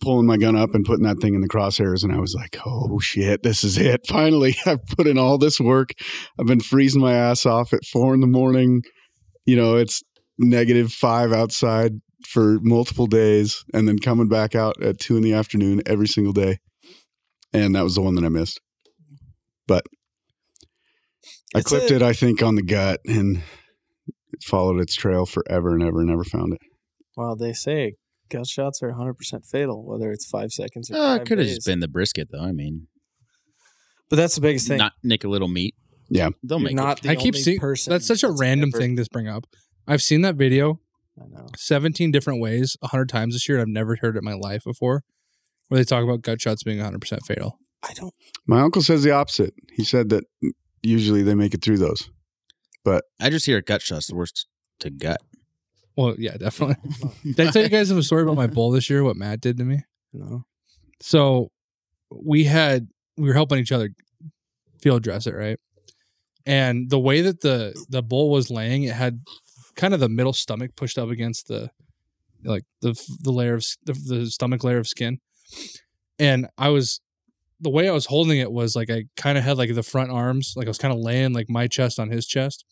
Speaker 5: pulling my gun up and putting that thing in the crosshairs. And I was like, oh shit, this is it. Finally, I've put in all this work. I've been freezing my ass off at four in the morning. You know, it's negative five outside for multiple days and then coming back out at two in the afternoon every single day. And that was the one that I missed. But I
Speaker 3: It's
Speaker 5: clipped
Speaker 3: a-
Speaker 5: it, I think, on the gut and it followed its trail forever and ever and never found it.
Speaker 3: well, they say gunshots are 100% fatal, whether it's five seconds or
Speaker 4: Uh,
Speaker 3: five
Speaker 4: it could have
Speaker 3: days.
Speaker 4: just been the brisket, though. I mean,
Speaker 3: But that's the biggest thing.
Speaker 4: not nick a little meat.
Speaker 5: Yeah.
Speaker 4: they'll
Speaker 3: You're
Speaker 4: make
Speaker 3: not
Speaker 4: it.
Speaker 3: the
Speaker 2: I keep
Speaker 3: only
Speaker 2: seeing
Speaker 3: person
Speaker 2: that's such a random
Speaker 3: ever-
Speaker 2: thing to bring up. I've seen that video
Speaker 3: I know.
Speaker 2: 17 different ways 100 times this year and i've never heard it in my life before where they talk about gut shots being 100% fatal
Speaker 3: I don't.
Speaker 5: My uncle says the opposite. He said that usually they make it through those.
Speaker 4: I just hear gut shots the worst to gut.
Speaker 2: well yeah definitely did i tell you guys of a story about my bull this year what matt did to me
Speaker 3: No.
Speaker 2: so we had we were helping each other field dress it right and the way that the the bull was laying it had kind of the middle stomach pushed up against the like the the layer of s- the, the stomach layer of skin and i was the way i was holding it was like i kind of had like the front arms like i was kind of laying like my chest on his chest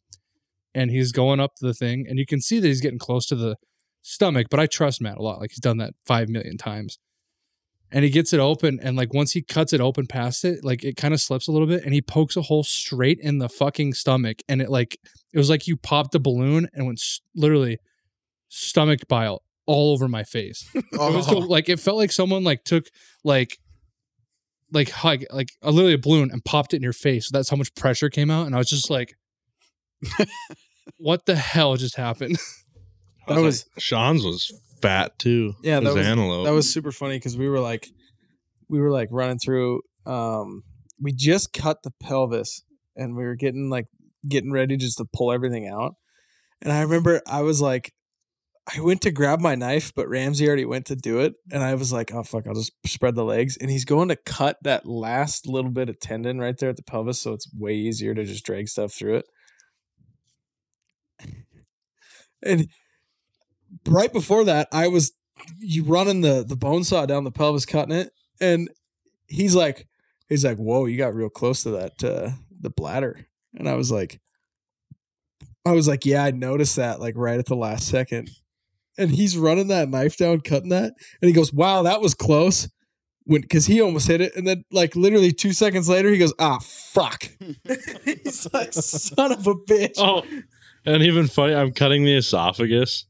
Speaker 2: and he's going up the thing and you can see that he's getting close to the stomach but i trust matt a lot like he's done that 5 million times and he gets it open and like once he cuts it open past it like it kind of slips a little bit and he pokes a hole straight in the fucking stomach and it like it was like you popped a balloon and went s literally stomach bile all over my face it was so, like it felt like someone like took like like hug like a literally a balloon and popped it in your face that's how much pressure came out and i was just like what the hell just happened
Speaker 6: I
Speaker 3: That was
Speaker 6: like, Sean's was fat too.
Speaker 3: Yeah, that
Speaker 6: His
Speaker 3: was-
Speaker 6: antelope.
Speaker 3: that was super funny because we were like we were like running through um we just cut the pelvis and we were getting like getting ready just to pull everything out and i remember i was like i went to grab my knife but ramsey already went to do it and i was like oh fuck i'll just spread the legs and he's going to cut that last little bit of tendon right there at the pelvis so it's way easier to just drag stuff through it and right before that i was you running the the bone saw down the pelvis, cutting it, and he's like, he's like, "Whoa, you got real close to that uh, the bladder," and I was like, I was like, "Yeah, I noticed that like right at the last second. and he's running that knife down, cutting that, and he goes, "Wow, that was close." When, cause he almost hit it, and then like literally two seconds later, he goes, "Ah, fuck!" He's like, "Son of a bitch!"
Speaker 6: Oh, and even funny, I'm cutting the esophagus,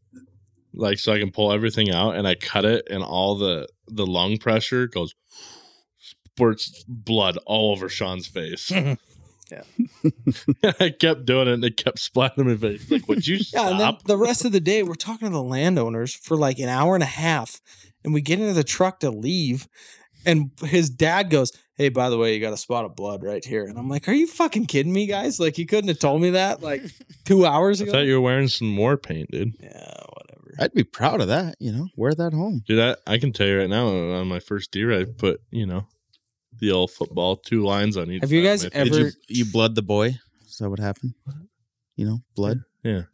Speaker 6: like so I can pull everything out, and I cut it, and all the the lung pressure goes spurts blood all over Sean's face.
Speaker 2: Yeah.
Speaker 6: I kept doing it, and it kept splattering my face. Like, would you
Speaker 3: Yeah, and then
Speaker 6: stop?
Speaker 3: the rest of the day, we're talking to the landowners for like an hour and a half, and we get into the truck to leave, and his dad goes, hey, by the way, you got a spot of blood right here. And I'm like, are you fucking kidding me, guys? Like, you couldn't have told me that like two hours
Speaker 6: I
Speaker 3: ago.
Speaker 6: thought you were wearing some war paint, dude.
Speaker 3: yeah, whatever.
Speaker 4: I'd be proud of that. You know, wear that home.
Speaker 6: Dude, I, I can tell you right now on my first deer, I put, you know, the old football, two lines on each.
Speaker 3: Have you
Speaker 6: side of
Speaker 3: guys
Speaker 6: my face.
Speaker 3: ever-
Speaker 4: Did you, you blood the boy? Is that what happened? You know, blood.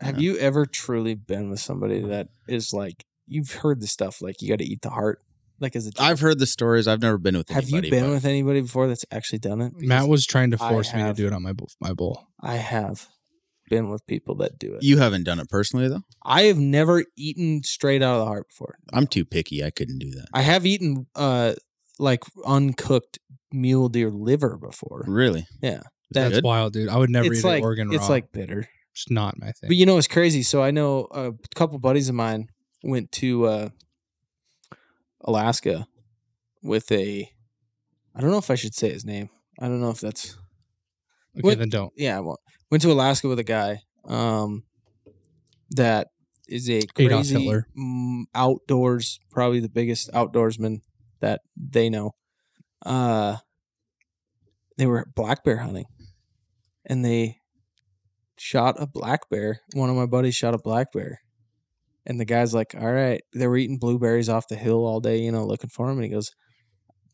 Speaker 3: Have you ever truly been with somebody that is like you've heard the stuff like you got to eat the heart? Like as a
Speaker 4: I've heard the stories. I've never been with.
Speaker 3: have you
Speaker 4: anybody,
Speaker 3: been
Speaker 4: but-
Speaker 3: with anybody before that's actually done it?
Speaker 2: Matt was trying to
Speaker 3: I
Speaker 2: force me to
Speaker 3: have-
Speaker 2: do it on my bo- my bowl.
Speaker 3: I have been with people that do it.
Speaker 4: You haven't done it personally though.
Speaker 3: I have never eaten straight out of the heart before.
Speaker 4: I'm too picky. I couldn't do that.
Speaker 3: I have eaten uh like uncooked mule deer liver before.
Speaker 4: Really?
Speaker 3: Yeah.
Speaker 4: That
Speaker 2: That's
Speaker 4: good?
Speaker 2: wild, dude. I would Mm. never
Speaker 3: it's
Speaker 2: eat
Speaker 3: like
Speaker 2: an Oregon raw.
Speaker 3: it's like bitter.
Speaker 2: it's not my thing.
Speaker 3: But you know it's crazy. So I know a couple buddies of mine went to uh Alaska with a I don't know if I should say his name. I don't know if that's
Speaker 2: okay,
Speaker 3: what-
Speaker 2: then don't.
Speaker 3: yeah, I won't. Went to Alaska with a guy um that is a
Speaker 2: Adolf
Speaker 3: crazy
Speaker 2: Hitler.
Speaker 3: mm, outdoors, probably the biggest outdoorsman that they know. Uh they were black bear hunting and they shot a black bear. One of my buddies shot a black bear. And the guy's like, "All right, they were eating blueberries off the hill all day, you know, looking for him." And he goes,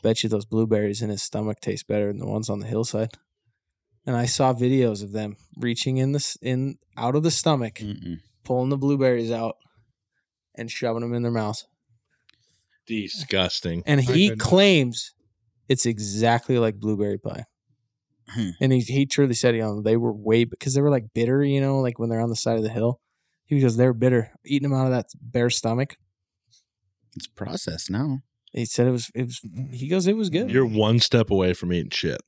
Speaker 3: "Bet you those blueberries in his stomach taste better than the ones on the hillside." And I saw videos of them reaching in this in out of the stomach,
Speaker 4: Mm-mm.
Speaker 3: pulling the blueberries out, and shoving them in their mouth.
Speaker 6: Disgusting.
Speaker 3: And
Speaker 2: My
Speaker 3: he
Speaker 2: goodness.
Speaker 3: claims it's exactly like blueberry pie.
Speaker 4: Hmm.
Speaker 3: And he, he truly said, you know, they were way because they were like bitter, you know, like when they're on the side of the hill. He goes, they're bitter, eating them out of that bare stomach.
Speaker 4: It's processed now.
Speaker 3: He said it was, it was. He goes, it was good.
Speaker 6: You're one step away from eating shit.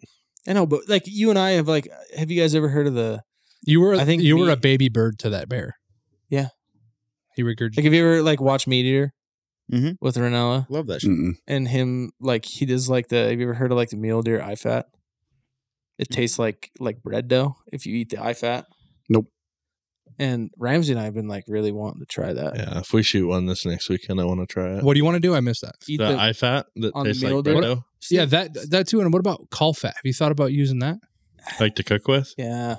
Speaker 3: I know, but like you and I have like, have you guys ever heard of the?
Speaker 2: You were I
Speaker 3: I think
Speaker 2: think you were
Speaker 3: me-
Speaker 2: a baby bird to that bear.
Speaker 3: Yeah.
Speaker 2: He regurgitated.
Speaker 3: Like, have you ever like watched Meat Eater
Speaker 4: Mhm.
Speaker 3: with Ranella
Speaker 4: Love that. Shit.
Speaker 5: Mm-mm.
Speaker 3: and him? Like he does like the. Have you ever heard of like the mule deer eye fat? It tastes like like bread dough if you eat the eye fat.
Speaker 5: Nope.
Speaker 3: And Ramsey and I have been like really wanting to try that.
Speaker 6: Yeah. If we shoot one this next weekend, I want to try it.
Speaker 2: What do you want to do? I missed that.
Speaker 3: Eat
Speaker 6: the,
Speaker 3: the-
Speaker 6: eye fat that
Speaker 3: on the
Speaker 6: tastes like
Speaker 3: mule deer? What-
Speaker 6: Birdo,
Speaker 2: Yeah, that that too. And what about call fat? Have you thought about using that?
Speaker 6: like to cook with.
Speaker 3: yeah.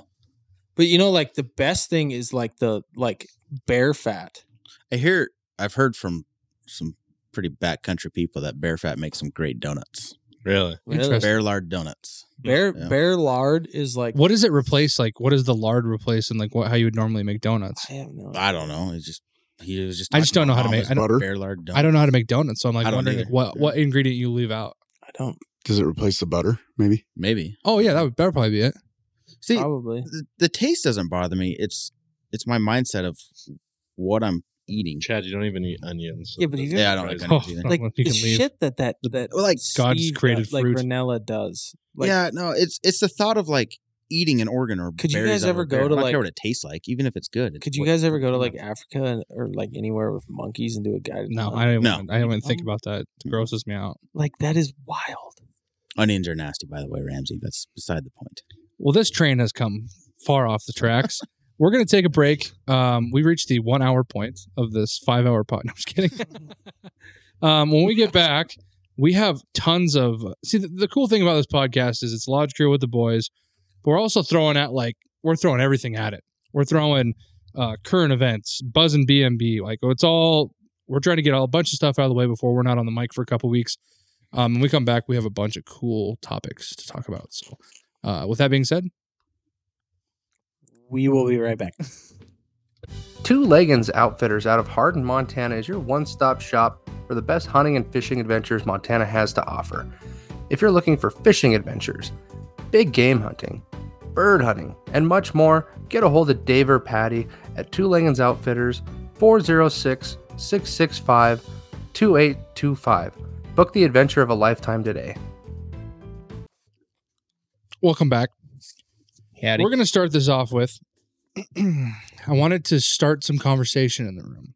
Speaker 3: But you know, like the best thing is like the like bear fat.
Speaker 4: I hear. I've heard from some pretty backcountry people that bear fat makes some great donuts.
Speaker 6: Really?
Speaker 3: Really?
Speaker 2: Interesting.
Speaker 4: Bear lard donuts.
Speaker 3: Bear
Speaker 4: Yeah.
Speaker 3: bear lard is like
Speaker 2: What does it replace? Like, what does the lard replace? And like, what how you would normally make donuts?
Speaker 3: I have no
Speaker 4: I don't know. It's just he was just.
Speaker 2: I just don't
Speaker 4: talking
Speaker 2: know
Speaker 4: about
Speaker 2: how to make-
Speaker 4: Mama's
Speaker 5: I don't- Butter?
Speaker 4: bear lard donuts.
Speaker 2: I don't know how to make donuts, so I'm
Speaker 4: I
Speaker 2: like
Speaker 4: don't
Speaker 2: wondering
Speaker 4: either.
Speaker 2: like, what
Speaker 4: Yeah.
Speaker 2: what ingredient you leave out.
Speaker 3: I don't
Speaker 5: Does it replace the butter? Maybe.
Speaker 4: Maybe.
Speaker 2: Oh yeah, that would that would probably be it.
Speaker 4: See,
Speaker 3: probably.
Speaker 4: the, the taste doesn't bother me. It's it's my mindset of what I'm eating.
Speaker 6: Chad, you don't even eat onions.
Speaker 3: Yeah, but you do-
Speaker 4: Yeah, I don't like
Speaker 6: Surprising.
Speaker 2: Oh,
Speaker 4: onions either.
Speaker 2: fuck,
Speaker 3: Like
Speaker 2: well, you
Speaker 3: the
Speaker 2: can leave.
Speaker 3: shit that that that
Speaker 4: Well, like,
Speaker 2: God just
Speaker 3: Steve
Speaker 2: created
Speaker 3: does- like
Speaker 2: fruit.
Speaker 3: Ranella does. Like,
Speaker 4: yeah, no, it's it's the thought of like eating an organ or
Speaker 3: Could you
Speaker 4: berries
Speaker 3: guys
Speaker 4: out of
Speaker 3: ever
Speaker 4: a
Speaker 3: go
Speaker 4: bear.
Speaker 3: to,
Speaker 4: I don't
Speaker 3: like-
Speaker 4: care what it tastes like, even if it's good. It's
Speaker 3: Could you
Speaker 4: what-
Speaker 3: guys ever go to like Africa and, or like anywhere with monkeys and do a guided?
Speaker 2: No,
Speaker 3: hunt?
Speaker 2: I didn't.
Speaker 4: No.
Speaker 2: I didn't even think about that. It grosses me out.
Speaker 3: like that is wild.
Speaker 4: onions are nasty, by the way, Ramsey. That's beside the point.
Speaker 2: Well, this train has come far off the tracks. We're gonna take a break. Um, we reached the one hour point of this five hour pod. No, I'm just kidding. um, when we get back, we have tons of. See, the, the cool thing about this podcast is it's lodge crew with the boys, but we're also throwing at like we're throwing everything at it. We're throwing uh, current events, buzz and BMB. Like it's all we're trying to get a bunch of stuff out of the way before we're not on the mic for a couple weeks. Um, when we come back, we have a bunch of cool topics to talk about. So, uh, with that being said,
Speaker 3: We will be right back.
Speaker 7: Two Leggins Outfitters out of Hardin, Montana is your one stop shop for the best hunting and fishing adventures Montana has to offer. If you're looking for fishing adventures, big game hunting, bird hunting, and much more, get a hold of Dave or Patty at Two Leggins Outfitters 406 665 2825. Book the adventure of a lifetime today.
Speaker 2: welcome back.
Speaker 3: Howdy.
Speaker 2: We're going to start this off with I wanted to start some conversation in the room.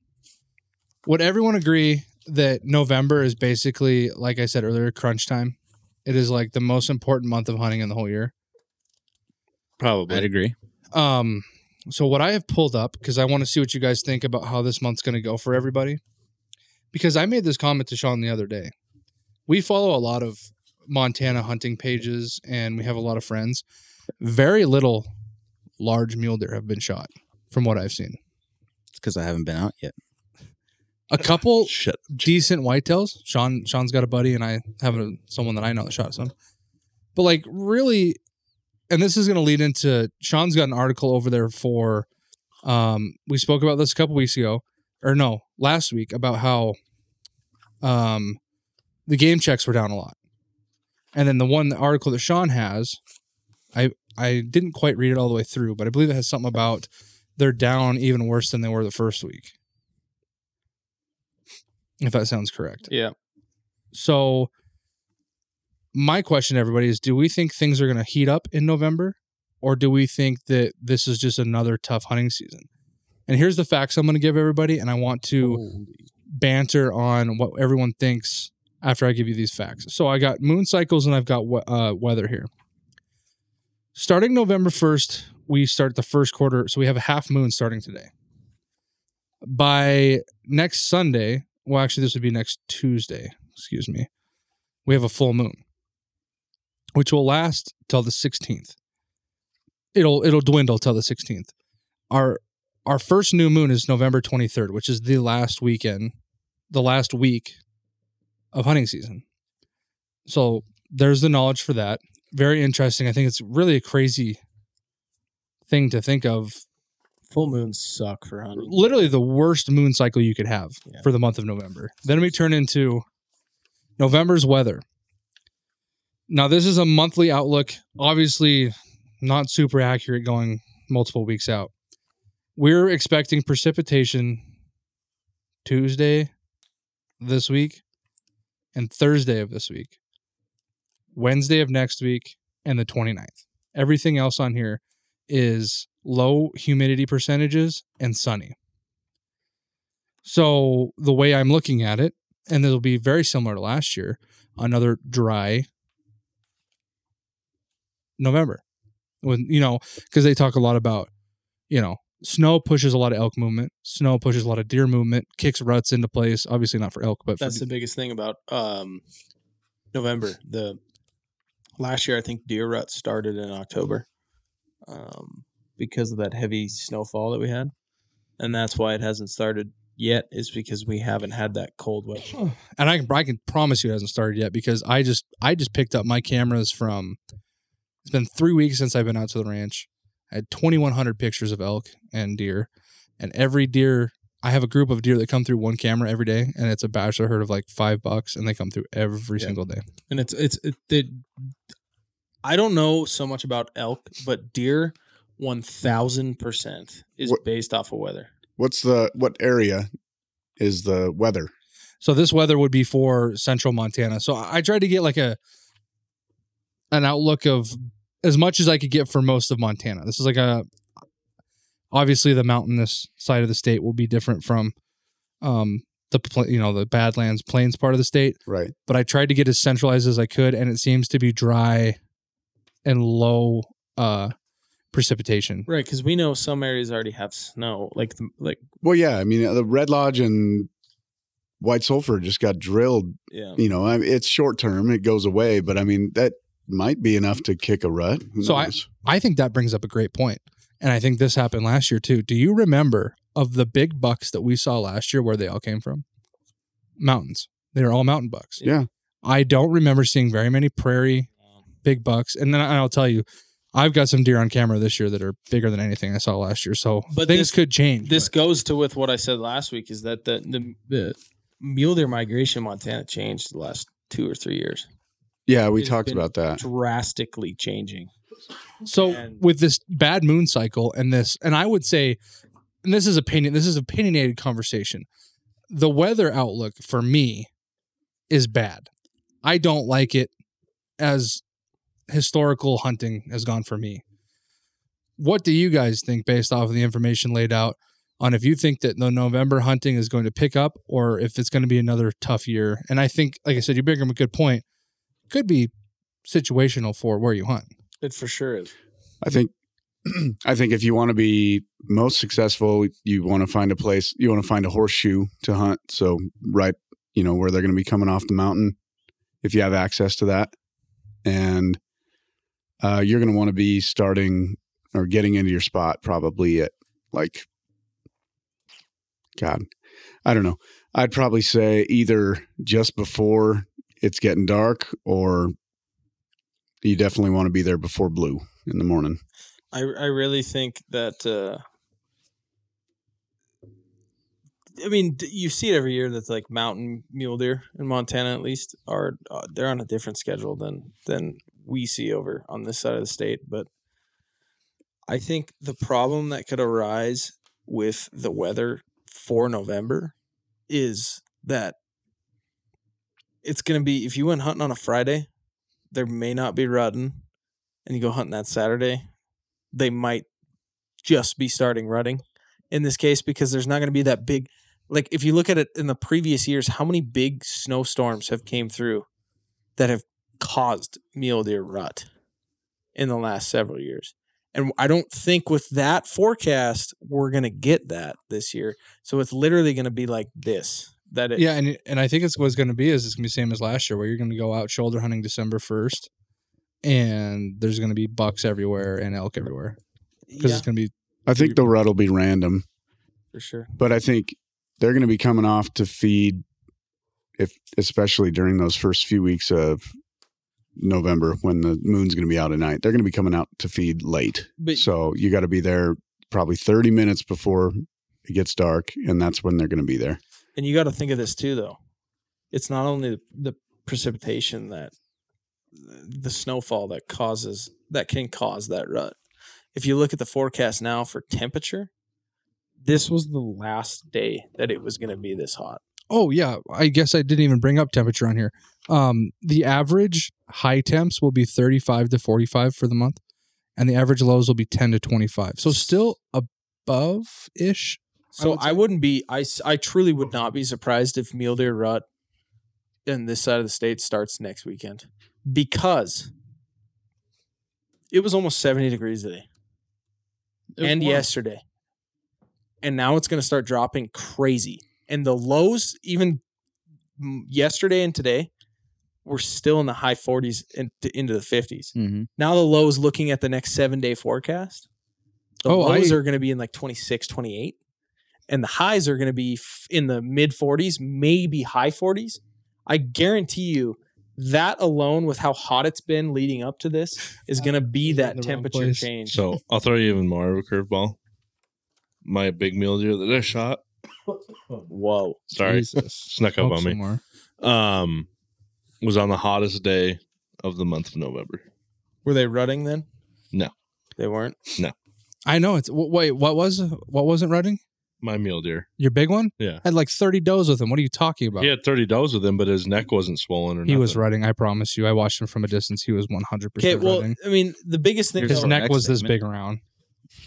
Speaker 2: Would everyone agree that November is basically, like I said earlier, crunch time? It is like the most important month of hunting in the whole year.
Speaker 4: I'd
Speaker 6: Probably.
Speaker 4: agree.
Speaker 2: Um, so what I have pulled up because I want to see what you guys think about how this month's going to go for everybody, because I made this comment to Sean the other day. We follow a lot of Montana hunting pages, and we have a lot of friends. Very little large mule deer have been shot, from what I've seen.
Speaker 4: It's because I haven't been out yet.
Speaker 2: A couple
Speaker 6: Shit.
Speaker 2: decent whitetails. Sean Sean's got a buddy, and I have a, someone that I know that shot some. But like really, and this is going to lead into Sean's got an article over there for. Um, we spoke about this a couple weeks ago, or no, last week about how, um, the game checks were down a lot, and then the one article that Sean has, I I didn't quite read it all the way through, but I believe it has something about they're down even worse than they were the first week. If that sounds correct.
Speaker 3: Yeah.
Speaker 2: So my question to everybody is do we think things are going to heat up in November or do we think that this is just another tough hunting season? And here's the facts I'm going to give everybody and I want to banter on what everyone thinks after I give you these facts. So I got moon cycles and I've got we- uh, weather here. Starting November 1st, we start the first quarter. So we have a half moon starting today. By next Sunday, well, actually, this would be next Tuesday, excuse me, we have a full moon, which will last till the 16th. It'll it'll dwindle till the 16th. Our our first new moon is November 23rd, which is the last weekend, the last week of hunting season. So there's the knowledge for that. Very interesting. I think it's really a crazy thing to think of.
Speaker 3: Full moons suck for hunting.
Speaker 2: Literally the worst moon cycle you could have
Speaker 3: Yeah.
Speaker 2: for the month of November. Then we turn into November's weather. Now, this is a monthly outlook. Obviously, not super accurate going multiple weeks out. We're expecting precipitation Tuesday this week and Thursday of this week, Wednesday of next week, and the 29th. Everything else on here is low humidity percentages and sunny. So, the way I'm looking at it, and it'll be very similar to last year, another dry November. When, you know, because they talk a lot about, you know, snow pushes a lot of elk movement, snow pushes a lot of deer movement, kicks ruts into place. Obviously, not for elk, but
Speaker 3: That's
Speaker 2: for
Speaker 3: the biggest thing about um, November. The last year, I think deer rut started in October um, because of that heavy snowfall that we had, and that's why it hasn't started yet. Is because we haven't had that cold weather.
Speaker 2: and I can I can promise you it hasn't started yet because I just I just picked up my cameras from. It's been three weeks since I've been out to the ranch. I had 2,100 pictures of elk and deer, and every deer I have a group of deer that come through one camera every day, and it's a bachelor herd of like five bucks, and they come through every
Speaker 3: Yeah.
Speaker 2: single day.
Speaker 3: and it's it's it, it I don't know so much about elk, but deer one thousand percent is
Speaker 5: What-
Speaker 3: based off of weather.
Speaker 5: What's the what area is the weather?
Speaker 2: So this weather would be for central Montana. So I I tried to get like a an outlook of as much as I could get for most of Montana. This is like a obviously the mountainous side of the state will be different from um the pla- you know the Badlands plains part of the state,
Speaker 5: Right.
Speaker 2: but I tried to get as centralized as I could and it seems to be dry and low uh precipitation.
Speaker 3: Right, because we know some areas already have snow. Like the, like
Speaker 5: Well, yeah. I mean, uh, the Red Lodge and White Sulphur just got drilled.
Speaker 3: yeah,
Speaker 5: You know, I it's short term; it goes away. But I mean, that might be enough to kick a rut. Who
Speaker 2: So I-
Speaker 5: knows?
Speaker 2: I think that brings up a great point. And I think this happened last year too. Do you remember of the big bucks that we saw last year where they all came from? Mountains. They were all mountain bucks.
Speaker 5: Yeah.
Speaker 2: I don't remember seeing very many prairie big bucks. And then I'll tell you, I've got some deer on camera this year that are bigger than anything I saw last year. So
Speaker 3: But
Speaker 2: things
Speaker 3: this-
Speaker 2: could change.
Speaker 3: this
Speaker 2: but-
Speaker 3: goes to with what I said last week is that the the, the mule deer migration in Montana changed the last two or three years,
Speaker 5: yeah, we
Speaker 3: It's
Speaker 5: talked
Speaker 3: been
Speaker 5: about that.
Speaker 3: drastically changing.
Speaker 2: So
Speaker 3: And-
Speaker 2: with this bad moon cycle and this, and I would say, and this is opinion, this is opinionated conversation. The weather outlook for me is bad. I don't like it as historical hunting has gone for me. What do you guys think based off of the information laid out on if you think that the November hunting is going to pick up or if it's going to be another tough year? And I think, like I said, you bring up a good point. Could be situational for where you hunt.
Speaker 3: It for sure is.
Speaker 5: I think I think if you want to be most successful, you want to find a place, you want to find a horseshoe to hunt. So right, you know, where they're going to be coming off the mountain if you have access to that. and uh, you're going to want to be starting or getting into your spot probably at like, God, I don't know. I'd probably say either just before it's getting dark or you definitely want to be there before blue in the morning.
Speaker 3: I I really think that uh I mean d- you see it every year that like mountain mule deer in Montana at least are uh, they're on a different schedule than than we see over on this side of the state but I think the problem that could arise with the weather for November is that it's going to be if you went hunting on a Friday there may not be rutting and you go hunting that Saturday they might just be starting rutting in this case because there's not going to be that big like if you look at it in the previous years how many big snowstorms have came through that have caused mule deer rut in the last several years and i don't think with that forecast we're going to get that this year so it's literally going to be like this that it,
Speaker 2: Yeah, and and I think it's what's going to be is it's going to be same as last year, where you're going to go out shoulder hunting December first, and there's going to be bucks everywhere and elk everywhere because
Speaker 3: yeah
Speaker 2: it's going to be
Speaker 5: I think the rut will be random,
Speaker 3: for sure
Speaker 5: but I think they're going to be coming off to feed, if especially during those first few weeks of November when the moon's going to be out at night. They're going to be coming out to feed late.
Speaker 3: but
Speaker 5: So you got to be there probably 30 minutes before it gets dark, and that's when they're going to be there.
Speaker 3: And you got to think of this too, though. It's not only the, the precipitation that the snowfall that causes that can cause that rut. If you look at the forecast now for temperature, this was the last day that it was going to be this hot.
Speaker 2: Oh yeah, I guess I didn't even bring up temperature on here. Um, the average high temps will be 35 to 45 for the month, and the average lows will be 10 to 25. So still above ish.
Speaker 3: So
Speaker 2: would
Speaker 3: I,
Speaker 2: say-
Speaker 3: wouldn't be I s- I truly would not be surprised if mule deer rut in this side of the state starts next weekend because it was almost 70 degrees today. and yesterday. And now it's going to start dropping crazy. And the lows, even mm, yesterday and today, were still in the high 40s and to- into the 50s.
Speaker 4: Mm-hmm.
Speaker 3: Now the lows looking at the next seven day forecast, the
Speaker 2: Oh,
Speaker 3: lows
Speaker 2: I-
Speaker 3: are going to be in like 26, 28. And the highs are going to be f- in the mid 40s, maybe high 40s. I guarantee you that alone with how hot it's been leading up to this is going to be
Speaker 2: In
Speaker 3: that
Speaker 2: the wrong
Speaker 3: temperature
Speaker 2: place.
Speaker 3: change.
Speaker 6: So I'll throw you even more of a curveball. My big mule deer that I shot.
Speaker 3: Whoa.
Speaker 6: Sorry,
Speaker 2: Jesus.
Speaker 6: snuck up
Speaker 2: Smoke
Speaker 6: on
Speaker 2: some
Speaker 6: me.
Speaker 2: more.
Speaker 6: Um, was on the hottest day of the month of November.
Speaker 3: Were they rutting then?
Speaker 6: No.
Speaker 3: They weren't.
Speaker 2: I know it's w- wait. What was what wasn't rutting?
Speaker 6: My mule deer.
Speaker 2: Your big one?
Speaker 6: Yeah.
Speaker 2: had like 30 does with him. What are you talking about?
Speaker 6: He had 30 does with him, but his neck wasn't swollen or
Speaker 2: he was
Speaker 6: nothing.
Speaker 2: rutting. I promise you. I watched him from a distance. He was 100
Speaker 3: Okay,
Speaker 2: percent
Speaker 3: well,
Speaker 2: rutting.
Speaker 3: I mean, the biggest thing
Speaker 6: Here's
Speaker 2: His
Speaker 3: though,
Speaker 6: our
Speaker 2: neck
Speaker 6: next
Speaker 2: was this
Speaker 6: segment.
Speaker 2: big around.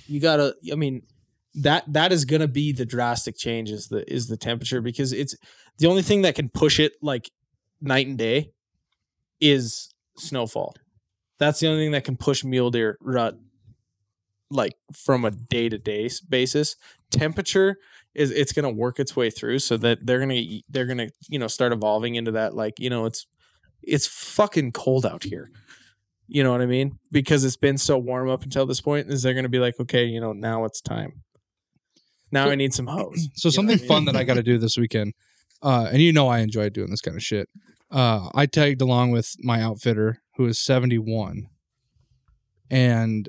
Speaker 3: you gotta I mean, that that is gonna be the drastic change is the is the temperature because it's the only thing that can push it like night and day is snowfall. That's the only thing that can push mule deer rut like from a day to day basis. Temperature is it's going to work its way through so that they're going to they're going to you know start evolving into that like you know it's it's fucking cold out here. You know what I mean? Because it's been so warm up until this point is they're going to be like okay, you know, now it's time. Now I need some hose.
Speaker 2: So
Speaker 3: You know what
Speaker 2: something
Speaker 3: I mean?
Speaker 2: fun that I got to do this weekend, uh, and you know I enjoy doing this kind of shit. Uh, I tagged along with my outfitter who is 71, and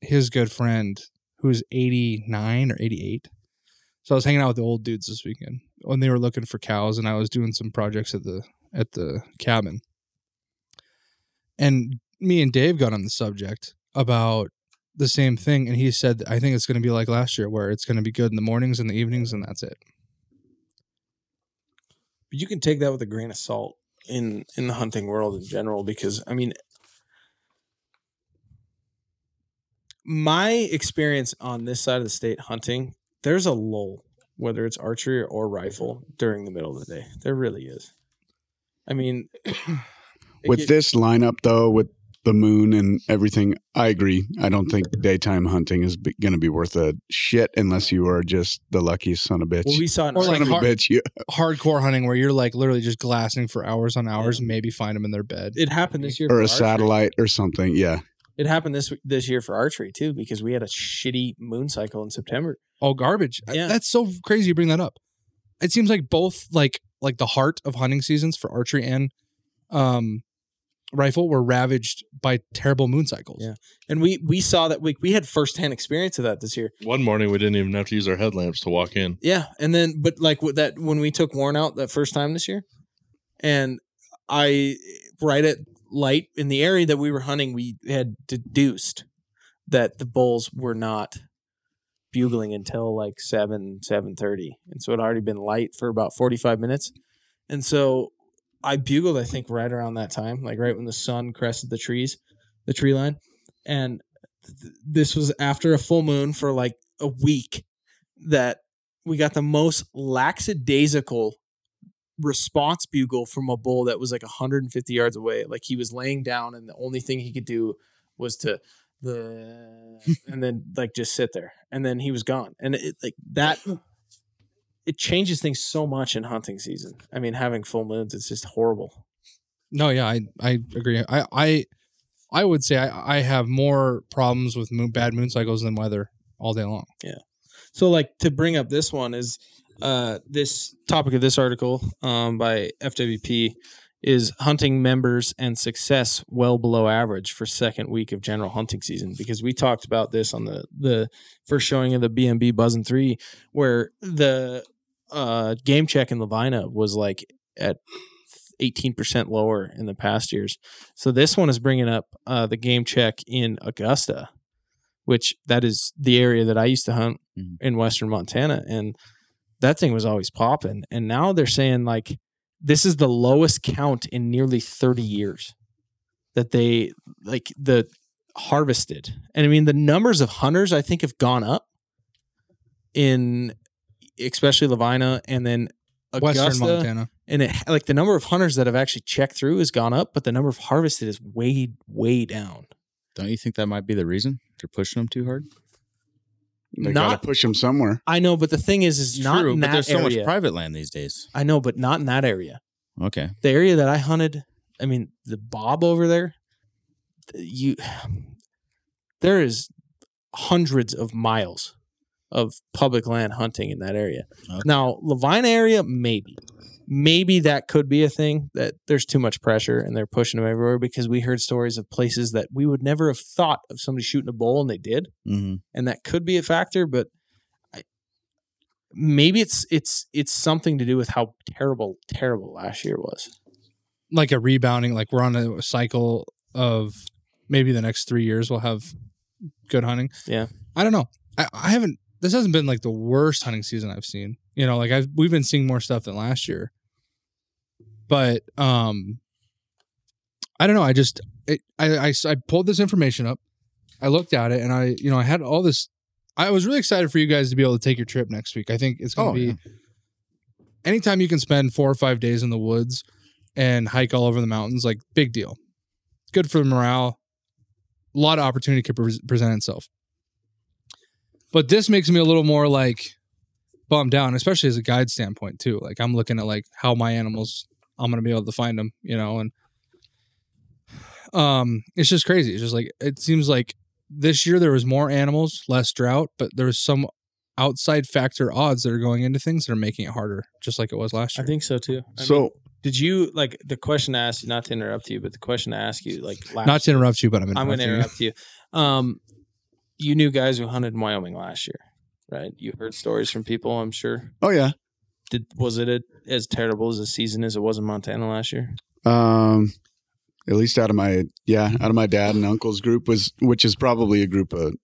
Speaker 2: his good friend who is 89 or 88. So I was hanging out with the old dudes this weekend when they were looking for cows, and I was doing some projects at the at the cabin. And me and Dave got on the subject about the same thing and he said i think it's going to be like last year where it's going to be good in the mornings and the evenings and that's it
Speaker 3: but you can take that with a grain of salt in in the hunting world in general because i mean my experience on this side of the state hunting there's a lull whether it's archery or rifle during the middle of the day there really is i mean
Speaker 5: With
Speaker 3: it-
Speaker 5: this lineup, though, with the moon and everything. I agree. I don't think daytime hunting is going to be worth a shit unless you are just the luckiest son of a bitch.
Speaker 3: Well, we saw an
Speaker 2: Or
Speaker 5: son
Speaker 2: like
Speaker 5: of
Speaker 2: har-
Speaker 5: a bitch, you.
Speaker 2: hardcore hunting where you're like literally just glassing for hours on hours and maybe find them in their bed.
Speaker 3: it happened this year
Speaker 5: or
Speaker 3: for
Speaker 5: a
Speaker 3: archery.
Speaker 5: satellite or something. Yeah.
Speaker 3: It happened this this year for archery too because we had a shitty moon cycle in September.
Speaker 2: All garbage. I-
Speaker 3: Yeah.
Speaker 2: That's so crazy you bring that up. It seems like both like like the heart of hunting seasons for archery and um rifle were ravaged by terrible moon cycles.
Speaker 3: Yeah. And we we saw that we we had firsthand experience of that this year.
Speaker 6: One morning we didn't even have to use our headlamps to walk in.
Speaker 3: Yeah, and then but like with that when we took Warren out that first time this year, and I right at light in the area that we were hunting, we had deduced that the bulls were not bugling until like seven seven thirty, and so it had already been light for about forty five minutes, and so I bugled I think right around that time, like right when the sun crested the trees, the tree line, and th- this was after a full moon for like a week that we got the most lackadaisical response bugle from a bull that was like 150 yards away. Like he was laying down, and the only thing he could do was to the and then like just sit there, and then he was gone. And it like that. It changes things so much in hunting season. I mean, having full moons, it's just horrible.
Speaker 2: No, yeah, I, I agree. I, I I would say I, I have more problems with moon, bad moon cycles than weather all day long.
Speaker 3: So, like to bring up this one is uh, this topic of this article um, by FWP is hunting members and success well below average for second week of general hunting season because we talked about this on the the first showing of the BMB Buzzin three where the uh, game check in Levina was like at. 18% lower in the past years. So this one is bringing up uh, the game check in Augusta, which that is the area that I used to hunt
Speaker 4: Mhm.
Speaker 3: in western Montana and that thing was always popping and now they're saying like this is the lowest count in nearly 30 years that they like the harvested. And I mean the numbers of hunters I think have gone up in especially Levina and then Augusta,
Speaker 2: Western Montana.
Speaker 3: and it like the number of hunters that have actually checked through has gone up, but the number of harvested is way way down.
Speaker 4: Don't you think that might be the reason they're pushing them too hard?
Speaker 5: They got
Speaker 3: Not-
Speaker 5: to push them somewhere.
Speaker 3: I know, but the thing is, is not in
Speaker 4: but
Speaker 3: that
Speaker 4: there's so
Speaker 3: area.
Speaker 4: much private land these days.
Speaker 3: I know, but not in that area.
Speaker 4: Okay,
Speaker 3: The area that I hunted, I mean, the Bob over there, th- you, there is hundreds of miles of public land hunting in that area.
Speaker 4: Okay.
Speaker 3: Now, Levine area, maybe, maybe that could be a thing that there's too much pressure and they're pushing them everywhere because we heard stories of places that we would never have thought of somebody shooting a bull and they did
Speaker 4: mm-hmm.
Speaker 3: and that could be a factor but I, maybe it's it's it's something to do with how terrible terrible last year was
Speaker 2: Like a rebounding, like we're on a cycle of maybe the next three years we'll have good hunting.
Speaker 3: Yeah.
Speaker 2: I don't know. I, I haven't this hasn't been like the worst hunting season I've seen. You know, like I've we've been seeing more stuff than last year. But um I don't know. I just it, I, I s- I pulled this information up. I looked at it and I you know I had all this. I was really excited for you guys to be able to take your trip next week. I think it's going to
Speaker 4: Oh,
Speaker 2: be
Speaker 4: yeah.
Speaker 2: anytime you can spend four or five days in the woods and hike all over the mountains, like big deal. Good for the morale. A lot of opportunity could pres present itself. But this makes me a little more like bummed down, especially as a guide standpoint too. Like I'm looking at like how my animals, I'm gonna be able to find them, you know, and um it's just crazy it's just like it seems like this year there was more animals less drought but there was some outside factor odds that are going into things that are making it harder just like it was last year
Speaker 3: think so too
Speaker 5: so
Speaker 3: did you like the question I asked not to interrupt you but the question I asked you like last
Speaker 2: not to interrupt you but i'm,
Speaker 3: I'm going to
Speaker 2: interrupting you.
Speaker 3: interrupt you. Um, you knew guys who hunted in Wyoming last year, right? You heard stories from people, I'm sure.
Speaker 5: oh yeah.
Speaker 3: Did was it a, as terrible as a season as it was in Montana last year?
Speaker 5: Um, at least out of my yeah, out of my dad and uncle's group was, which is probably a group of,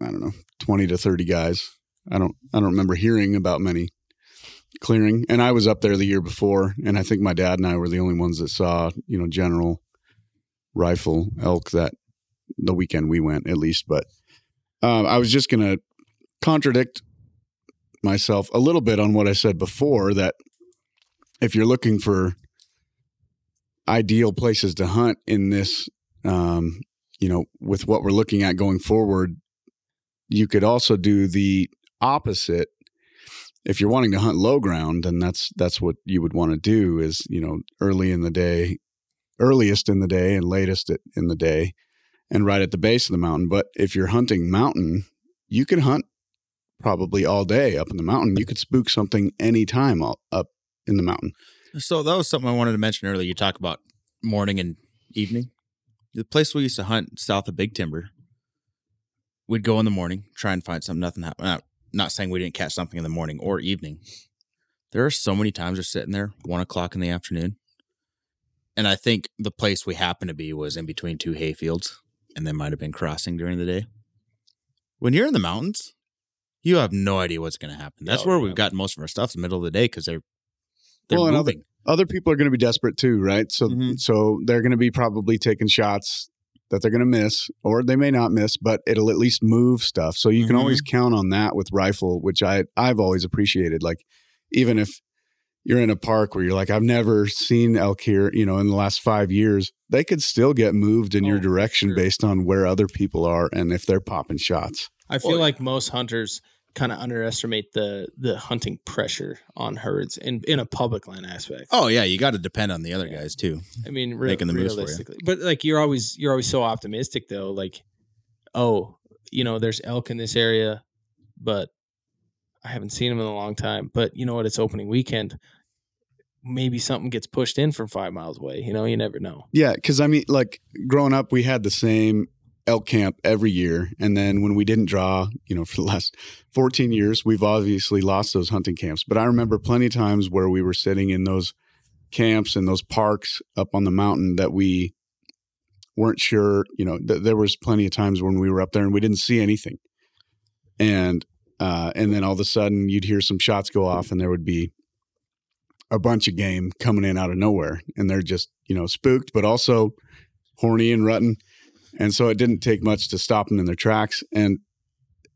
Speaker 5: I don't know, twenty to thirty guys. I don't, I don't remember hearing about many clearing. And I was up there the year before, and I think my dad and I were the only ones that saw, you know, general rifle elk that the weekend we went at least. But um, I was just gonna contradict myself a little bit on what I said before that if you're looking for ideal places to hunt in this um, you know, with what we're looking at going forward, you could also do the opposite. If you're wanting to hunt low ground, then that's that's what you would want to do is, you know, early in the day, earliest in the day and latest at- in the day and right at the base of the mountain. But if you're hunting mountain, you can hunt probably all day up in the mountain. You could spook something anytime all, up in the mountain.
Speaker 4: So that was something I wanted to mention earlier. You talk about morning and evening. The place we used to hunt south of Big Timber, we'd go in the morning, try and find something. Nothing happened. Not, not saying we didn't catch something in the morning or evening. There are so many times we're sitting there one o'clock in the afternoon, and I think the place we happened to be was in between two hayfields, and they might have been crossing during the day. When you're in the mountains, you have no idea what's going to happen. That's
Speaker 5: Oh,
Speaker 3: No,
Speaker 4: where
Speaker 3: yeah.
Speaker 4: we've gotten most of our stuff, the middle of the day, because they're they're
Speaker 5: Well, and other-
Speaker 4: moving.
Speaker 5: Other people are going to be desperate too, right? So
Speaker 3: Mm-hmm.
Speaker 4: Mhm.
Speaker 5: so they're going to be probably taking shots that they're going to miss or they may not miss, but it'll at least move stuff. So you can
Speaker 3: Mm-hmm.
Speaker 4: Mhm.
Speaker 5: always count on that with rifle, which I I've always appreciated like even if you're in a park where you're like I've never seen elk here, you know, in the last 5 years, they could still get moved in your
Speaker 3: Oh,
Speaker 5: direction
Speaker 3: sure.
Speaker 5: based on where other people are and if they're popping shots.
Speaker 3: I feel
Speaker 4: Well,
Speaker 3: like most hunters kind of underestimate the the hunting pressure on herds in in a public land aspect.
Speaker 4: Oh yeah, you got to depend on the other
Speaker 3: Yeah.
Speaker 4: guys too.
Speaker 3: I mean, re-
Speaker 4: making the moves for you.
Speaker 3: realistically, but like you're always you're always so optimistic though. Like, oh, you know, there's elk in this area, but I haven't seen them in a long time. But you know what? It's opening weekend. Maybe something gets pushed in from five miles away. You know, you never know.
Speaker 5: Yeah, because I mean, like growing up, we had the same elk camp every year, and then when we didn't draw, you know, for the last fourteen years, we've obviously lost those hunting camps. But I remember plenty of times where we were sitting in those camps and those parks up on the mountain that we weren't sure. You know, th- there was plenty of times when we were up there and we didn't see anything, and uh, and then all of a sudden you'd hear some shots go off, and there would be a bunch of game coming in out of nowhere and they're just you know spooked but also horny and rutting and so it didn't take much to stop them in their tracks and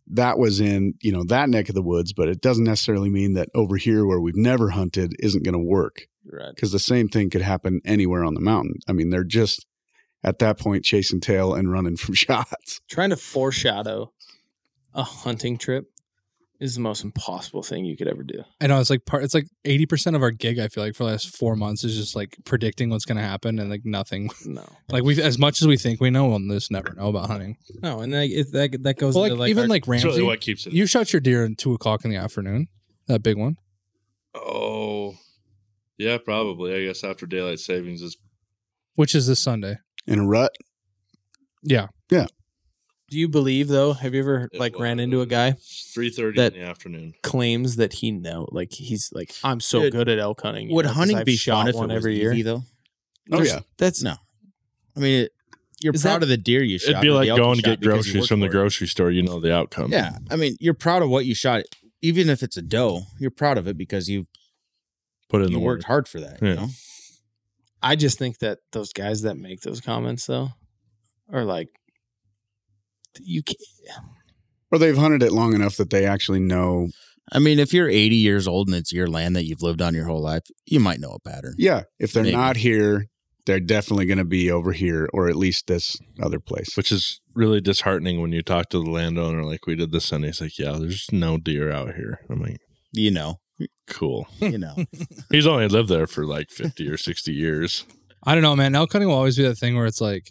Speaker 5: that was in you know that neck of the woods but it doesn't necessarily mean that over here where we've never hunted isn't going to work
Speaker 3: Right.
Speaker 5: because the same thing could happen anywhere on the mountain i mean they're just at that point chasing tail and running from shots
Speaker 3: Trying to foreshadow a hunting trip is the most impossible thing you could ever do.
Speaker 2: I know it's like part. It's like eighty percent of our gig. I feel like for the last four months is just like predicting what's going to happen and like nothing.
Speaker 3: No,
Speaker 2: Like we, as much as we think we know, we'll just never know about hunting.
Speaker 3: no, and like it, that that goes
Speaker 2: Well,
Speaker 3: into
Speaker 2: like,
Speaker 3: like
Speaker 2: even
Speaker 3: our-
Speaker 2: like
Speaker 6: That's
Speaker 2: Ramsey,
Speaker 6: really what keeps it.
Speaker 2: you shot your deer at two o'clock in the afternoon. That big one.
Speaker 6: oh, yeah, probably. I guess after daylight savings is
Speaker 2: which is this Sunday.
Speaker 5: in a rut
Speaker 2: Yeah.
Speaker 3: do you believe though? Have you ever like ran into a guy
Speaker 6: three thirty
Speaker 3: that-
Speaker 6: in the afternoon.
Speaker 3: claims that he know like he's like I'm so
Speaker 4: Dude,
Speaker 3: good at elk hunting. you
Speaker 4: Would
Speaker 3: know, 'cause
Speaker 4: hunting
Speaker 3: I've
Speaker 4: be
Speaker 3: shot
Speaker 4: fun if it
Speaker 3: one
Speaker 4: was
Speaker 3: every
Speaker 4: every
Speaker 3: year?
Speaker 4: easy though?
Speaker 5: Oh,
Speaker 3: There's-
Speaker 5: yeah.
Speaker 3: that's
Speaker 4: No, I mean it, you're
Speaker 3: Is
Speaker 4: proud
Speaker 3: that-
Speaker 4: of the deer you shot.
Speaker 6: It'd be
Speaker 4: but the
Speaker 6: like
Speaker 4: elk you
Speaker 6: going to
Speaker 4: shot
Speaker 6: get
Speaker 4: because you
Speaker 6: groceries
Speaker 4: worked
Speaker 6: from the
Speaker 4: for it.
Speaker 6: grocery store. You know the outcome.
Speaker 4: Yeah, I mean you're proud of what you shot, even if it's a doe. You're proud of it because you
Speaker 6: put in
Speaker 4: you
Speaker 6: the work.
Speaker 4: worked hard for that.
Speaker 6: Yeah.
Speaker 4: You know?
Speaker 3: I just think that those guys that make those comments though are like you can
Speaker 5: or they've hunted it long enough that they actually know
Speaker 4: I mean, if you're 80 years old and it's your land that you've lived on your whole life, you might know a pattern.
Speaker 5: yeah if they're
Speaker 4: Maybe.
Speaker 5: not here they're definitely going to be over here or at least this other place
Speaker 6: which is really disheartening when you talk to the landowner like we did this Sunday. He's like, "Yeah, there's no deer out here." I'm like,
Speaker 4: You know,
Speaker 6: "Cool."
Speaker 4: you know.
Speaker 6: He's only lived there for like 50 or 60 years.
Speaker 2: I don't know, man. Elk hunting will always be that thing where it's like,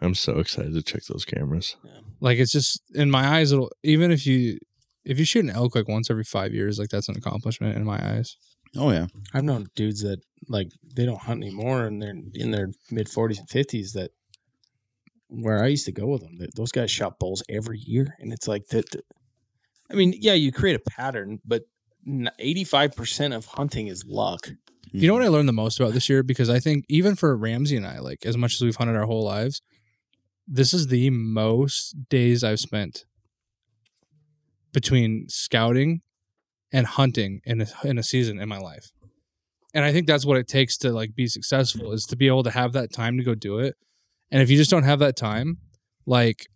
Speaker 6: I'm so excited to check those cameras.
Speaker 2: like it's just in my eyes. It'll even if you if you shoot an elk like once every five years, like that's an accomplishment in my eyes.
Speaker 4: oh yeah,
Speaker 3: I've known dudes that like they don't hunt anymore and they're in their mid 40s and 50s that where I used to go with them, that those guys shot bulls every year and it's like that that- I mean, yeah, you create a pattern, but n- 85% of hunting is luck.
Speaker 2: You know what I learned the most about this year because I think even for Ramsey and I, like as much as we've hunted our whole lives, this is the most days I've spent between scouting and hunting in a, in a season in my life. And I think that's what it takes to like be successful is to be able to have that time to go do it. And if you just don't have that time, like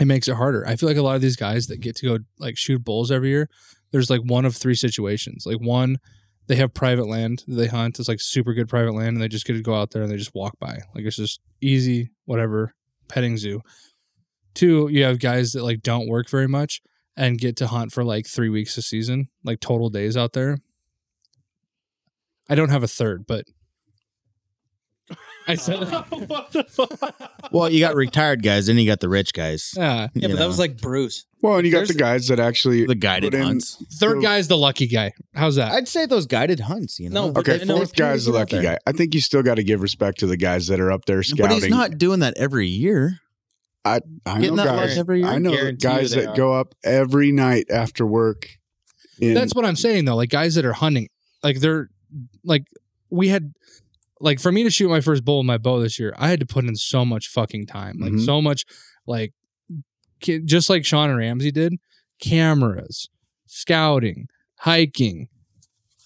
Speaker 2: it makes it harder. I feel like a lot of these guys that get to go like shoot bulls every year, there's like one of three situations. Like one they have private land that they hunt. It's like super good private land, and they just get to go out there and they just walk by. Like it's just easy, whatever petting zoo. Two, you have guys that like don't work very much and get to hunt for like three weeks a season, like total days out there. I don't have a third, but I said,
Speaker 6: what the fuck?
Speaker 4: Mm. Well, you got retired guys, then you got the rich guys.
Speaker 2: yeah.
Speaker 3: Yeah, but that was like Bruce.
Speaker 5: Well, and you got the
Speaker 3: There's-
Speaker 5: guys that actually
Speaker 4: the guided
Speaker 5: put in-
Speaker 4: hunts.
Speaker 2: Third guy's the lucky guy. How's that?
Speaker 4: I'd say those guided hunts. You know,
Speaker 3: No, but
Speaker 5: Okay,
Speaker 3: they- no,
Speaker 5: fourth guy's the lucky guy. I think you still got to give respect to the guys that are up there
Speaker 4: but
Speaker 5: scouting.
Speaker 4: he's not doing that every year.
Speaker 5: I know
Speaker 4: Getting that
Speaker 5: guys.
Speaker 4: lunch every year.
Speaker 5: I know
Speaker 3: Guarantee
Speaker 5: guys
Speaker 3: you they
Speaker 5: that
Speaker 3: are.
Speaker 5: go up every night after work. In,
Speaker 2: That's what I'm saying though. Like guys that are hunting, like they're like we had like for me to shoot my first bull with my bow this year, I had to put in so much fucking time, like
Speaker 5: Mhm.
Speaker 2: so much, like ca- just like Sean and Ramsey did, cameras, scouting, hiking,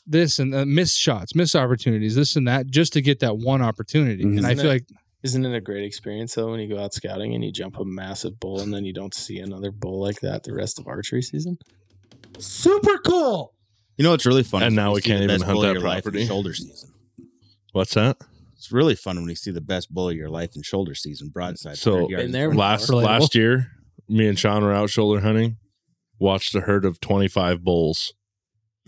Speaker 2: this and uh, missed shots, missed opportunities, this and that, just to get that one opportunity.
Speaker 5: Mhm.
Speaker 2: And I
Speaker 3: Isn't
Speaker 2: feel
Speaker 3: it-
Speaker 2: like
Speaker 3: Isn't it a great experience though when you go out scouting and you jump a massive bull and then you don't see another bull like that the rest of archery season? Super cool.
Speaker 4: You know, it's really fun.
Speaker 6: And
Speaker 4: is when
Speaker 6: now
Speaker 4: you
Speaker 6: we
Speaker 4: see the
Speaker 6: can't even
Speaker 4: best
Speaker 6: hunt
Speaker 4: bull of
Speaker 6: that
Speaker 4: your life in
Speaker 6: property.
Speaker 4: Shoulder season.
Speaker 6: What's that?
Speaker 4: It's really fun when you see the best bull of your life in shoulder season, broadside.
Speaker 6: So-
Speaker 4: 100 yards
Speaker 3: Been there
Speaker 4: in front.
Speaker 6: last
Speaker 2: Relatable.
Speaker 6: last year, me and Sean were out shoulder hunting, watched a herd of twenty five bulls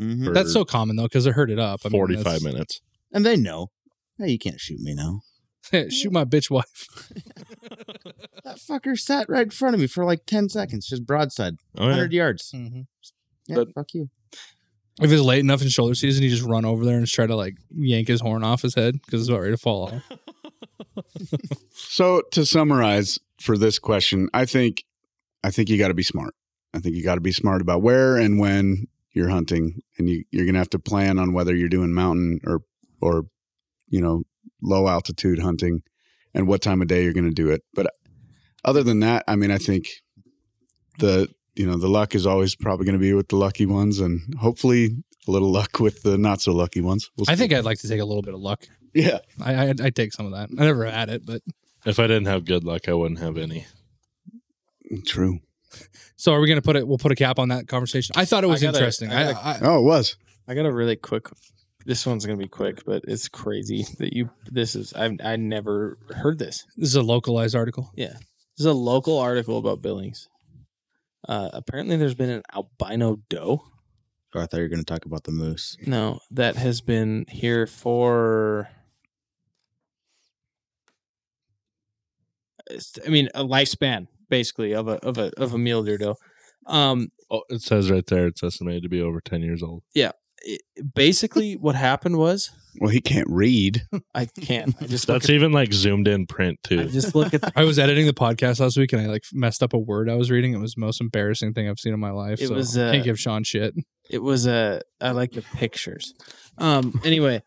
Speaker 4: Mhm.
Speaker 6: for
Speaker 2: that's so common though because they're herded up. I mean,
Speaker 6: forty five
Speaker 2: that's-
Speaker 6: minutes.
Speaker 4: and they know. Hey, you can't shoot me now.
Speaker 2: shoot my bitch wife.
Speaker 4: That fucker sat right in front of me for like ten seconds, just broadside,
Speaker 6: Oh yeah,
Speaker 4: hundred yards.
Speaker 3: Mm-hmm.
Speaker 4: Yeah,
Speaker 3: But-
Speaker 4: fuck you.
Speaker 2: If it's late enough in shoulder season, you just run over there and just try to like yank his horn off his head because it's about ready to fall off.
Speaker 5: So to summarize for this question, I think I think you got to be smart. I think you got to be smart about where and when you're hunting, and you, you're going to have to plan on whether you're doing mountain or or you know low altitude hunting, and what time of day you're going to do it. But other than that, I mean, I think the you know the luck is always probably going to be with the lucky ones, and hopefully a little luck with the not so lucky ones. We'll
Speaker 2: I
Speaker 5: see.
Speaker 2: think I'd like to take a little bit of luck.
Speaker 5: yeah.
Speaker 2: I I I'd take some of that. I never had it, but
Speaker 6: if I didn't have good luck, I wouldn't have any.
Speaker 5: True.
Speaker 2: so are we gonna put it? We'll put a cap on that conversation. I thought it
Speaker 3: I
Speaker 2: was
Speaker 3: gotta-
Speaker 2: interesting.
Speaker 3: I
Speaker 2: I,
Speaker 3: gotta-
Speaker 2: I,
Speaker 5: Oh, it was.
Speaker 3: I got a really quick. This one's gonna be quick, but it's crazy that you. This is I've I never heard this.
Speaker 2: this is a localized article.
Speaker 3: Yeah, this is a local article about Billings. Uh, apparently, there's been an albino doe.
Speaker 4: Oh, I thought you were going to talk about the moose.
Speaker 3: No, that has been here for. It's- I mean, a lifespan basically of a of a of a mule deer doe. Um,
Speaker 6: Oh, it says right there it's estimated to be over ten years old.
Speaker 3: it- basically, what happened was
Speaker 5: Well, he can't read.
Speaker 3: I can't. I just
Speaker 6: That's
Speaker 3: look
Speaker 6: even like zoomed in print
Speaker 3: at,
Speaker 6: too.
Speaker 3: I just look at
Speaker 2: I was editing the podcast last week and I like messed up a word I was reading. It was the most embarrassing thing I've seen in my life.
Speaker 3: It
Speaker 2: so
Speaker 3: was, uh,
Speaker 2: can't give Sean shit.
Speaker 3: It was a. I like the pictures. Um. Anyway,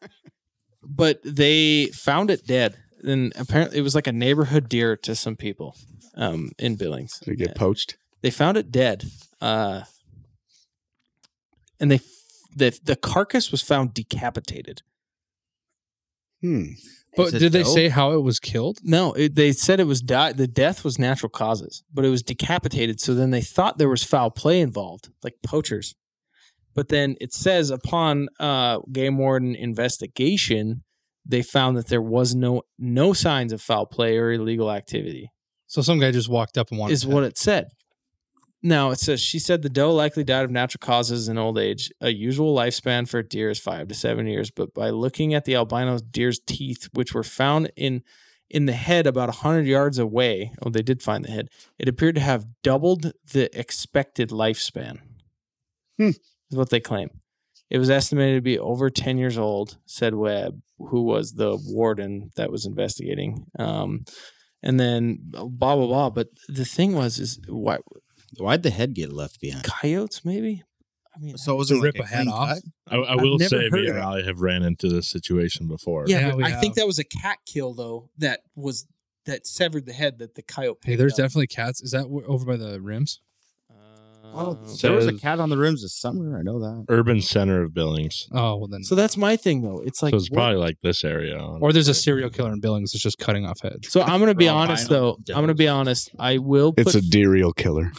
Speaker 3: but they found it dead, and apparently it was like a neighborhood deer to some people, um, in Billings.
Speaker 5: Did he get poached?
Speaker 3: They found it dead. Uh. And they, the the carcass was found decapitated.
Speaker 5: Hmm.
Speaker 2: But
Speaker 4: Is it
Speaker 2: did they
Speaker 4: dope?
Speaker 2: say how it was killed?
Speaker 3: No, it, they said it was di- the death was natural causes, but it was decapitated. So then they thought there was foul play involved, like poachers. But then it says upon uh, game warden investigation, they found that there was no no signs of foul play or illegal activity
Speaker 2: So some guy just walked up and wanted
Speaker 3: is
Speaker 2: to
Speaker 3: what it said. Now it says she said the doe likely died of natural causes in old age. A usual lifespan for a deer is five to seven years, but by looking at the albino deer's teeth, which were found in in the head about hundred yards away, oh they did find the head. It appeared to have doubled the expected lifespan.
Speaker 5: Hmm.
Speaker 3: Is what they claim. It was estimated to be over ten years old," said Webb, who was the warden that was investigating. Um, and then uh, blah blah blah. But the thing was, is why
Speaker 4: Why'd the head get left behind?
Speaker 3: coyotes maybe? I mean,
Speaker 4: So it was
Speaker 2: To
Speaker 4: it like
Speaker 2: rip a head
Speaker 4: clean
Speaker 2: off?
Speaker 4: cut?
Speaker 6: I, I
Speaker 3: I've
Speaker 6: will
Speaker 3: never
Speaker 6: say
Speaker 3: heard
Speaker 6: me
Speaker 3: of
Speaker 6: and
Speaker 3: it.
Speaker 6: Ollie have ran into this situation before.
Speaker 2: Yeah,
Speaker 3: yeah, but
Speaker 2: we
Speaker 3: I
Speaker 2: have.
Speaker 3: think that was a cat kill though. That was that severed the head that the coyote.
Speaker 2: Hey,
Speaker 3: picked
Speaker 2: there's
Speaker 3: up. Uh,
Speaker 2: definitely cats. Is that wh- over by the rims?
Speaker 4: Well,
Speaker 3: Um,
Speaker 4: there was a
Speaker 6: says-
Speaker 4: cat on the rims this summer. I know that.
Speaker 6: Urban center of Billings.
Speaker 2: Oh well, then.
Speaker 3: so that's my thing though. It's like
Speaker 6: so it's
Speaker 3: what-
Speaker 6: probably like this area.
Speaker 2: or there's a
Speaker 6: honestly.
Speaker 2: serial killer in Billings that's just cutting off heads.
Speaker 3: So I'm gonna be
Speaker 4: We're all
Speaker 3: honest
Speaker 4: buying
Speaker 3: though.
Speaker 4: them.
Speaker 3: I'm gonna be honest. I will. Put,
Speaker 5: It's a deerial killer.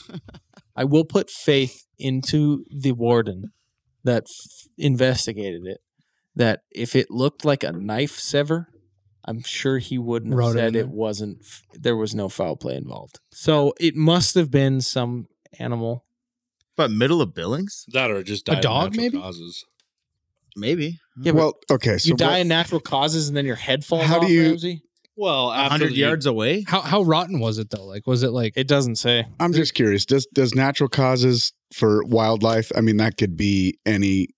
Speaker 3: I will put faith into the warden that f- investigated it that if it looked like a knife sever, I'm sure he wouldn't have
Speaker 2: Wrote it in
Speaker 3: said
Speaker 2: there.
Speaker 3: it wasn't. f- There was no foul play involved, so it must have been some animal.
Speaker 4: But middle of Billings,
Speaker 6: That or just
Speaker 2: A
Speaker 6: died of
Speaker 2: dog,
Speaker 6: natural
Speaker 2: maybe?
Speaker 6: causes.
Speaker 4: maybe.
Speaker 3: Yeah, but
Speaker 5: well, okay. So
Speaker 3: you die
Speaker 5: what-
Speaker 3: of natural causes and then your head falls
Speaker 5: How
Speaker 3: How
Speaker 5: do
Speaker 3: off,
Speaker 5: you-
Speaker 3: Ramsey.
Speaker 6: Well,
Speaker 4: A
Speaker 6: after
Speaker 4: hundred
Speaker 6: the-
Speaker 4: yards away.
Speaker 2: How how rotten was it though? Like was it like
Speaker 3: It doesn't say.
Speaker 5: I'm just curious. Does does natural causes for wildlife? I mean, that could be any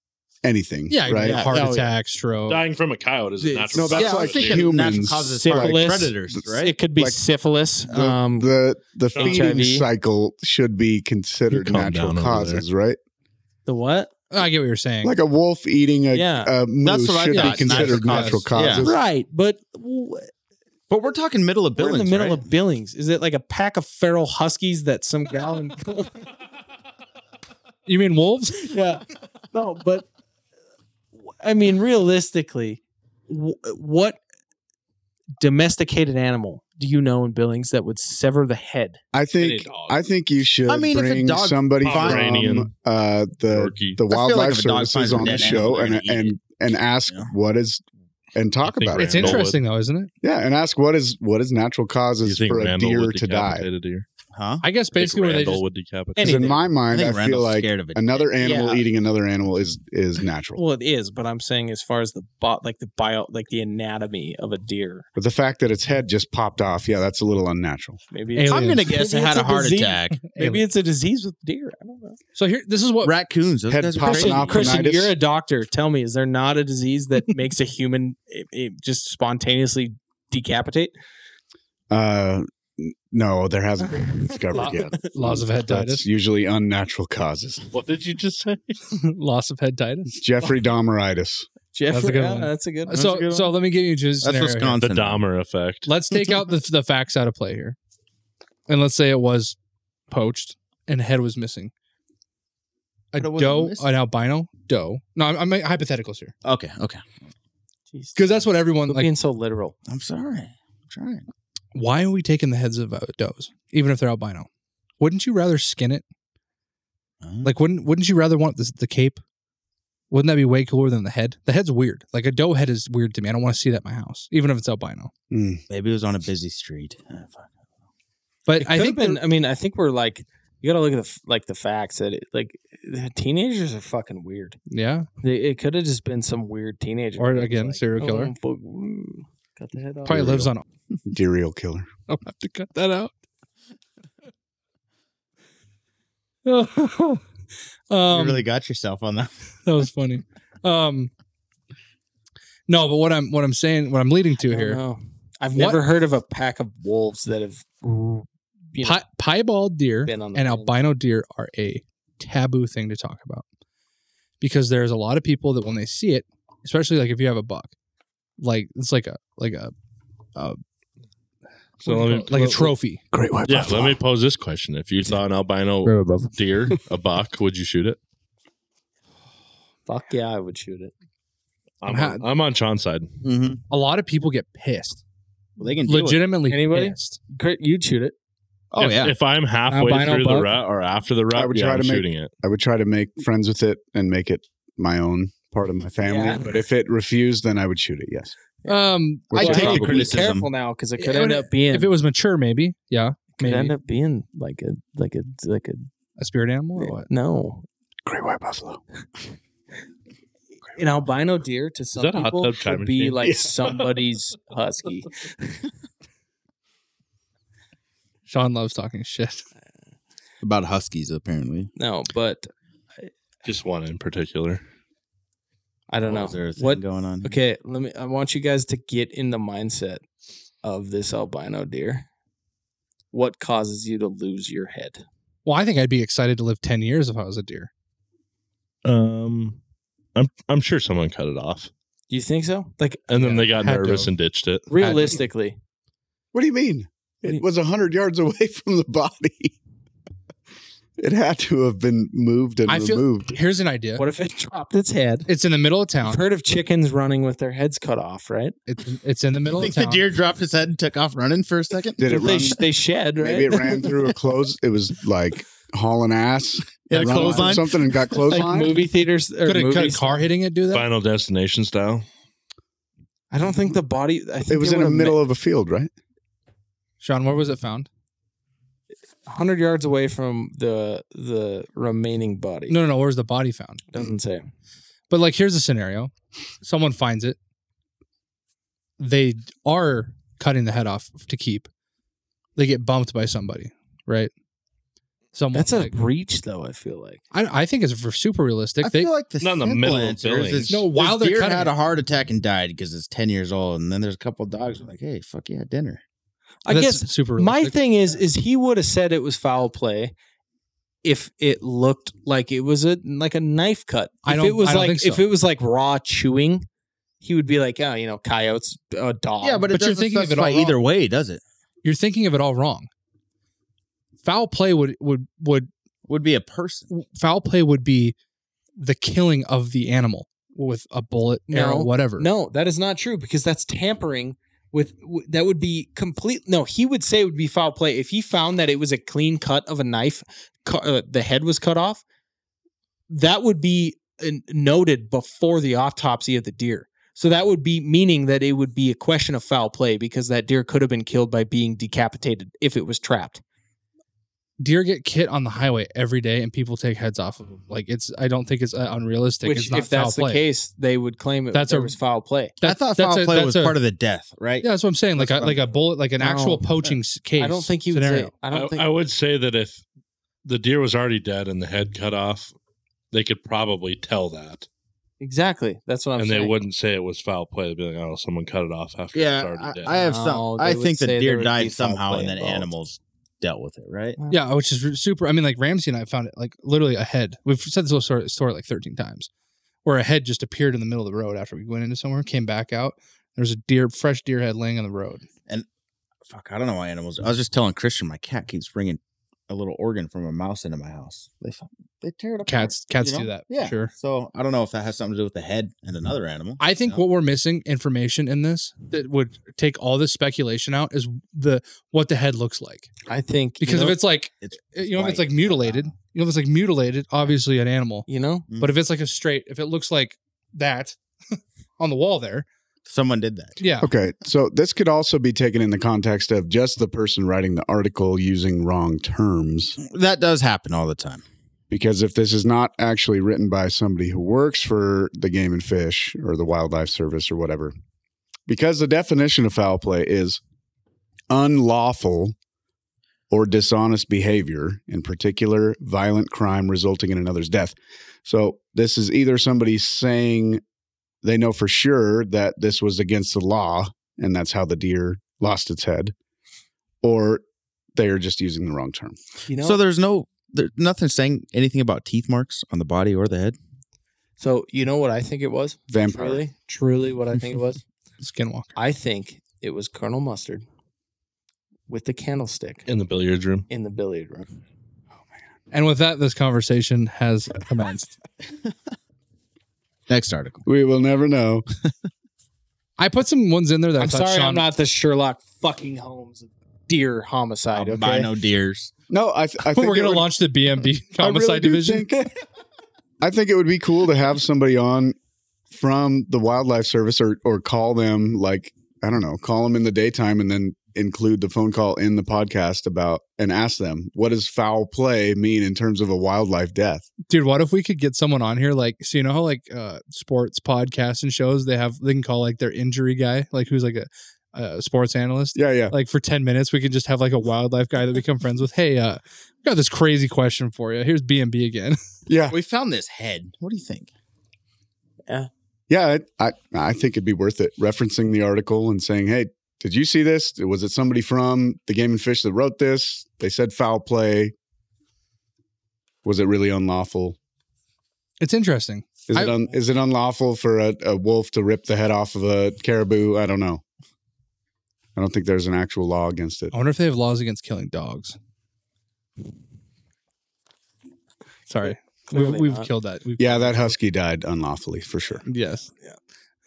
Speaker 5: anything.
Speaker 2: yeah,
Speaker 5: right.
Speaker 2: yeah, heart
Speaker 3: Oh, yeah.
Speaker 2: attack, stroke.
Speaker 6: dying from a coyote is a
Speaker 3: It's-
Speaker 6: natural.
Speaker 5: No, that's
Speaker 6: cause,
Speaker 5: like
Speaker 6: dude.
Speaker 4: thinking natural
Speaker 5: humans.
Speaker 4: causes
Speaker 5: like,
Speaker 4: for
Speaker 3: Syphilis.
Speaker 4: predators, right?
Speaker 3: It could be
Speaker 5: Like,
Speaker 3: syphilis.
Speaker 5: the,
Speaker 3: um,
Speaker 5: the the feeding
Speaker 3: HIV.
Speaker 5: cycle should be considered
Speaker 6: You calm
Speaker 5: natural
Speaker 6: down over
Speaker 5: causes, right?
Speaker 3: the what?
Speaker 2: I get what you're saying.
Speaker 5: Like a wolf eating a,
Speaker 3: Yeah.
Speaker 5: a moose
Speaker 4: what I
Speaker 5: should be
Speaker 4: thought,
Speaker 5: considered natural
Speaker 4: natural causes.
Speaker 5: causes.
Speaker 3: Right, but w-
Speaker 4: But we're talking middle of
Speaker 3: we're
Speaker 4: Billings.
Speaker 3: in the middle
Speaker 4: right?
Speaker 3: of Billings. Is it like a pack of feral huskies that some gal? in-
Speaker 2: you mean wolves?
Speaker 3: yeah, no, but I mean, realistically, wh- what domesticated animal do you know in Billings that would sever the head?
Speaker 5: I
Speaker 6: Any
Speaker 5: think
Speaker 6: dog.
Speaker 5: I think you should
Speaker 4: I mean, if a
Speaker 5: bring
Speaker 4: dog-
Speaker 5: somebody
Speaker 6: Pomeranian.
Speaker 5: from uh, the
Speaker 6: Yorkie.
Speaker 5: the
Speaker 4: like
Speaker 5: wildlife
Speaker 4: if a dog
Speaker 5: services
Speaker 4: finds a
Speaker 5: on the
Speaker 4: dead animal,
Speaker 5: show
Speaker 4: they're
Speaker 5: and
Speaker 4: gonna eat
Speaker 5: and and ask
Speaker 4: Yeah.
Speaker 5: what is and talk
Speaker 6: I think
Speaker 5: about
Speaker 2: It's
Speaker 5: it.
Speaker 6: Randall would-
Speaker 2: interesting though, isn't it?
Speaker 5: Yeah, and ask what is what is natural
Speaker 6: You
Speaker 5: causes
Speaker 6: think
Speaker 5: for a
Speaker 6: Randall
Speaker 5: deer
Speaker 6: would
Speaker 5: to die?
Speaker 6: decapitate a deer?
Speaker 4: huh?
Speaker 2: I guess
Speaker 6: Think
Speaker 2: basically where they
Speaker 6: Randall
Speaker 2: just
Speaker 6: would decapitate.
Speaker 5: 'Cause in my mind, I, feel
Speaker 4: Randall's
Speaker 5: like
Speaker 4: scared of it.
Speaker 5: another animal
Speaker 3: Yeah.
Speaker 5: eating another animal is is natural.
Speaker 3: Well, it is, but I'm saying as far as the bot, like the bio, like the anatomy of a deer,
Speaker 5: But the fact that its head just popped off, yeah, that's a little unnatural.
Speaker 3: maybe it's,
Speaker 2: Alien.
Speaker 4: I'm gonna
Speaker 2: aliens.
Speaker 4: guess it
Speaker 3: Maybe
Speaker 4: had
Speaker 3: it's
Speaker 4: a
Speaker 3: a
Speaker 4: heart
Speaker 3: disease.
Speaker 4: attack.
Speaker 3: maybe it's a disease with deer. I don't know.
Speaker 2: So here this is what
Speaker 4: Raccoons. Those
Speaker 5: Head
Speaker 4: guys are
Speaker 5: popping
Speaker 4: crazy.
Speaker 3: Christian,
Speaker 5: off.
Speaker 3: Christian,
Speaker 5: Poplinitis.
Speaker 3: you're a doctor. Tell me, is there not a disease that makes a human it, it just spontaneously decapitate?
Speaker 5: Uh, n- no, there hasn't been discovered yet.
Speaker 2: laws of
Speaker 5: That's
Speaker 2: hepatitis.
Speaker 5: usually unnatural causes.
Speaker 6: What did you just say?
Speaker 2: loss of hepatitis.
Speaker 5: Jeffrey Dahmeritis.
Speaker 3: Jeff,
Speaker 2: That's a good
Speaker 3: yeah,
Speaker 2: one.
Speaker 3: that's a good. That's a
Speaker 2: So
Speaker 3: good
Speaker 2: so
Speaker 3: one.
Speaker 2: let me give you just
Speaker 4: That's
Speaker 2: scenario here.
Speaker 6: The
Speaker 4: Wisconsin.
Speaker 6: Dahmer effect.
Speaker 2: Let's take out the the facts out of play here, and let's say it was poached and head was missing. A
Speaker 4: But it wasn't
Speaker 2: doe,
Speaker 4: missing.
Speaker 2: an albino doe. No, I'm, I'm making hypotheticals here
Speaker 4: Okay, okay.
Speaker 3: Jeez.
Speaker 2: because that's what everyone
Speaker 3: Quit
Speaker 2: like.
Speaker 3: being so literal.
Speaker 4: I'm sorry. I'm trying.
Speaker 2: Why are we taking the heads of uh, does, even if they're albino? Wouldn't you rather skin it? Like, wouldn't wouldn't you rather want the, the cape? Wouldn't that be way cooler than the head? The head's weird. Like a doe head is weird to me. I don't want to see that in my house, even if it's albino.
Speaker 4: maybe it was on a busy street. Ah, fuck.
Speaker 2: But
Speaker 3: It
Speaker 2: I
Speaker 3: could've
Speaker 2: think
Speaker 3: been,
Speaker 2: the-
Speaker 3: I mean, I think we're like, you got to look at the f- like the facts that it, like teenagers are fucking weird.
Speaker 2: yeah,
Speaker 3: They, it could have just been some weird teenager.
Speaker 2: Or
Speaker 3: that was "Oh,
Speaker 2: again, serial killer.
Speaker 3: fuck, mm, got the head off.
Speaker 2: probably lives on.
Speaker 5: Deerial killer.
Speaker 2: I'll have to cut that out. um,
Speaker 4: you really got yourself on that.
Speaker 2: that was funny. Um, no, but what I'm what I'm saying, what I'm leading to
Speaker 3: I don't
Speaker 2: here,
Speaker 3: know. I've
Speaker 2: What-
Speaker 3: never heard of a pack of wolves that have you know,
Speaker 2: pi- piebald deer
Speaker 3: been on the
Speaker 2: and
Speaker 3: planet.
Speaker 2: albino deer are a taboo thing to talk about because there's a lot of people that when they see it, especially like if you have a buck, like it's like a like a
Speaker 6: So let me
Speaker 2: like a trophy.
Speaker 5: Great white
Speaker 6: Mm. Yeah, let me pose this question: If you saw an albino deer, a buck, would you shoot it?
Speaker 3: Fuck yeah, I would shoot it.
Speaker 6: I'm
Speaker 2: Ha-
Speaker 6: on, I'm on Sean's side.
Speaker 4: Mm-hmm.
Speaker 2: A lot of people get pissed,
Speaker 4: Well, they can do it.
Speaker 2: legitimately
Speaker 3: Anybody?
Speaker 2: pissed.
Speaker 3: Crit, you'd shoot it.
Speaker 4: Oh
Speaker 6: if,
Speaker 4: yeah.
Speaker 6: If I'm halfway
Speaker 2: Albino
Speaker 6: through the
Speaker 2: buck?
Speaker 6: rut or after the rut,
Speaker 5: I would
Speaker 6: yeah,
Speaker 5: try
Speaker 6: I'm
Speaker 5: to make-
Speaker 6: shooting it.
Speaker 5: I would try to make friends with it and make it my own part of my family.
Speaker 3: Yeah.
Speaker 5: But if it refused, then I would shoot it. Yes.
Speaker 2: Um,
Speaker 5: Which
Speaker 4: I
Speaker 5: I
Speaker 4: take
Speaker 5: probably-
Speaker 4: the
Speaker 3: Be
Speaker 4: criticism.
Speaker 3: careful now, because it
Speaker 2: Yeah,
Speaker 3: could
Speaker 2: it
Speaker 3: end
Speaker 2: would-
Speaker 3: up being
Speaker 2: if it was mature, maybe. Yeah.
Speaker 3: could
Speaker 2: maybe.
Speaker 3: end up being like a like a like a
Speaker 2: A spirit animal or what?
Speaker 3: no
Speaker 5: Great white buffalo.
Speaker 3: an albino deer to some
Speaker 6: that a hot
Speaker 3: people
Speaker 6: tub
Speaker 3: could
Speaker 6: chiming
Speaker 3: be
Speaker 6: thing?
Speaker 3: like
Speaker 5: Yeah.
Speaker 3: somebody's husky.
Speaker 2: Sean loves talking shit.
Speaker 4: About huskies, apparently.
Speaker 3: No, but
Speaker 6: Just one in particular.
Speaker 3: I don't know
Speaker 4: Is there a thing
Speaker 3: what.
Speaker 4: going on? here?
Speaker 3: Okay, let me. I want you guys to get in the mindset of this albino deer. What causes you to lose your head?
Speaker 2: Well, I think I'd be excited to live 10 years if I was a deer.
Speaker 6: Um, I'm I'm sure someone cut it off,
Speaker 3: Do you think so? Like
Speaker 6: and then
Speaker 2: Yeah,
Speaker 6: they got
Speaker 2: had to
Speaker 6: nervous
Speaker 2: have.
Speaker 6: and ditched it.
Speaker 3: realistically,
Speaker 5: What do you mean? It was a hundred yards away from the body. it had to have been moved and
Speaker 2: I feel-
Speaker 5: removed.
Speaker 2: Here's an idea.
Speaker 3: what if it dropped its head?
Speaker 2: It's in the middle of
Speaker 3: I've
Speaker 2: town.
Speaker 3: heard of chickens running with their heads cut off, right?
Speaker 2: It's, it's in the middle of
Speaker 4: think
Speaker 2: town.
Speaker 4: the deer dropped his head and took off running for a second?
Speaker 5: Did it
Speaker 3: they,
Speaker 5: run?
Speaker 3: sh- they shed, right?
Speaker 5: Maybe it ran through a close. It was like hauling ass,
Speaker 8: Yeah,
Speaker 5: Run
Speaker 8: the
Speaker 5: around
Speaker 8: clothesline.
Speaker 5: Something and got
Speaker 8: Like
Speaker 5: clothesline.
Speaker 8: movie theaters or
Speaker 2: Could a, could a
Speaker 8: movies.
Speaker 2: car hitting it do that?
Speaker 6: Final destination style.
Speaker 3: I don't think the body. I think
Speaker 5: it was in the middle of a field, right?
Speaker 2: Sean, where was it found?
Speaker 3: hundred yards away from the the remaining body.
Speaker 2: No, no, no. Where was the body found?
Speaker 3: doesn't say.
Speaker 2: But like, here's the scenario: someone finds it. They are cutting the head off to keep. They get bumped by somebody, right? Someone.
Speaker 3: That's a
Speaker 2: like-
Speaker 3: breach, though. I feel like
Speaker 2: I, I think it's for super realistic.
Speaker 4: I
Speaker 2: They,
Speaker 4: feel like the
Speaker 6: Not in the
Speaker 4: simple
Speaker 6: middle of
Speaker 4: answer is
Speaker 6: Billings.
Speaker 4: this,
Speaker 2: No, while
Speaker 4: this
Speaker 2: they're
Speaker 4: deer
Speaker 2: cutting
Speaker 4: had
Speaker 2: it.
Speaker 4: a heart attack and died because it's ten years old, and then there's a couple of dogs were like, "Hey, fuck yeah, dinner."
Speaker 3: I
Speaker 2: that's
Speaker 3: guess
Speaker 2: super.
Speaker 3: my
Speaker 2: Realistic.
Speaker 3: thing is is he would have said it was foul play if it looked like it was a like a knife cut.
Speaker 2: I
Speaker 3: If
Speaker 2: don't-
Speaker 3: it was
Speaker 2: I don't
Speaker 3: like
Speaker 2: think so.
Speaker 3: if it was like raw chewing, he would be like, oh, you know, coyotes, a dog.
Speaker 4: yeah, but, it
Speaker 2: but you're
Speaker 4: doesn't
Speaker 2: thinking of it
Speaker 4: specify
Speaker 2: all wrong.
Speaker 4: either way, does it?
Speaker 2: You're thinking of it all wrong. Foul play would would would
Speaker 4: Would be a person.
Speaker 2: foul play would be the killing of the animal with a bullet, arrow,
Speaker 3: No,
Speaker 2: whatever.
Speaker 3: no, that is not true because that's tampering with w- that would be complete. No, he would say it would be foul play if he found that it was a clean cut of a knife, cu- uh, the head was cut off. That would be uh, noted before the autopsy of the deer. So that would be meaning that it would be a question of foul play because that deer could have been killed by being decapitated if it was trapped.
Speaker 2: deer get hit on the highway every day and people take heads off of them. Like it's I don't think it's uh, unrealistic.
Speaker 3: Mm-hmm. Which,
Speaker 2: it's not
Speaker 3: if
Speaker 2: foul
Speaker 3: that's the
Speaker 2: play.
Speaker 3: case, they would claim it
Speaker 2: That's
Speaker 3: that's there
Speaker 2: a-
Speaker 3: was foul play.
Speaker 4: I thought foul play was part of the death, right?
Speaker 2: Yeah, that's what I'm saying. Like a,
Speaker 4: That's what
Speaker 2: like a bullet, like an
Speaker 3: No.
Speaker 2: actual poaching s- case.
Speaker 3: I don't think he would
Speaker 2: scenario.
Speaker 3: say. I
Speaker 6: I,
Speaker 3: don't think
Speaker 6: I would say that if the deer was already dead and the head cut off, they could probably tell that,
Speaker 3: exactly. That's what I'm
Speaker 6: and
Speaker 3: saying.
Speaker 6: they wouldn't say it was foul play. They'd be like, "Oh, someone cut it off after
Speaker 4: Yeah,
Speaker 6: it's already dead."
Speaker 4: I, I have
Speaker 3: No,
Speaker 4: some.
Speaker 3: they
Speaker 4: I
Speaker 3: would
Speaker 4: think the
Speaker 3: say there
Speaker 4: deer
Speaker 3: would be
Speaker 4: died
Speaker 3: foul
Speaker 4: somehow,
Speaker 3: play
Speaker 4: and then
Speaker 3: involved.
Speaker 4: animals dealt with it, right?
Speaker 2: Yeah, which is re- super. I mean, like Ramsey and I found it like literally a head. We've said this whole story, story like 13 times, where a head just appeared in the middle of the road after we went into somewhere, came back out. There was a deer, fresh deer head laying on the road.
Speaker 4: Fuck, I don't know why animals. I was just telling Christian, my cat keeps bringing a little organ from a mouse into my house. They fu- they tear it up.
Speaker 2: Cats, cats do that.
Speaker 4: Yeah,
Speaker 2: sure.
Speaker 4: So I don't know if that has something to do with the head and another animal.
Speaker 2: I think
Speaker 4: Yeah.
Speaker 2: what we're missing information in this that would take all this speculation out is the what the head looks like.
Speaker 3: I think
Speaker 2: Because
Speaker 3: you know,
Speaker 2: if it's like eh,
Speaker 4: It's-
Speaker 2: you know if it's
Speaker 4: white.
Speaker 2: like mutilated, you know if it's like mutilated, obviously an animal.
Speaker 3: you know
Speaker 2: But if it's like a straight, if it looks like that on the wall there,
Speaker 4: someone did that.
Speaker 2: yeah,
Speaker 5: Okay, so this could also be taken in the context of just the person writing the article using wrong terms.
Speaker 4: That does happen all the time.
Speaker 5: Because if this is not actually written by somebody who works for the Game and Fish or the Wildlife Service or whatever, because the definition of foul play is unlawful or dishonest behavior, in particular, violent crime resulting in another's death. So this is either somebody saying they know for sure that this was against the law and that's how the deer lost its head, or they are just using the wrong term.
Speaker 3: you know
Speaker 4: So
Speaker 3: so,
Speaker 4: there's no, there's nothing saying anything about teeth marks on the body or the head.
Speaker 3: you know what I think it was
Speaker 5: Vampire.
Speaker 3: truly truly what I think it was
Speaker 2: skinwalker.
Speaker 3: I think it was Colonel Mustard with the candlestick
Speaker 6: in the billiards room.
Speaker 3: in the billiard room.
Speaker 2: And with that, this conversation has commenced.
Speaker 4: Next article.
Speaker 5: We will never know.
Speaker 2: I put some ones in there that i
Speaker 3: I'm
Speaker 2: thought
Speaker 3: sorry,
Speaker 2: Sean.
Speaker 3: I'm not the Sherlock fucking Holmes of deer homicide.
Speaker 2: Um,
Speaker 3: Okay?
Speaker 4: Albino deers.
Speaker 5: No, I, th- I think
Speaker 2: we're
Speaker 5: it
Speaker 2: gonna
Speaker 5: would-
Speaker 2: launch the BMB
Speaker 5: I really
Speaker 2: homicide
Speaker 5: do
Speaker 2: division.
Speaker 5: think- I think it would be cool to have somebody on from the wildlife service or or call them like I don't know, call them in the daytime and then include the phone call in the podcast about and ask them what does foul play mean in terms of a wildlife death.
Speaker 2: dude what if we could get someone on here like so you know how like uh sports podcasts and shows they have they can call like their injury guy like who's like a, a sports analyst
Speaker 5: Yeah, yeah.
Speaker 2: like for 10 minutes we could just have like a wildlife guy that we become friends with hey uh we got this crazy question for you here's b&b again
Speaker 5: Yeah.
Speaker 4: We found this head. What do you think?
Speaker 5: Yeah, it, I I think it'd be worth it referencing the article and saying, "Hey, did you see this? Was it somebody from the Game and Fish that wrote this? They said foul play. Was it really unlawful?
Speaker 2: it's interesting
Speaker 5: Is
Speaker 2: I-
Speaker 5: it un, is it unlawful for a, a wolf to rip the head off of a caribou? I don't know. I don't think there's an actual law against it.
Speaker 2: i wonder if they have laws against killing dogs sorry we've,
Speaker 3: Clearly
Speaker 2: we've
Speaker 3: not.
Speaker 2: killed that we've
Speaker 5: Yeah, that husky died unlawfully for sure.
Speaker 2: yes
Speaker 3: Yeah.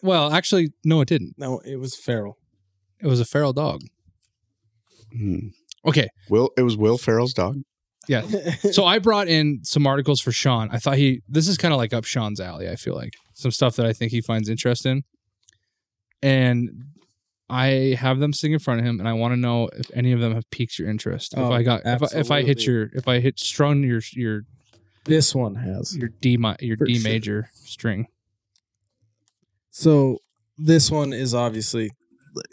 Speaker 2: well actually no it didn't
Speaker 3: No, it was feral.
Speaker 2: it was a feral dog
Speaker 5: Hmm.
Speaker 2: okay
Speaker 5: Will it was Will Farrell's dog?
Speaker 2: Yeah. So I brought in some articles for Sean. I thought he this is kind of like up Sean's alley, I feel like. Some stuff that I think he finds interesting. And I have them sitting in front of him and I want to know if any of them have piqued your interest.
Speaker 3: Oh,
Speaker 2: if I got if I, if I hit
Speaker 3: absolutely.
Speaker 2: your if I hit strung your your
Speaker 3: this one has.
Speaker 2: your D mi- your
Speaker 3: For
Speaker 2: D
Speaker 3: sure.
Speaker 2: major string.
Speaker 3: So this one is obviously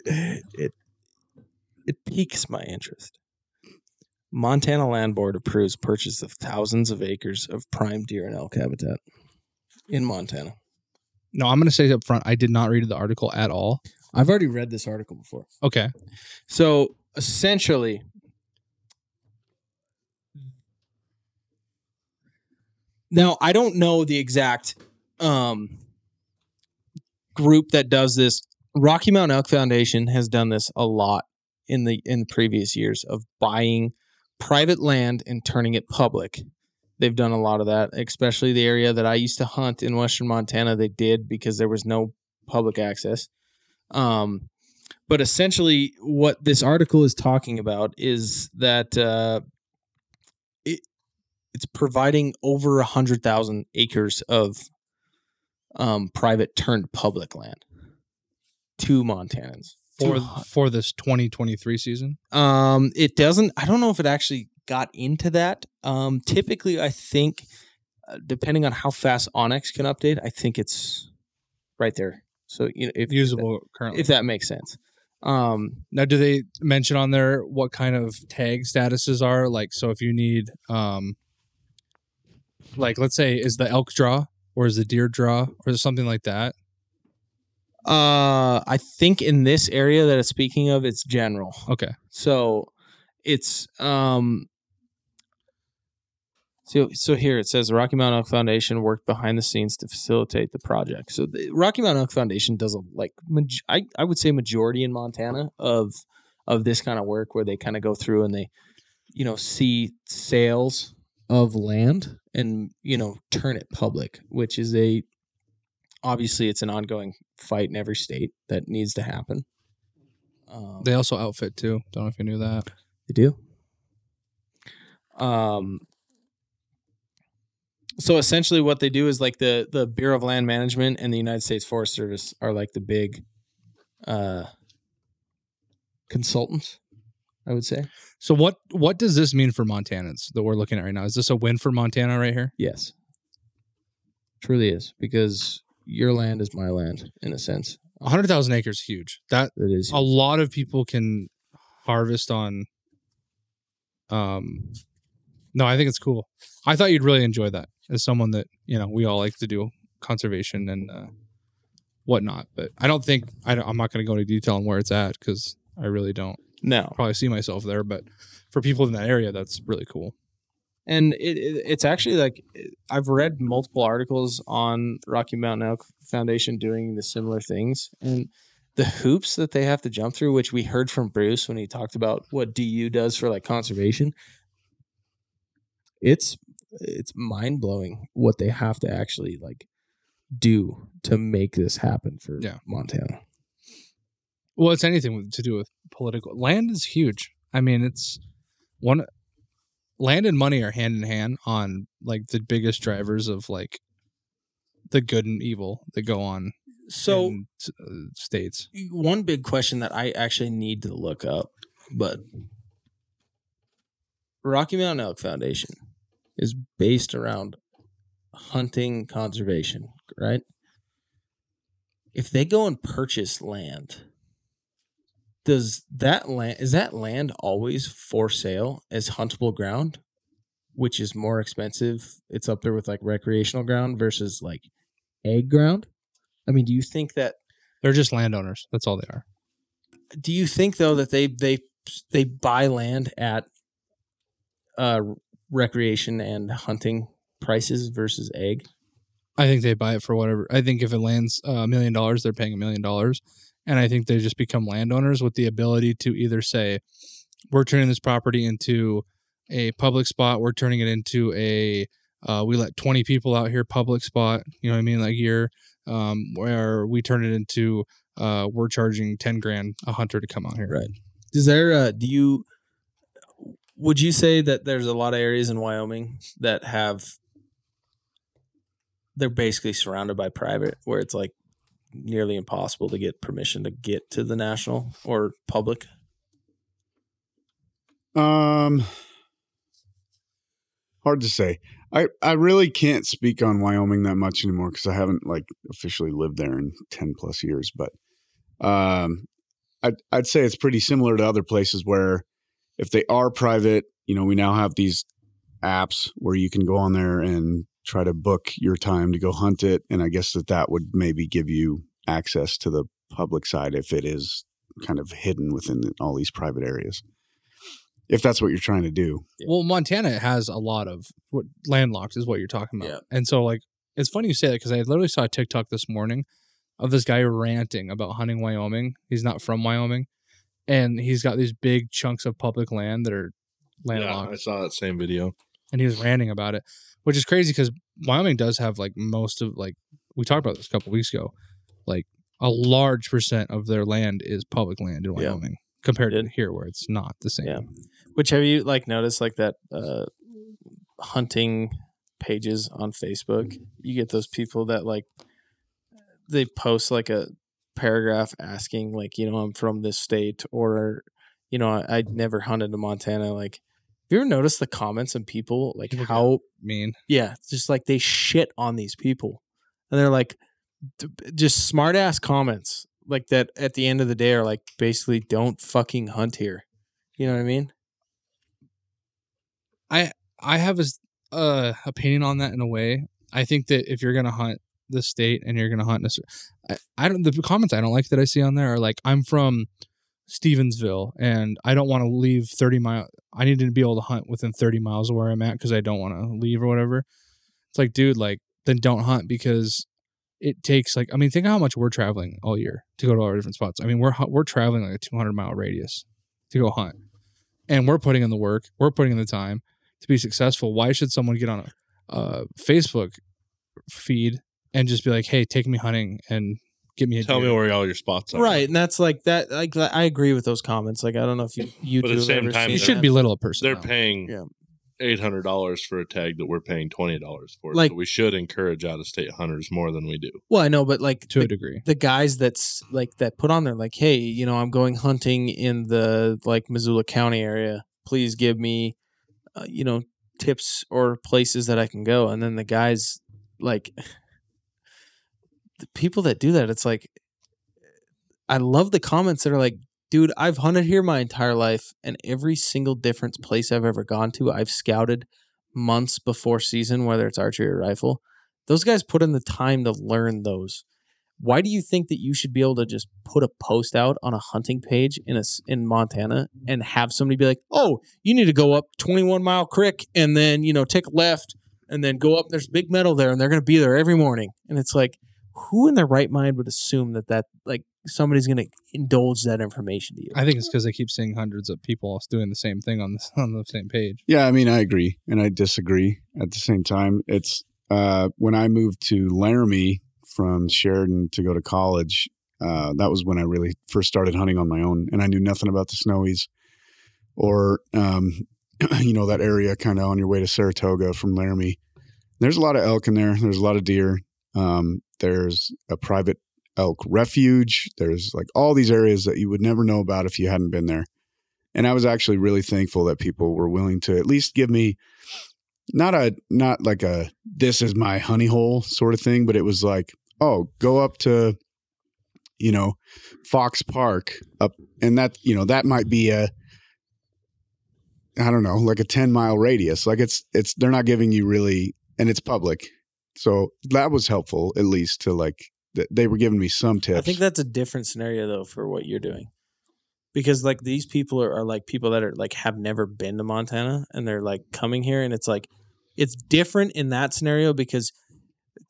Speaker 3: it it piques my interest. Montana Land Board approves purchase of thousands of acres of prime deer and elk habitat in Montana.
Speaker 2: No, I'm going to say up front I did not read the article at all.
Speaker 3: I've already read this article before.
Speaker 2: Okay.
Speaker 3: So essentially, now I don't know the exact um, group that does this. Rocky Mountain Elk Foundation has done this a lot in the in previous years of buying private land and turning it public. They've done a lot of that, especially the area that I used to hunt in western Montana. They did because there was no public access. Um, but essentially what this article is talking about is that uh, it, it's providing over 100,000 acres of um, private turned public land to Montanans.
Speaker 2: For
Speaker 3: Two hun-
Speaker 2: for this 2023 season.
Speaker 3: um, it doesn't. I don't know if it actually got into that. Um, typically, I think, uh, depending on how fast Onyx can update, I think it's right there. So you know, if
Speaker 2: Usable currently.
Speaker 3: if that makes sense. Um,
Speaker 2: Now, do they mention on there what kind of tag statuses are? Like, so if you need, um, like, let's say, is the elk draw or is the deer draw or something like that?
Speaker 3: Uh, I think in this area that it's speaking of, it's general.
Speaker 2: Okay.
Speaker 3: So it's um. So, so here it says the Rocky Mountain Elk Foundation worked behind the scenes to facilitate the project. So the Rocky Mountain Elk Foundation does a like maj- I, I would say majority in Montana of of this kind of work where they kind of go through and they you know see sales of land and you know turn it public, which is a obviously it's an ongoing fight in every state that needs to happen. Um,
Speaker 2: They also outfit too. Don't know if you knew that.
Speaker 3: they do. Um. So essentially, what they do is like the the Bureau of Land Management and the United States Forest Service are like the big uh, consultants, I would say.
Speaker 2: So, what what does this mean for Montanans that we're looking at right now? Is this a win for Montana right here?
Speaker 3: Yes, truly is because your land is my land in a sense.
Speaker 2: A hundred thousand acres, huge. That
Speaker 3: It is
Speaker 2: a lot of people can harvest on. Um, no, I think it's cool. I thought you'd really enjoy that as someone that you know we all like to do conservation and uh, whatnot. But I don't think I don't, I'm not going to go into detail on where it's at because I really don't
Speaker 3: no.
Speaker 2: probably see myself there. But for people in that area, that's really cool.
Speaker 3: and it, it it's actually like I've read multiple articles on Rocky Mountain Elk Foundation doing the similar things and the hoops that they have to jump through, which we heard from Bruce when he talked about what DU does for like conservation. It's it's mind blowing what they have to actually like do to make this happen for
Speaker 2: Yeah.
Speaker 3: Montana.
Speaker 2: Well, it's anything with, to do with political. Land is huge. I mean, it's one. Land and money are hand in hand on like the biggest drivers of like the good and evil that go on.
Speaker 3: So
Speaker 2: in, uh, states.
Speaker 3: one big question that I actually need to look up, but Rocky Mountain Elk Foundation is based around hunting conservation, right? If they go and purchase land, does that land is that land always for sale as huntable ground, which is more expensive? It's up there with like recreational ground versus like egg ground. I mean, do you think that
Speaker 2: They're just landowners. That's all they are.
Speaker 3: do you think though that they they they buy land at uh recreation and hunting prices versus egg
Speaker 2: I think they buy it for whatever. I think if it lands uh, a million dollars, they're paying a million dollars, and I think they just become landowners with the ability to either say, "We're turning this property into a public spot. We're turning it into a uh, we let twenty people out here public spot. You know what I mean? Like year, um, where we turn it into uh, we're charging ten grand a hunter to come out here.
Speaker 3: Right. is there uh do you Would you say that there's a lot of areas in Wyoming that have they're basically surrounded by private where it's like nearly impossible to get permission to get to the national or public?
Speaker 5: Um, hard to say. I I really can't speak on Wyoming that much anymore because I haven't like officially lived there in ten plus years. But um, I'd I'd say it's pretty similar to other places where if they are private, you know, we now have these apps where you can go on there and try to book your time to go hunt it, and I guess that that would maybe give you access to the public side if it is kind of hidden within all these private areas. If that's what you're trying to do.
Speaker 2: Well, Montana has a lot of what landlocked is what you're talking about.
Speaker 3: Yeah.
Speaker 2: And so like it's funny you say that because I literally saw a TikTok this morning of this guy ranting about hunting Wyoming. He's not from Wyoming. And he's got these big chunks of public land that are landlocked.
Speaker 6: I saw that same video.
Speaker 2: and he was ranting about it, which is crazy because Wyoming does have like most of like we talked about this a couple weeks ago, like a large percent of their land is public land in
Speaker 3: Yeah.
Speaker 2: Wyoming compared to
Speaker 3: Did.
Speaker 2: here where it's not the same.
Speaker 3: Yeah. Which have you like noticed like that uh hunting pages on Facebook? You get those people that like they post like a paragraph asking like, you know, I'm from this state or you know, I, I never hunted in Montana like have you ever noticed the comments and people like
Speaker 2: People
Speaker 3: how
Speaker 2: Mean
Speaker 3: yeah, it's just like they shit on these people, and they're like, d- just smart ass comments like that. At the end of the day, are like basically don't fucking hunt here. You know what I mean?
Speaker 2: I have a s- uh, opinion on that in a way. I think that if you're gonna hunt the state and you're gonna hunt, in a, cer- I, I don't the comments I don't like that I see on there are like I'm from Stevensville and I don't want to leave 30 mile. I need to be able to hunt within 30 miles of where I'm at because I don't want to leave or whatever. It's like, dude, like then don't hunt because it takes like I mean, think of how much we're traveling all year to go to all our different spots. I mean, we're hu- we're traveling like a 200 mile radius to go hunt, and we're putting in the work, we're putting in the time to be successful. Why should someone get on a, a Facebook feed and just be like, "Hey, take me hunting and get me a
Speaker 6: Tell me
Speaker 2: deer?"
Speaker 6: where all your spots are.
Speaker 3: Right, and that's like that. Like I agree with those comments. Like I don't know if you you
Speaker 6: But
Speaker 3: two
Speaker 6: at the
Speaker 3: have
Speaker 6: same time,
Speaker 3: ever seen
Speaker 2: you
Speaker 6: they're-
Speaker 2: should
Speaker 3: that.
Speaker 2: belittle a person.
Speaker 6: They're
Speaker 2: though.
Speaker 6: paying
Speaker 3: Yeah.
Speaker 6: eight hundred dollars for a tag that we're paying twenty dollars for.
Speaker 3: Like-
Speaker 6: so we should encourage out of state hunters more than we do.
Speaker 3: Well, I know, but like
Speaker 2: to
Speaker 3: the-
Speaker 2: a degree.
Speaker 3: the guys that's like that put on there like hey you know i'm going hunting in the like missoula county area please give me uh, you know tips or places that i can go and then the guys like the people that do that it's like i love the comments that are like dude i've hunted here my entire life and every single different place i've ever gone to i've scouted months before season whether it's archery or rifle those guys put in the time to learn those why do you think that you should be able to just put a post out on a hunting page in a s in Montana and have somebody be like, "Oh, you need to go up 21 Mile Creek and then you know take a left and then go up. There's a big metal there, and they're going to be there every morning." And it's like, who in their right mind would assume that that like somebody's going to indulge that information to you?
Speaker 2: I think it's because they keep seeing hundreds of people doing the same thing on the on the same page.
Speaker 5: Yeah, I mean, I agree and I disagree at the same time. It's uh, when I moved to Laramie from Sheridan to go to college. Uh, that was when I really first started hunting on my own, and I knew nothing about the Snowies or um, you know that area kind of on your way to Saratoga from Laramie. There's a lot of elk in there. There's a lot of deer. Um, there's a private elk refuge. There's like all these areas that you would never know about if you hadn't been there. And I was actually really thankful that people were willing to at least give me not a not like a this is my honey hole sort of thing, but it was like, oh, go up to you know, Fox Park up and that, you know, that might be a I don't know, like a 10 mile radius. Like it's it's they're not giving you really and it's public. So that was helpful at least to like th- they were giving me some tips.
Speaker 3: I think that's a different scenario though for what you're doing. Because like these people are, are like people that are like have never been to Montana and they're like coming here and it's like it's different in that scenario because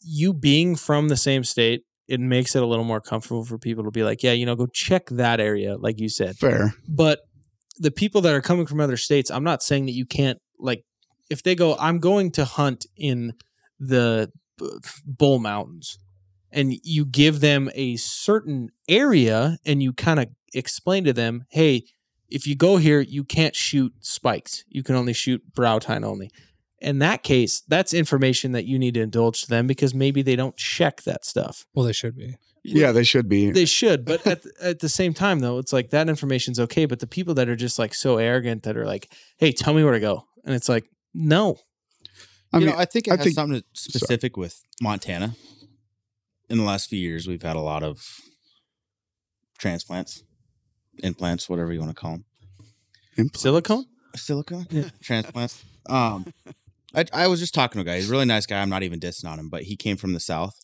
Speaker 3: you being from the same state, it makes it a little more comfortable for people to be like, yeah, you know, go check that area, like you said
Speaker 5: fair.
Speaker 3: but the people that are coming from other states i'm not saying that you can't like if they go i'm going to hunt in the B- bull mountains and you give them a certain area and you kind of explain to them hey if you go here, you can't shoot spikes. You can only shoot brow tine only. In that case, that's information that you need to indulge to them because maybe they don't check that stuff.
Speaker 2: Well, they should be.
Speaker 5: Yeah, they should be.
Speaker 3: They should, but at, the- at the same time, though, it's like that information's okay. But the people that are just like so arrogant that are like, hey, tell me where to go. And it's like, no.
Speaker 5: I
Speaker 4: you
Speaker 5: mean,
Speaker 4: know, I think it
Speaker 5: I
Speaker 4: has
Speaker 5: think-
Speaker 4: something to- specific with Montana. In the last few years, we've had a lot of transplants, implants, whatever you want to call them,
Speaker 3: Silicone?
Speaker 4: silicone
Speaker 3: Yeah.
Speaker 4: transplants. Um, I, I was just talking to a guy. He's a really nice guy. I'm not even dissing on him, but he came from the south,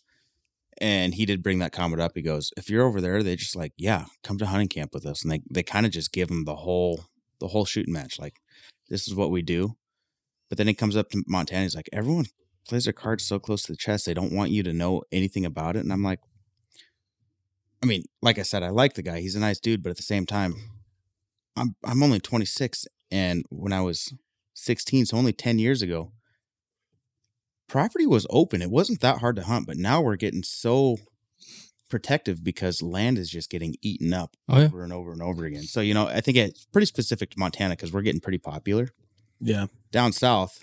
Speaker 4: and he did bring that comment up. He goes, "If you're over there, they just like, yeah, come to hunting camp with us." And they they kind of just give him the whole the whole shooting match. Like, this is what we do. But then he comes up to Montana. He's like, everyone plays their cards so close to the chest. They don't want you to know anything about it. And I'm like, I mean, like I said, I like the guy. He's a nice dude, but at the same time, I'm I'm only 26, and when I was 16, so only 10 years ago, property was open. It wasn't that hard to hunt, but now we're getting so protective because land is just getting eaten up
Speaker 2: Oh yeah.
Speaker 4: over and over and over again. So, you know, I think it's pretty specific to Montana because we're getting pretty popular.
Speaker 3: Yeah.
Speaker 4: Down south,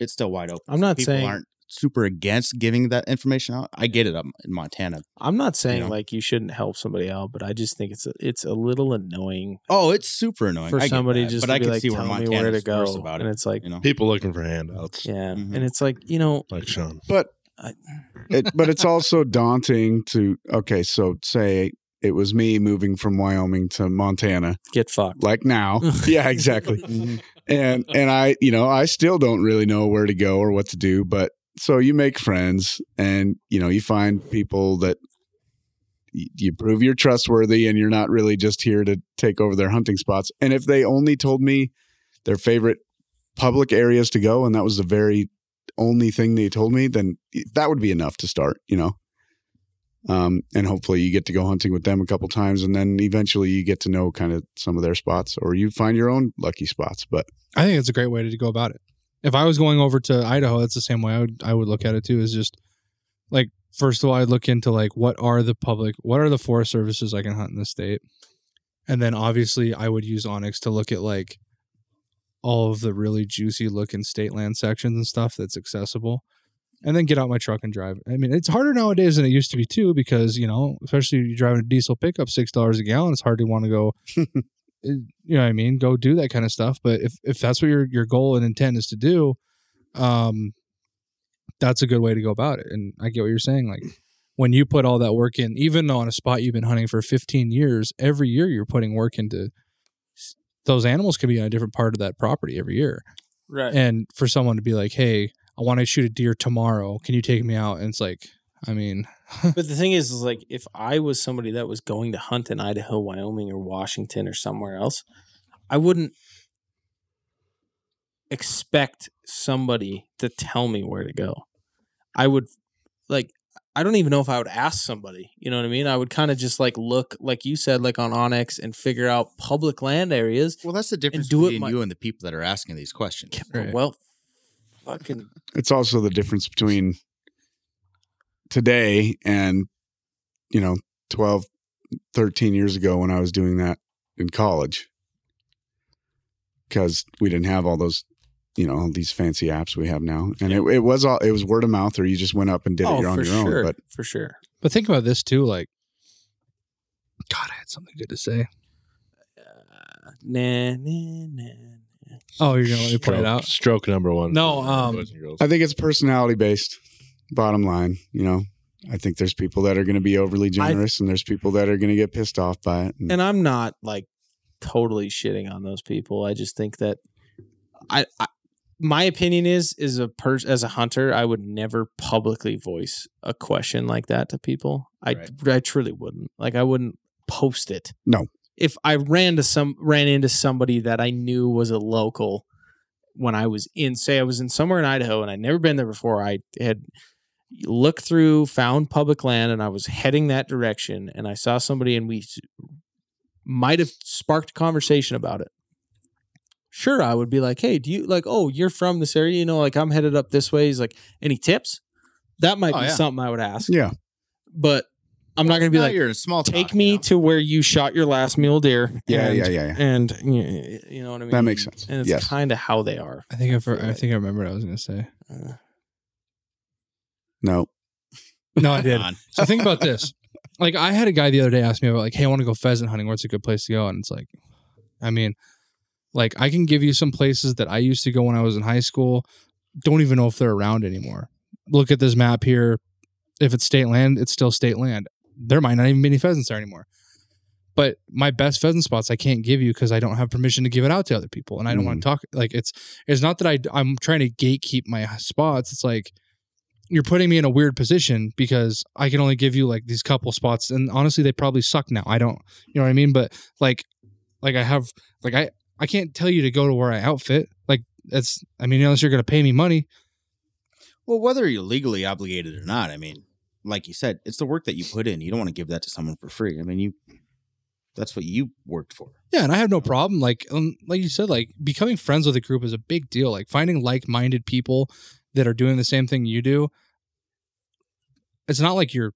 Speaker 4: it's still wide open.
Speaker 3: I'm not
Speaker 4: People
Speaker 3: saying
Speaker 4: aren't super against giving that information out. I get it up in Montana.
Speaker 3: I'm not saying
Speaker 4: know?
Speaker 3: like you shouldn't help somebody out, but I just think it's a, it's a little annoying
Speaker 4: Oh, it's super annoying
Speaker 3: for
Speaker 4: I get
Speaker 3: somebody
Speaker 4: that,
Speaker 3: just to
Speaker 4: but I
Speaker 3: be
Speaker 4: can
Speaker 3: like,
Speaker 4: see
Speaker 3: tell
Speaker 4: where
Speaker 3: me where to
Speaker 4: Montana's worse
Speaker 3: go,
Speaker 4: about
Speaker 3: and
Speaker 4: it.
Speaker 3: it's like,
Speaker 4: You know,
Speaker 6: People looking for handouts,
Speaker 3: yeah,
Speaker 4: Mhm.
Speaker 3: and it's like you know,
Speaker 6: like Sean.
Speaker 5: But
Speaker 3: I-
Speaker 5: it, but it's also daunting to okay. So say it was me moving from Wyoming to Montana,
Speaker 3: get fucked.
Speaker 5: like now. yeah, exactly. and and I, you know, I still don't really know where to go or what to do, but so you make friends and you know, you find people that y- you prove you're trustworthy and you're not really just here to take over their hunting spots. And if they only told me their favorite public areas to go and that was the very only thing they told me, then that would be enough to start, you know. Um, and hopefully you get to go hunting with them a couple times and then eventually you get to know kind of some of their spots or you find your own lucky spots. But
Speaker 2: I think it's a great way to go about it. If I was going over to Idaho, that's the same way I would I would look at it too. Is just like first of all, I'd look into like what are the public, what are the forest services I can hunt in the state, and then obviously I would use Onyx to look at like all of the really juicy looking state land sections and stuff that's accessible, and then get out my truck and drive. I mean, it's harder nowadays than it used to be too because you know, especially if you're driving a diesel pickup six dollars a gallon, it's hard to want to go you know what I mean, go do that kind of stuff. But if if that's what your your goal and intent is to do, um, that's a good way to go about it. And I get what you're saying. Like when you put all that work in, even on a spot you've been hunting for 15 years, every year you're putting work into. Those animals could be on a different part of that property every year.
Speaker 3: Right.
Speaker 2: And for someone to be like, "Hey, I want to shoot a deer tomorrow. Can you take me out?" And it's like, I mean,
Speaker 3: But the thing is, is like if I was somebody that was going to hunt in Idaho, Wyoming, or Washington or somewhere else, I wouldn't expect somebody to tell me where to go. I would like I don't even know if I would ask somebody. You know what I mean? I would kind of just like look, like you said, like on Onyx and figure out public land areas.
Speaker 4: well, that's the difference
Speaker 3: do it
Speaker 4: between
Speaker 3: my-
Speaker 4: you and the people that are asking these questions.
Speaker 2: Right.
Speaker 3: Well, fucking
Speaker 5: it's also the difference between today and you know 12 13 years ago when i was doing that in college because we didn't have all those you know all these fancy apps we have now and it, it was all it was word of mouth or you just went up and did
Speaker 3: oh,
Speaker 5: it on
Speaker 3: for
Speaker 5: your
Speaker 3: sure,
Speaker 5: own but
Speaker 3: for sure.
Speaker 2: but think about this too. Like, God, I had something good to say.
Speaker 3: Uh, nah, nah, nah.
Speaker 2: Oh, you're gonna let me
Speaker 6: stroke,
Speaker 2: play it out.
Speaker 6: Stroke number one.
Speaker 2: No,
Speaker 6: for
Speaker 2: um,
Speaker 6: boys and girls.
Speaker 5: i think it's personality based bottom line you know i think there's people that are going to be overly generous and there's people that are going to get pissed off by it and,
Speaker 3: and I'm not like totally shitting on those people. I just think that I, I my opinion is is a pers- as a hunter, I would never publicly voice a question like that to people. I
Speaker 4: Right.
Speaker 3: I truly wouldn't. Like I wouldn't post it.
Speaker 5: No.
Speaker 3: If I ran to some ran into somebody that I knew was a local when I was in say I was in somewhere in Idaho and I'd never been there before, I had looked through, found public land and I was heading that direction and I saw somebody and we s- might have sparked conversation about it. Sure, I would be like, hey, do you like, oh, you're from this area? You know, like I'm headed up this way. He's like, any tips? That might
Speaker 4: Oh,
Speaker 3: be
Speaker 4: yeah.
Speaker 3: something I would ask.
Speaker 5: yeah
Speaker 3: But I'm not going to be
Speaker 4: Now
Speaker 3: like,
Speaker 4: you're in small. talk,
Speaker 3: take
Speaker 4: you
Speaker 3: me
Speaker 4: know?
Speaker 3: to where you shot your last mule deer.
Speaker 5: Yeah,
Speaker 3: and,
Speaker 5: yeah, yeah, yeah.
Speaker 3: And y- you know what I mean.
Speaker 5: That makes sense.
Speaker 3: And it's
Speaker 5: Yes.
Speaker 3: kind of how they are.
Speaker 2: I think I've, I think I remember what I was going to say.
Speaker 3: Uh,
Speaker 5: No.
Speaker 2: No, I did.
Speaker 4: Come on.
Speaker 2: So think about this. Like I had a guy the other day ask me about like, hey, I want to go pheasant hunting. Where's a good place to go? And it's like, I mean, like I can give you some places that I used to go when I was in high school. Don't even know if they're around anymore. Look at this map here. If it's state land, it's still state land. There might not even be any pheasants there anymore. But my best pheasant spots I can't give you because I don't have permission to give it out to other people, and I don't want
Speaker 5: Mhm.
Speaker 2: to talk. Like it's it's not that I I'm trying to gatekeep my spots. It's like you're putting me in a weird position because I can only give you like these couple spots and honestly they probably suck now. I don't you know what I mean? But like like I have like I I can't tell you to go to where I outfit. Like that's I mean unless you're going to pay me money.
Speaker 4: Well, whether you're legally obligated or not, I mean, like you said, it's the work that you put in. You don't want to give that to someone for free. I mean, you. That's what you worked for.
Speaker 2: Yeah, and I have no problem like um, like you said like becoming friends with a group is a big deal. Like finding like-minded people that are doing the same thing you do. It's not like you're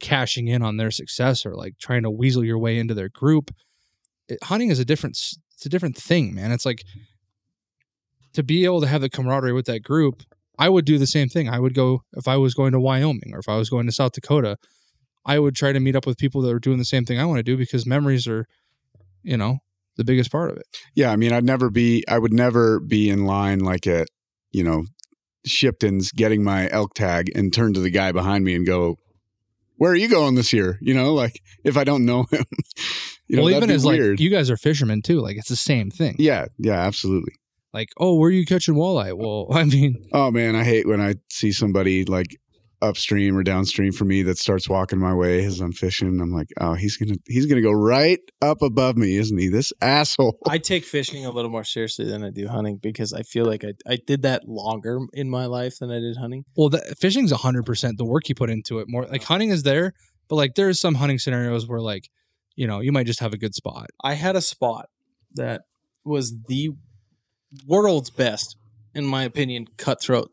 Speaker 2: cashing in on their success or like trying to weasel your way into their group. It- hunting is a different s- it's a different thing, man. It's like to be able to have the camaraderie with that group, I would do the same thing. I would go if I was going to Wyoming or if I was going to South Dakota, I would try to meet up with people that are doing the same thing I want to do because memories are you know the biggest part of it
Speaker 5: Yeah, I mean, I'd never be, I would never be in line like at, you know, Shipton's getting my elk tag and turn to the guy behind me and go, "Where are you going this year?" You know, like if I don't know him, you know,
Speaker 2: well
Speaker 5: that'd
Speaker 2: even
Speaker 5: be
Speaker 2: as
Speaker 5: weird.
Speaker 2: like you guys are fishermen too like it's the same thing
Speaker 5: yeah, yeah, absolutely.
Speaker 2: like oh where are you catching walleye well i mean
Speaker 5: Oh man, I hate when I see somebody like upstream or downstream from me that starts walking my way as I'm fishing. I'm like, oh, he's gonna he's gonna go right up above me, isn't he? This asshole.
Speaker 3: I take fishing a little more seriously than I do hunting because I feel like I I did that longer in my life than I did hunting.
Speaker 2: well the, fishing's 100% the work you put into it more like hunting is there but like there's some hunting scenarios where like you know you might just have a good spot
Speaker 3: I had a spot that was the world's best, in my opinion, cutthroat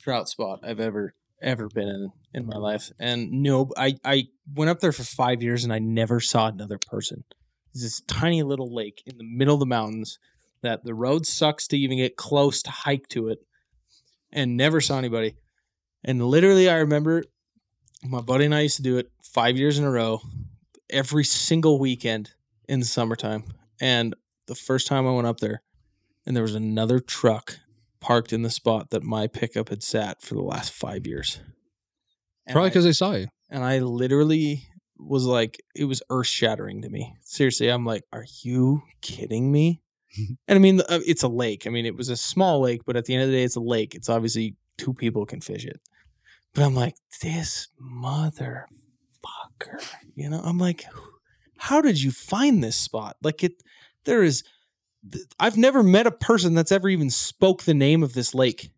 Speaker 3: trout spot I've ever ever been in in my life. And no, I I went up there for five years and I never saw another person. It's this tiny little lake in the middle of the mountains that the road sucks to even get close to hike to it, and never saw anybody. And literally, I remember my buddy and I used to do it five years in a row, every single weekend in the summertime. And the first time I went up there, and there was another truck parked in the spot that my pickup had sat for the last five years. And
Speaker 2: probably
Speaker 3: I-
Speaker 2: because they saw you
Speaker 3: and I literally was like, it was earth shattering to me. Seriously, I'm like, are you kidding me? and I mean, uh, it's a lake. I mean, it was a small lake, but at the end of the day, it's a lake. It's obviously two people can fish it. But I'm like, this motherfucker. You know, I'm like, how did you find this spot? Like, it, there is, th- I've never met a person that's ever even spoke the name of this lake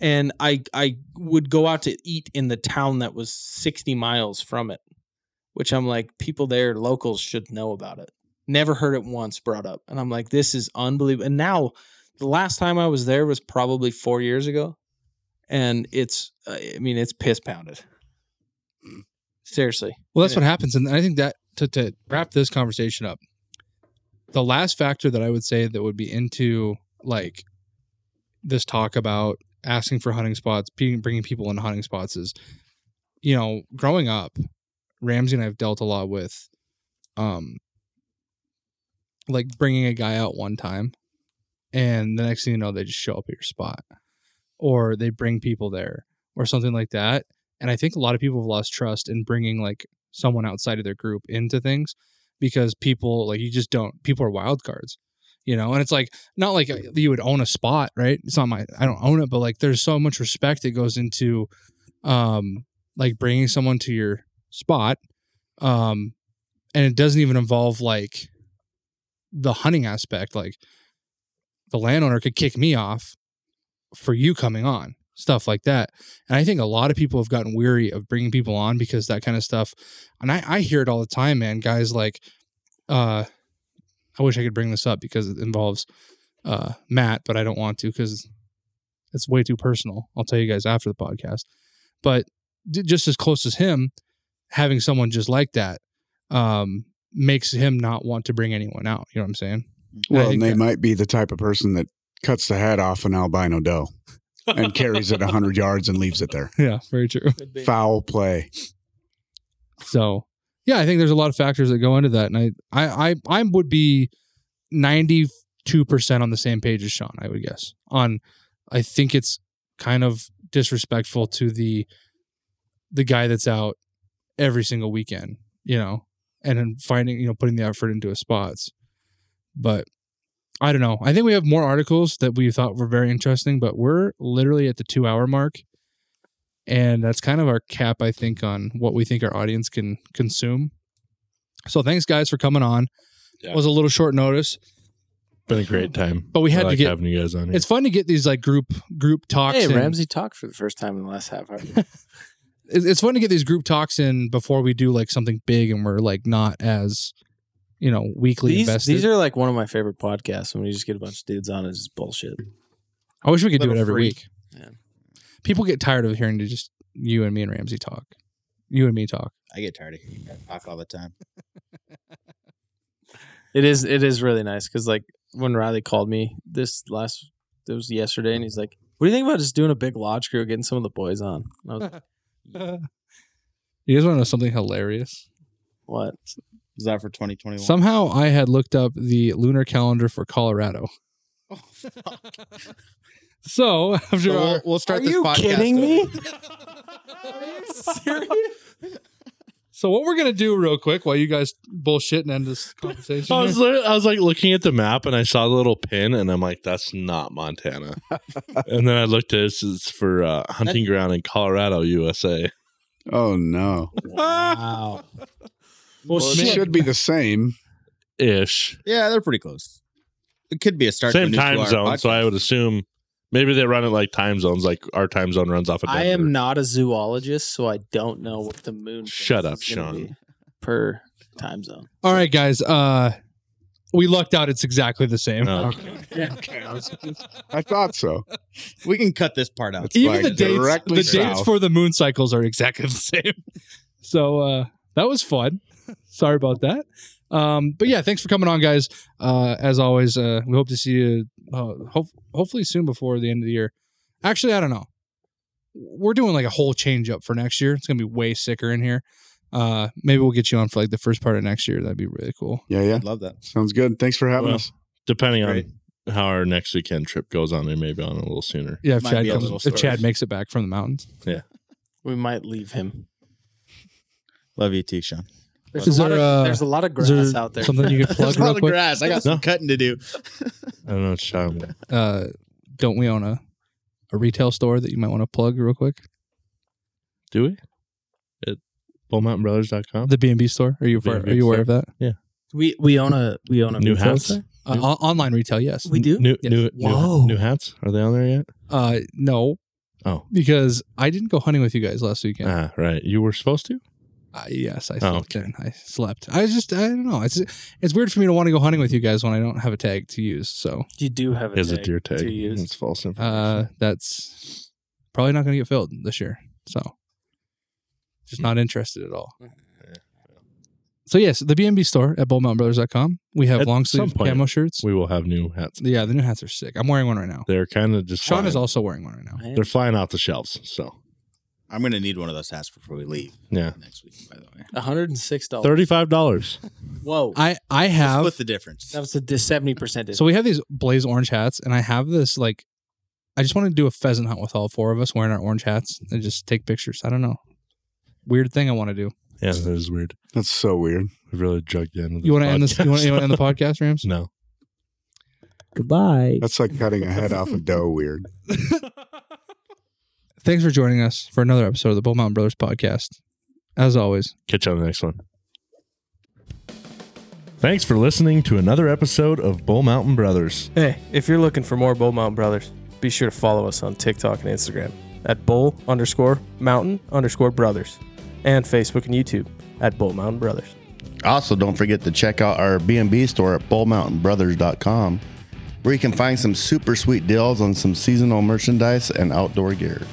Speaker 3: and I I would go out to eat in the town that was 60 miles from it, which I'm like people there locals should know about it. Never heard it once brought up, and I'm like this is unbelievable. And now the last time I was there was probably four years ago, and it's I mean it's piss pounded. Seriously,
Speaker 2: Well, that's
Speaker 3: Yeah.
Speaker 2: what happens, and I think that to, to wrap this conversation up, the last factor that I would say that would be into like this talk about asking for hunting spots, being, bringing people into hunting spots is, you know, growing up, Ramsey and I have dealt a lot with, um, like bringing a guy out one time, and the next thing you know, they just show up at your spot, or they bring people there, or something like that. And I think a lot of people have lost trust in bringing like someone outside of their group into things because people like you just don't people are wild cards you know and it's like not like uh, you would own a spot right it's not my i don't own it but like there's so much respect that goes into um like bringing someone to your spot um and it doesn't even involve like the hunting aspect like the landowner could kick me off for you coming on stuff like that and i think a lot of people have gotten weary of bringing people on because that kind of stuff and I, I hear it all the time, man. Guys like, uh, I wish I could bring this up because it involves uh, Matt, but I don't want to because it's way too personal. I'll tell you guys after the podcast. But d- just as close as him, having someone just like that um, makes him not want to bring anyone out. You know what I'm saying? I
Speaker 5: Well,
Speaker 2: think
Speaker 5: and they
Speaker 2: that-
Speaker 5: might be the type of person that cuts the head off an albino doe and carries it 100 yards and leaves it there.
Speaker 2: Yeah, very true.
Speaker 5: Foul play.
Speaker 2: So yeah, I think there's a lot of factors that go into that, and I I I, I would be ninety two percent on the same page as Sean. I would guess on. I think it's kind of disrespectful to the the guy that's out every single weekend, you know, and then finding you know putting the effort into his spots, but. I don't know. I think we have more articles that we thought were very interesting, but we're literally at the two hour mark and that's kind of our cap i think on what we think our audience can consume so thanks guys for coming on
Speaker 6: Yeah.
Speaker 2: was a little short notice
Speaker 6: Been a great time.
Speaker 2: but we
Speaker 6: I
Speaker 2: had to
Speaker 6: like
Speaker 2: get
Speaker 6: having you guys on here.
Speaker 2: it's fun to get these like group group talks
Speaker 3: Hey,
Speaker 2: in.
Speaker 3: Ramsey talked for the first time in the last half hour.
Speaker 2: It's, it's fun to get these group talks in before we do like something big and we're like not as you know weekly
Speaker 3: these,
Speaker 2: invested
Speaker 3: these are like one of my favorite podcasts when you just get a bunch of dudes on and it's just bullshit.
Speaker 2: i wish we could do it
Speaker 6: little
Speaker 2: every
Speaker 6: free.
Speaker 2: week
Speaker 3: Yeah.
Speaker 2: people get tired of hearing to just you and me and ramsey talk you and me talk
Speaker 4: I get tired of hearing that talk all the time.
Speaker 3: It is it is really nice because like when Riley called me this last it was yesterday and he's like, "What do you think about just doing a big lodge crew, getting some of the boys on?" And I was like,
Speaker 2: you guys want to know something hilarious
Speaker 3: "What?
Speaker 4: Is that for 2021?
Speaker 2: Somehow I had looked up the lunar calendar for Colorado. so after
Speaker 4: So
Speaker 2: our-
Speaker 4: we'll, we'll start
Speaker 3: Are
Speaker 4: this
Speaker 3: you
Speaker 4: podcast.
Speaker 3: kidding me?
Speaker 4: over.
Speaker 2: so what we're gonna do real quick while you guys bullshit and end this conversation.
Speaker 6: I
Speaker 2: here-
Speaker 6: was, li- I was like looking at the map and I saw the little pin and I'm like, that's not Montana. and then I looked at this is for uh, hunting ground in Colorado, USA.
Speaker 5: Oh, no.
Speaker 3: Wow."
Speaker 5: Well, it should be the same.
Speaker 6: Ish.
Speaker 4: Yeah, they're pretty close. It could be a start. to a
Speaker 6: Same
Speaker 4: new
Speaker 6: time
Speaker 4: two-hour
Speaker 6: zone. So I
Speaker 4: podcast.
Speaker 6: would assume maybe they run it like time zones, like our time zone runs off of Denver.
Speaker 3: I am not a zoologist, so I don't know what the moon. phase
Speaker 6: Shut up,
Speaker 3: is gonna
Speaker 6: Sean.
Speaker 3: be Per time zone.
Speaker 2: All right, guys. Uh, we lucked out. It's exactly the same.
Speaker 6: Uh,
Speaker 5: Okay, I, was- I thought so.
Speaker 4: We can cut this part out.
Speaker 2: Even
Speaker 5: like
Speaker 2: the dates,
Speaker 5: directly
Speaker 2: the dates
Speaker 5: south.
Speaker 2: for the moon cycles are exactly the same. So uh, that was fun. Sorry about that. Um, but yeah, thanks for coming on, guys. Uh, as always, uh, we hope to see you uh, hope hopefully soon before the end of the year. Actually, I don't know. We're doing like a whole change up for next year. It's gonna be way sicker in here. Uh, maybe we'll get you on for like the first part of next year. That'd be really cool.
Speaker 5: Yeah, yeah.
Speaker 4: I'd love that.
Speaker 5: Sounds good. Thanks for having
Speaker 6: Well,
Speaker 5: us.
Speaker 6: depending
Speaker 4: Great.
Speaker 6: on how our next weekend trip goes on, we may be on a little sooner.
Speaker 2: Yeah, if
Speaker 4: Might
Speaker 2: Chad
Speaker 4: be a
Speaker 2: comes,
Speaker 4: little
Speaker 2: if Chad
Speaker 4: slower.
Speaker 2: makes it back from the mountains.
Speaker 3: We might leave him.
Speaker 4: Love you, too, Sean.
Speaker 3: There's,
Speaker 2: Is
Speaker 3: a, lot
Speaker 2: there,
Speaker 3: of,
Speaker 2: uh,
Speaker 3: there's a lot of
Speaker 2: is
Speaker 3: grass
Speaker 2: there
Speaker 3: out there.
Speaker 2: Something you could plug
Speaker 4: There's a
Speaker 2: real
Speaker 4: lot of
Speaker 2: quick.
Speaker 4: grass. I got some
Speaker 6: No.
Speaker 4: cutting to do.
Speaker 6: I don't know what you're talking about.
Speaker 2: uh, don't we own a, a retail store that you might want to plug real quick?
Speaker 6: Do we? At BullMountainBrothers.com?
Speaker 2: The B and B store. Are you
Speaker 6: B&B
Speaker 2: are you aware of that?
Speaker 3: we we own a we own a
Speaker 6: New
Speaker 3: retail
Speaker 6: hats?
Speaker 3: store.
Speaker 2: Uh, on- online retail, yes.
Speaker 3: We do.
Speaker 6: New,
Speaker 2: Yes.
Speaker 6: new,
Speaker 3: Whoa.
Speaker 6: new, new hats? Are they on there yet?
Speaker 2: Uh, no,
Speaker 6: Oh.
Speaker 2: because I didn't go hunting with you guys last weekend.
Speaker 6: Ah, right. You were supposed to?
Speaker 2: Uh, yes, I
Speaker 6: Oh,
Speaker 2: slept in. I slept. I was just I don't know. It's it's weird for me to want to go hunting with you guys when I don't have a tag to use. So
Speaker 3: You do have a
Speaker 6: Is
Speaker 3: tag
Speaker 6: it deer tag?
Speaker 3: to use.
Speaker 6: It's false information.
Speaker 2: uh, that's probably not going to get filled this year. So just not interested at all. So yes, the B and B store at BullMountainBrothers.com. We have
Speaker 6: At
Speaker 2: long
Speaker 6: some
Speaker 2: sleeve
Speaker 6: point,
Speaker 2: camo shirts.
Speaker 6: we will have new hats.
Speaker 2: Yeah, the new hats are sick. I'm wearing one right now.
Speaker 6: They're kind of just.
Speaker 2: Sean
Speaker 6: flying.
Speaker 2: is also wearing one right now.
Speaker 3: Man.
Speaker 6: They're flying off the shelves. So,
Speaker 4: I'm gonna need one of those hats before we leave
Speaker 6: yeah.
Speaker 4: next week. By the way,
Speaker 6: Oh.
Speaker 3: $106.
Speaker 6: $35.
Speaker 3: Whoa.
Speaker 2: I I
Speaker 4: Let's
Speaker 2: have
Speaker 4: split the difference.
Speaker 3: that was a 70% discount.
Speaker 2: so we have these blaze orange hats, and I have this like I just want to do a pheasant hunt with all four of us wearing our orange hats and just take pictures. I don't know, weird thing I want to do.
Speaker 6: Yeah, that is weird.
Speaker 5: That's so weird.
Speaker 6: We really drugged the end of
Speaker 2: You want to end this? You want to end the podcast, Rams?
Speaker 6: No.
Speaker 3: Goodbye.
Speaker 5: That's like cutting a head off a doe weird.
Speaker 2: Thanks for joining us for another episode of the Bull Mountain Brothers podcast. As always,
Speaker 6: Catch you on the next one. Thanks for listening to another episode of Bull Mountain Brothers.
Speaker 3: Hey, if you're looking for more Bull Mountain Brothers, be sure to follow us on TikTok and Instagram at Bull underscore Mountain underscore Brothers and Facebook and YouTube at Bull Mountain Brothers.
Speaker 8: Also, don't forget to check out our B&B store at bullmountainbrothers.com where you can find some super sweet deals on some seasonal merchandise and outdoor gear.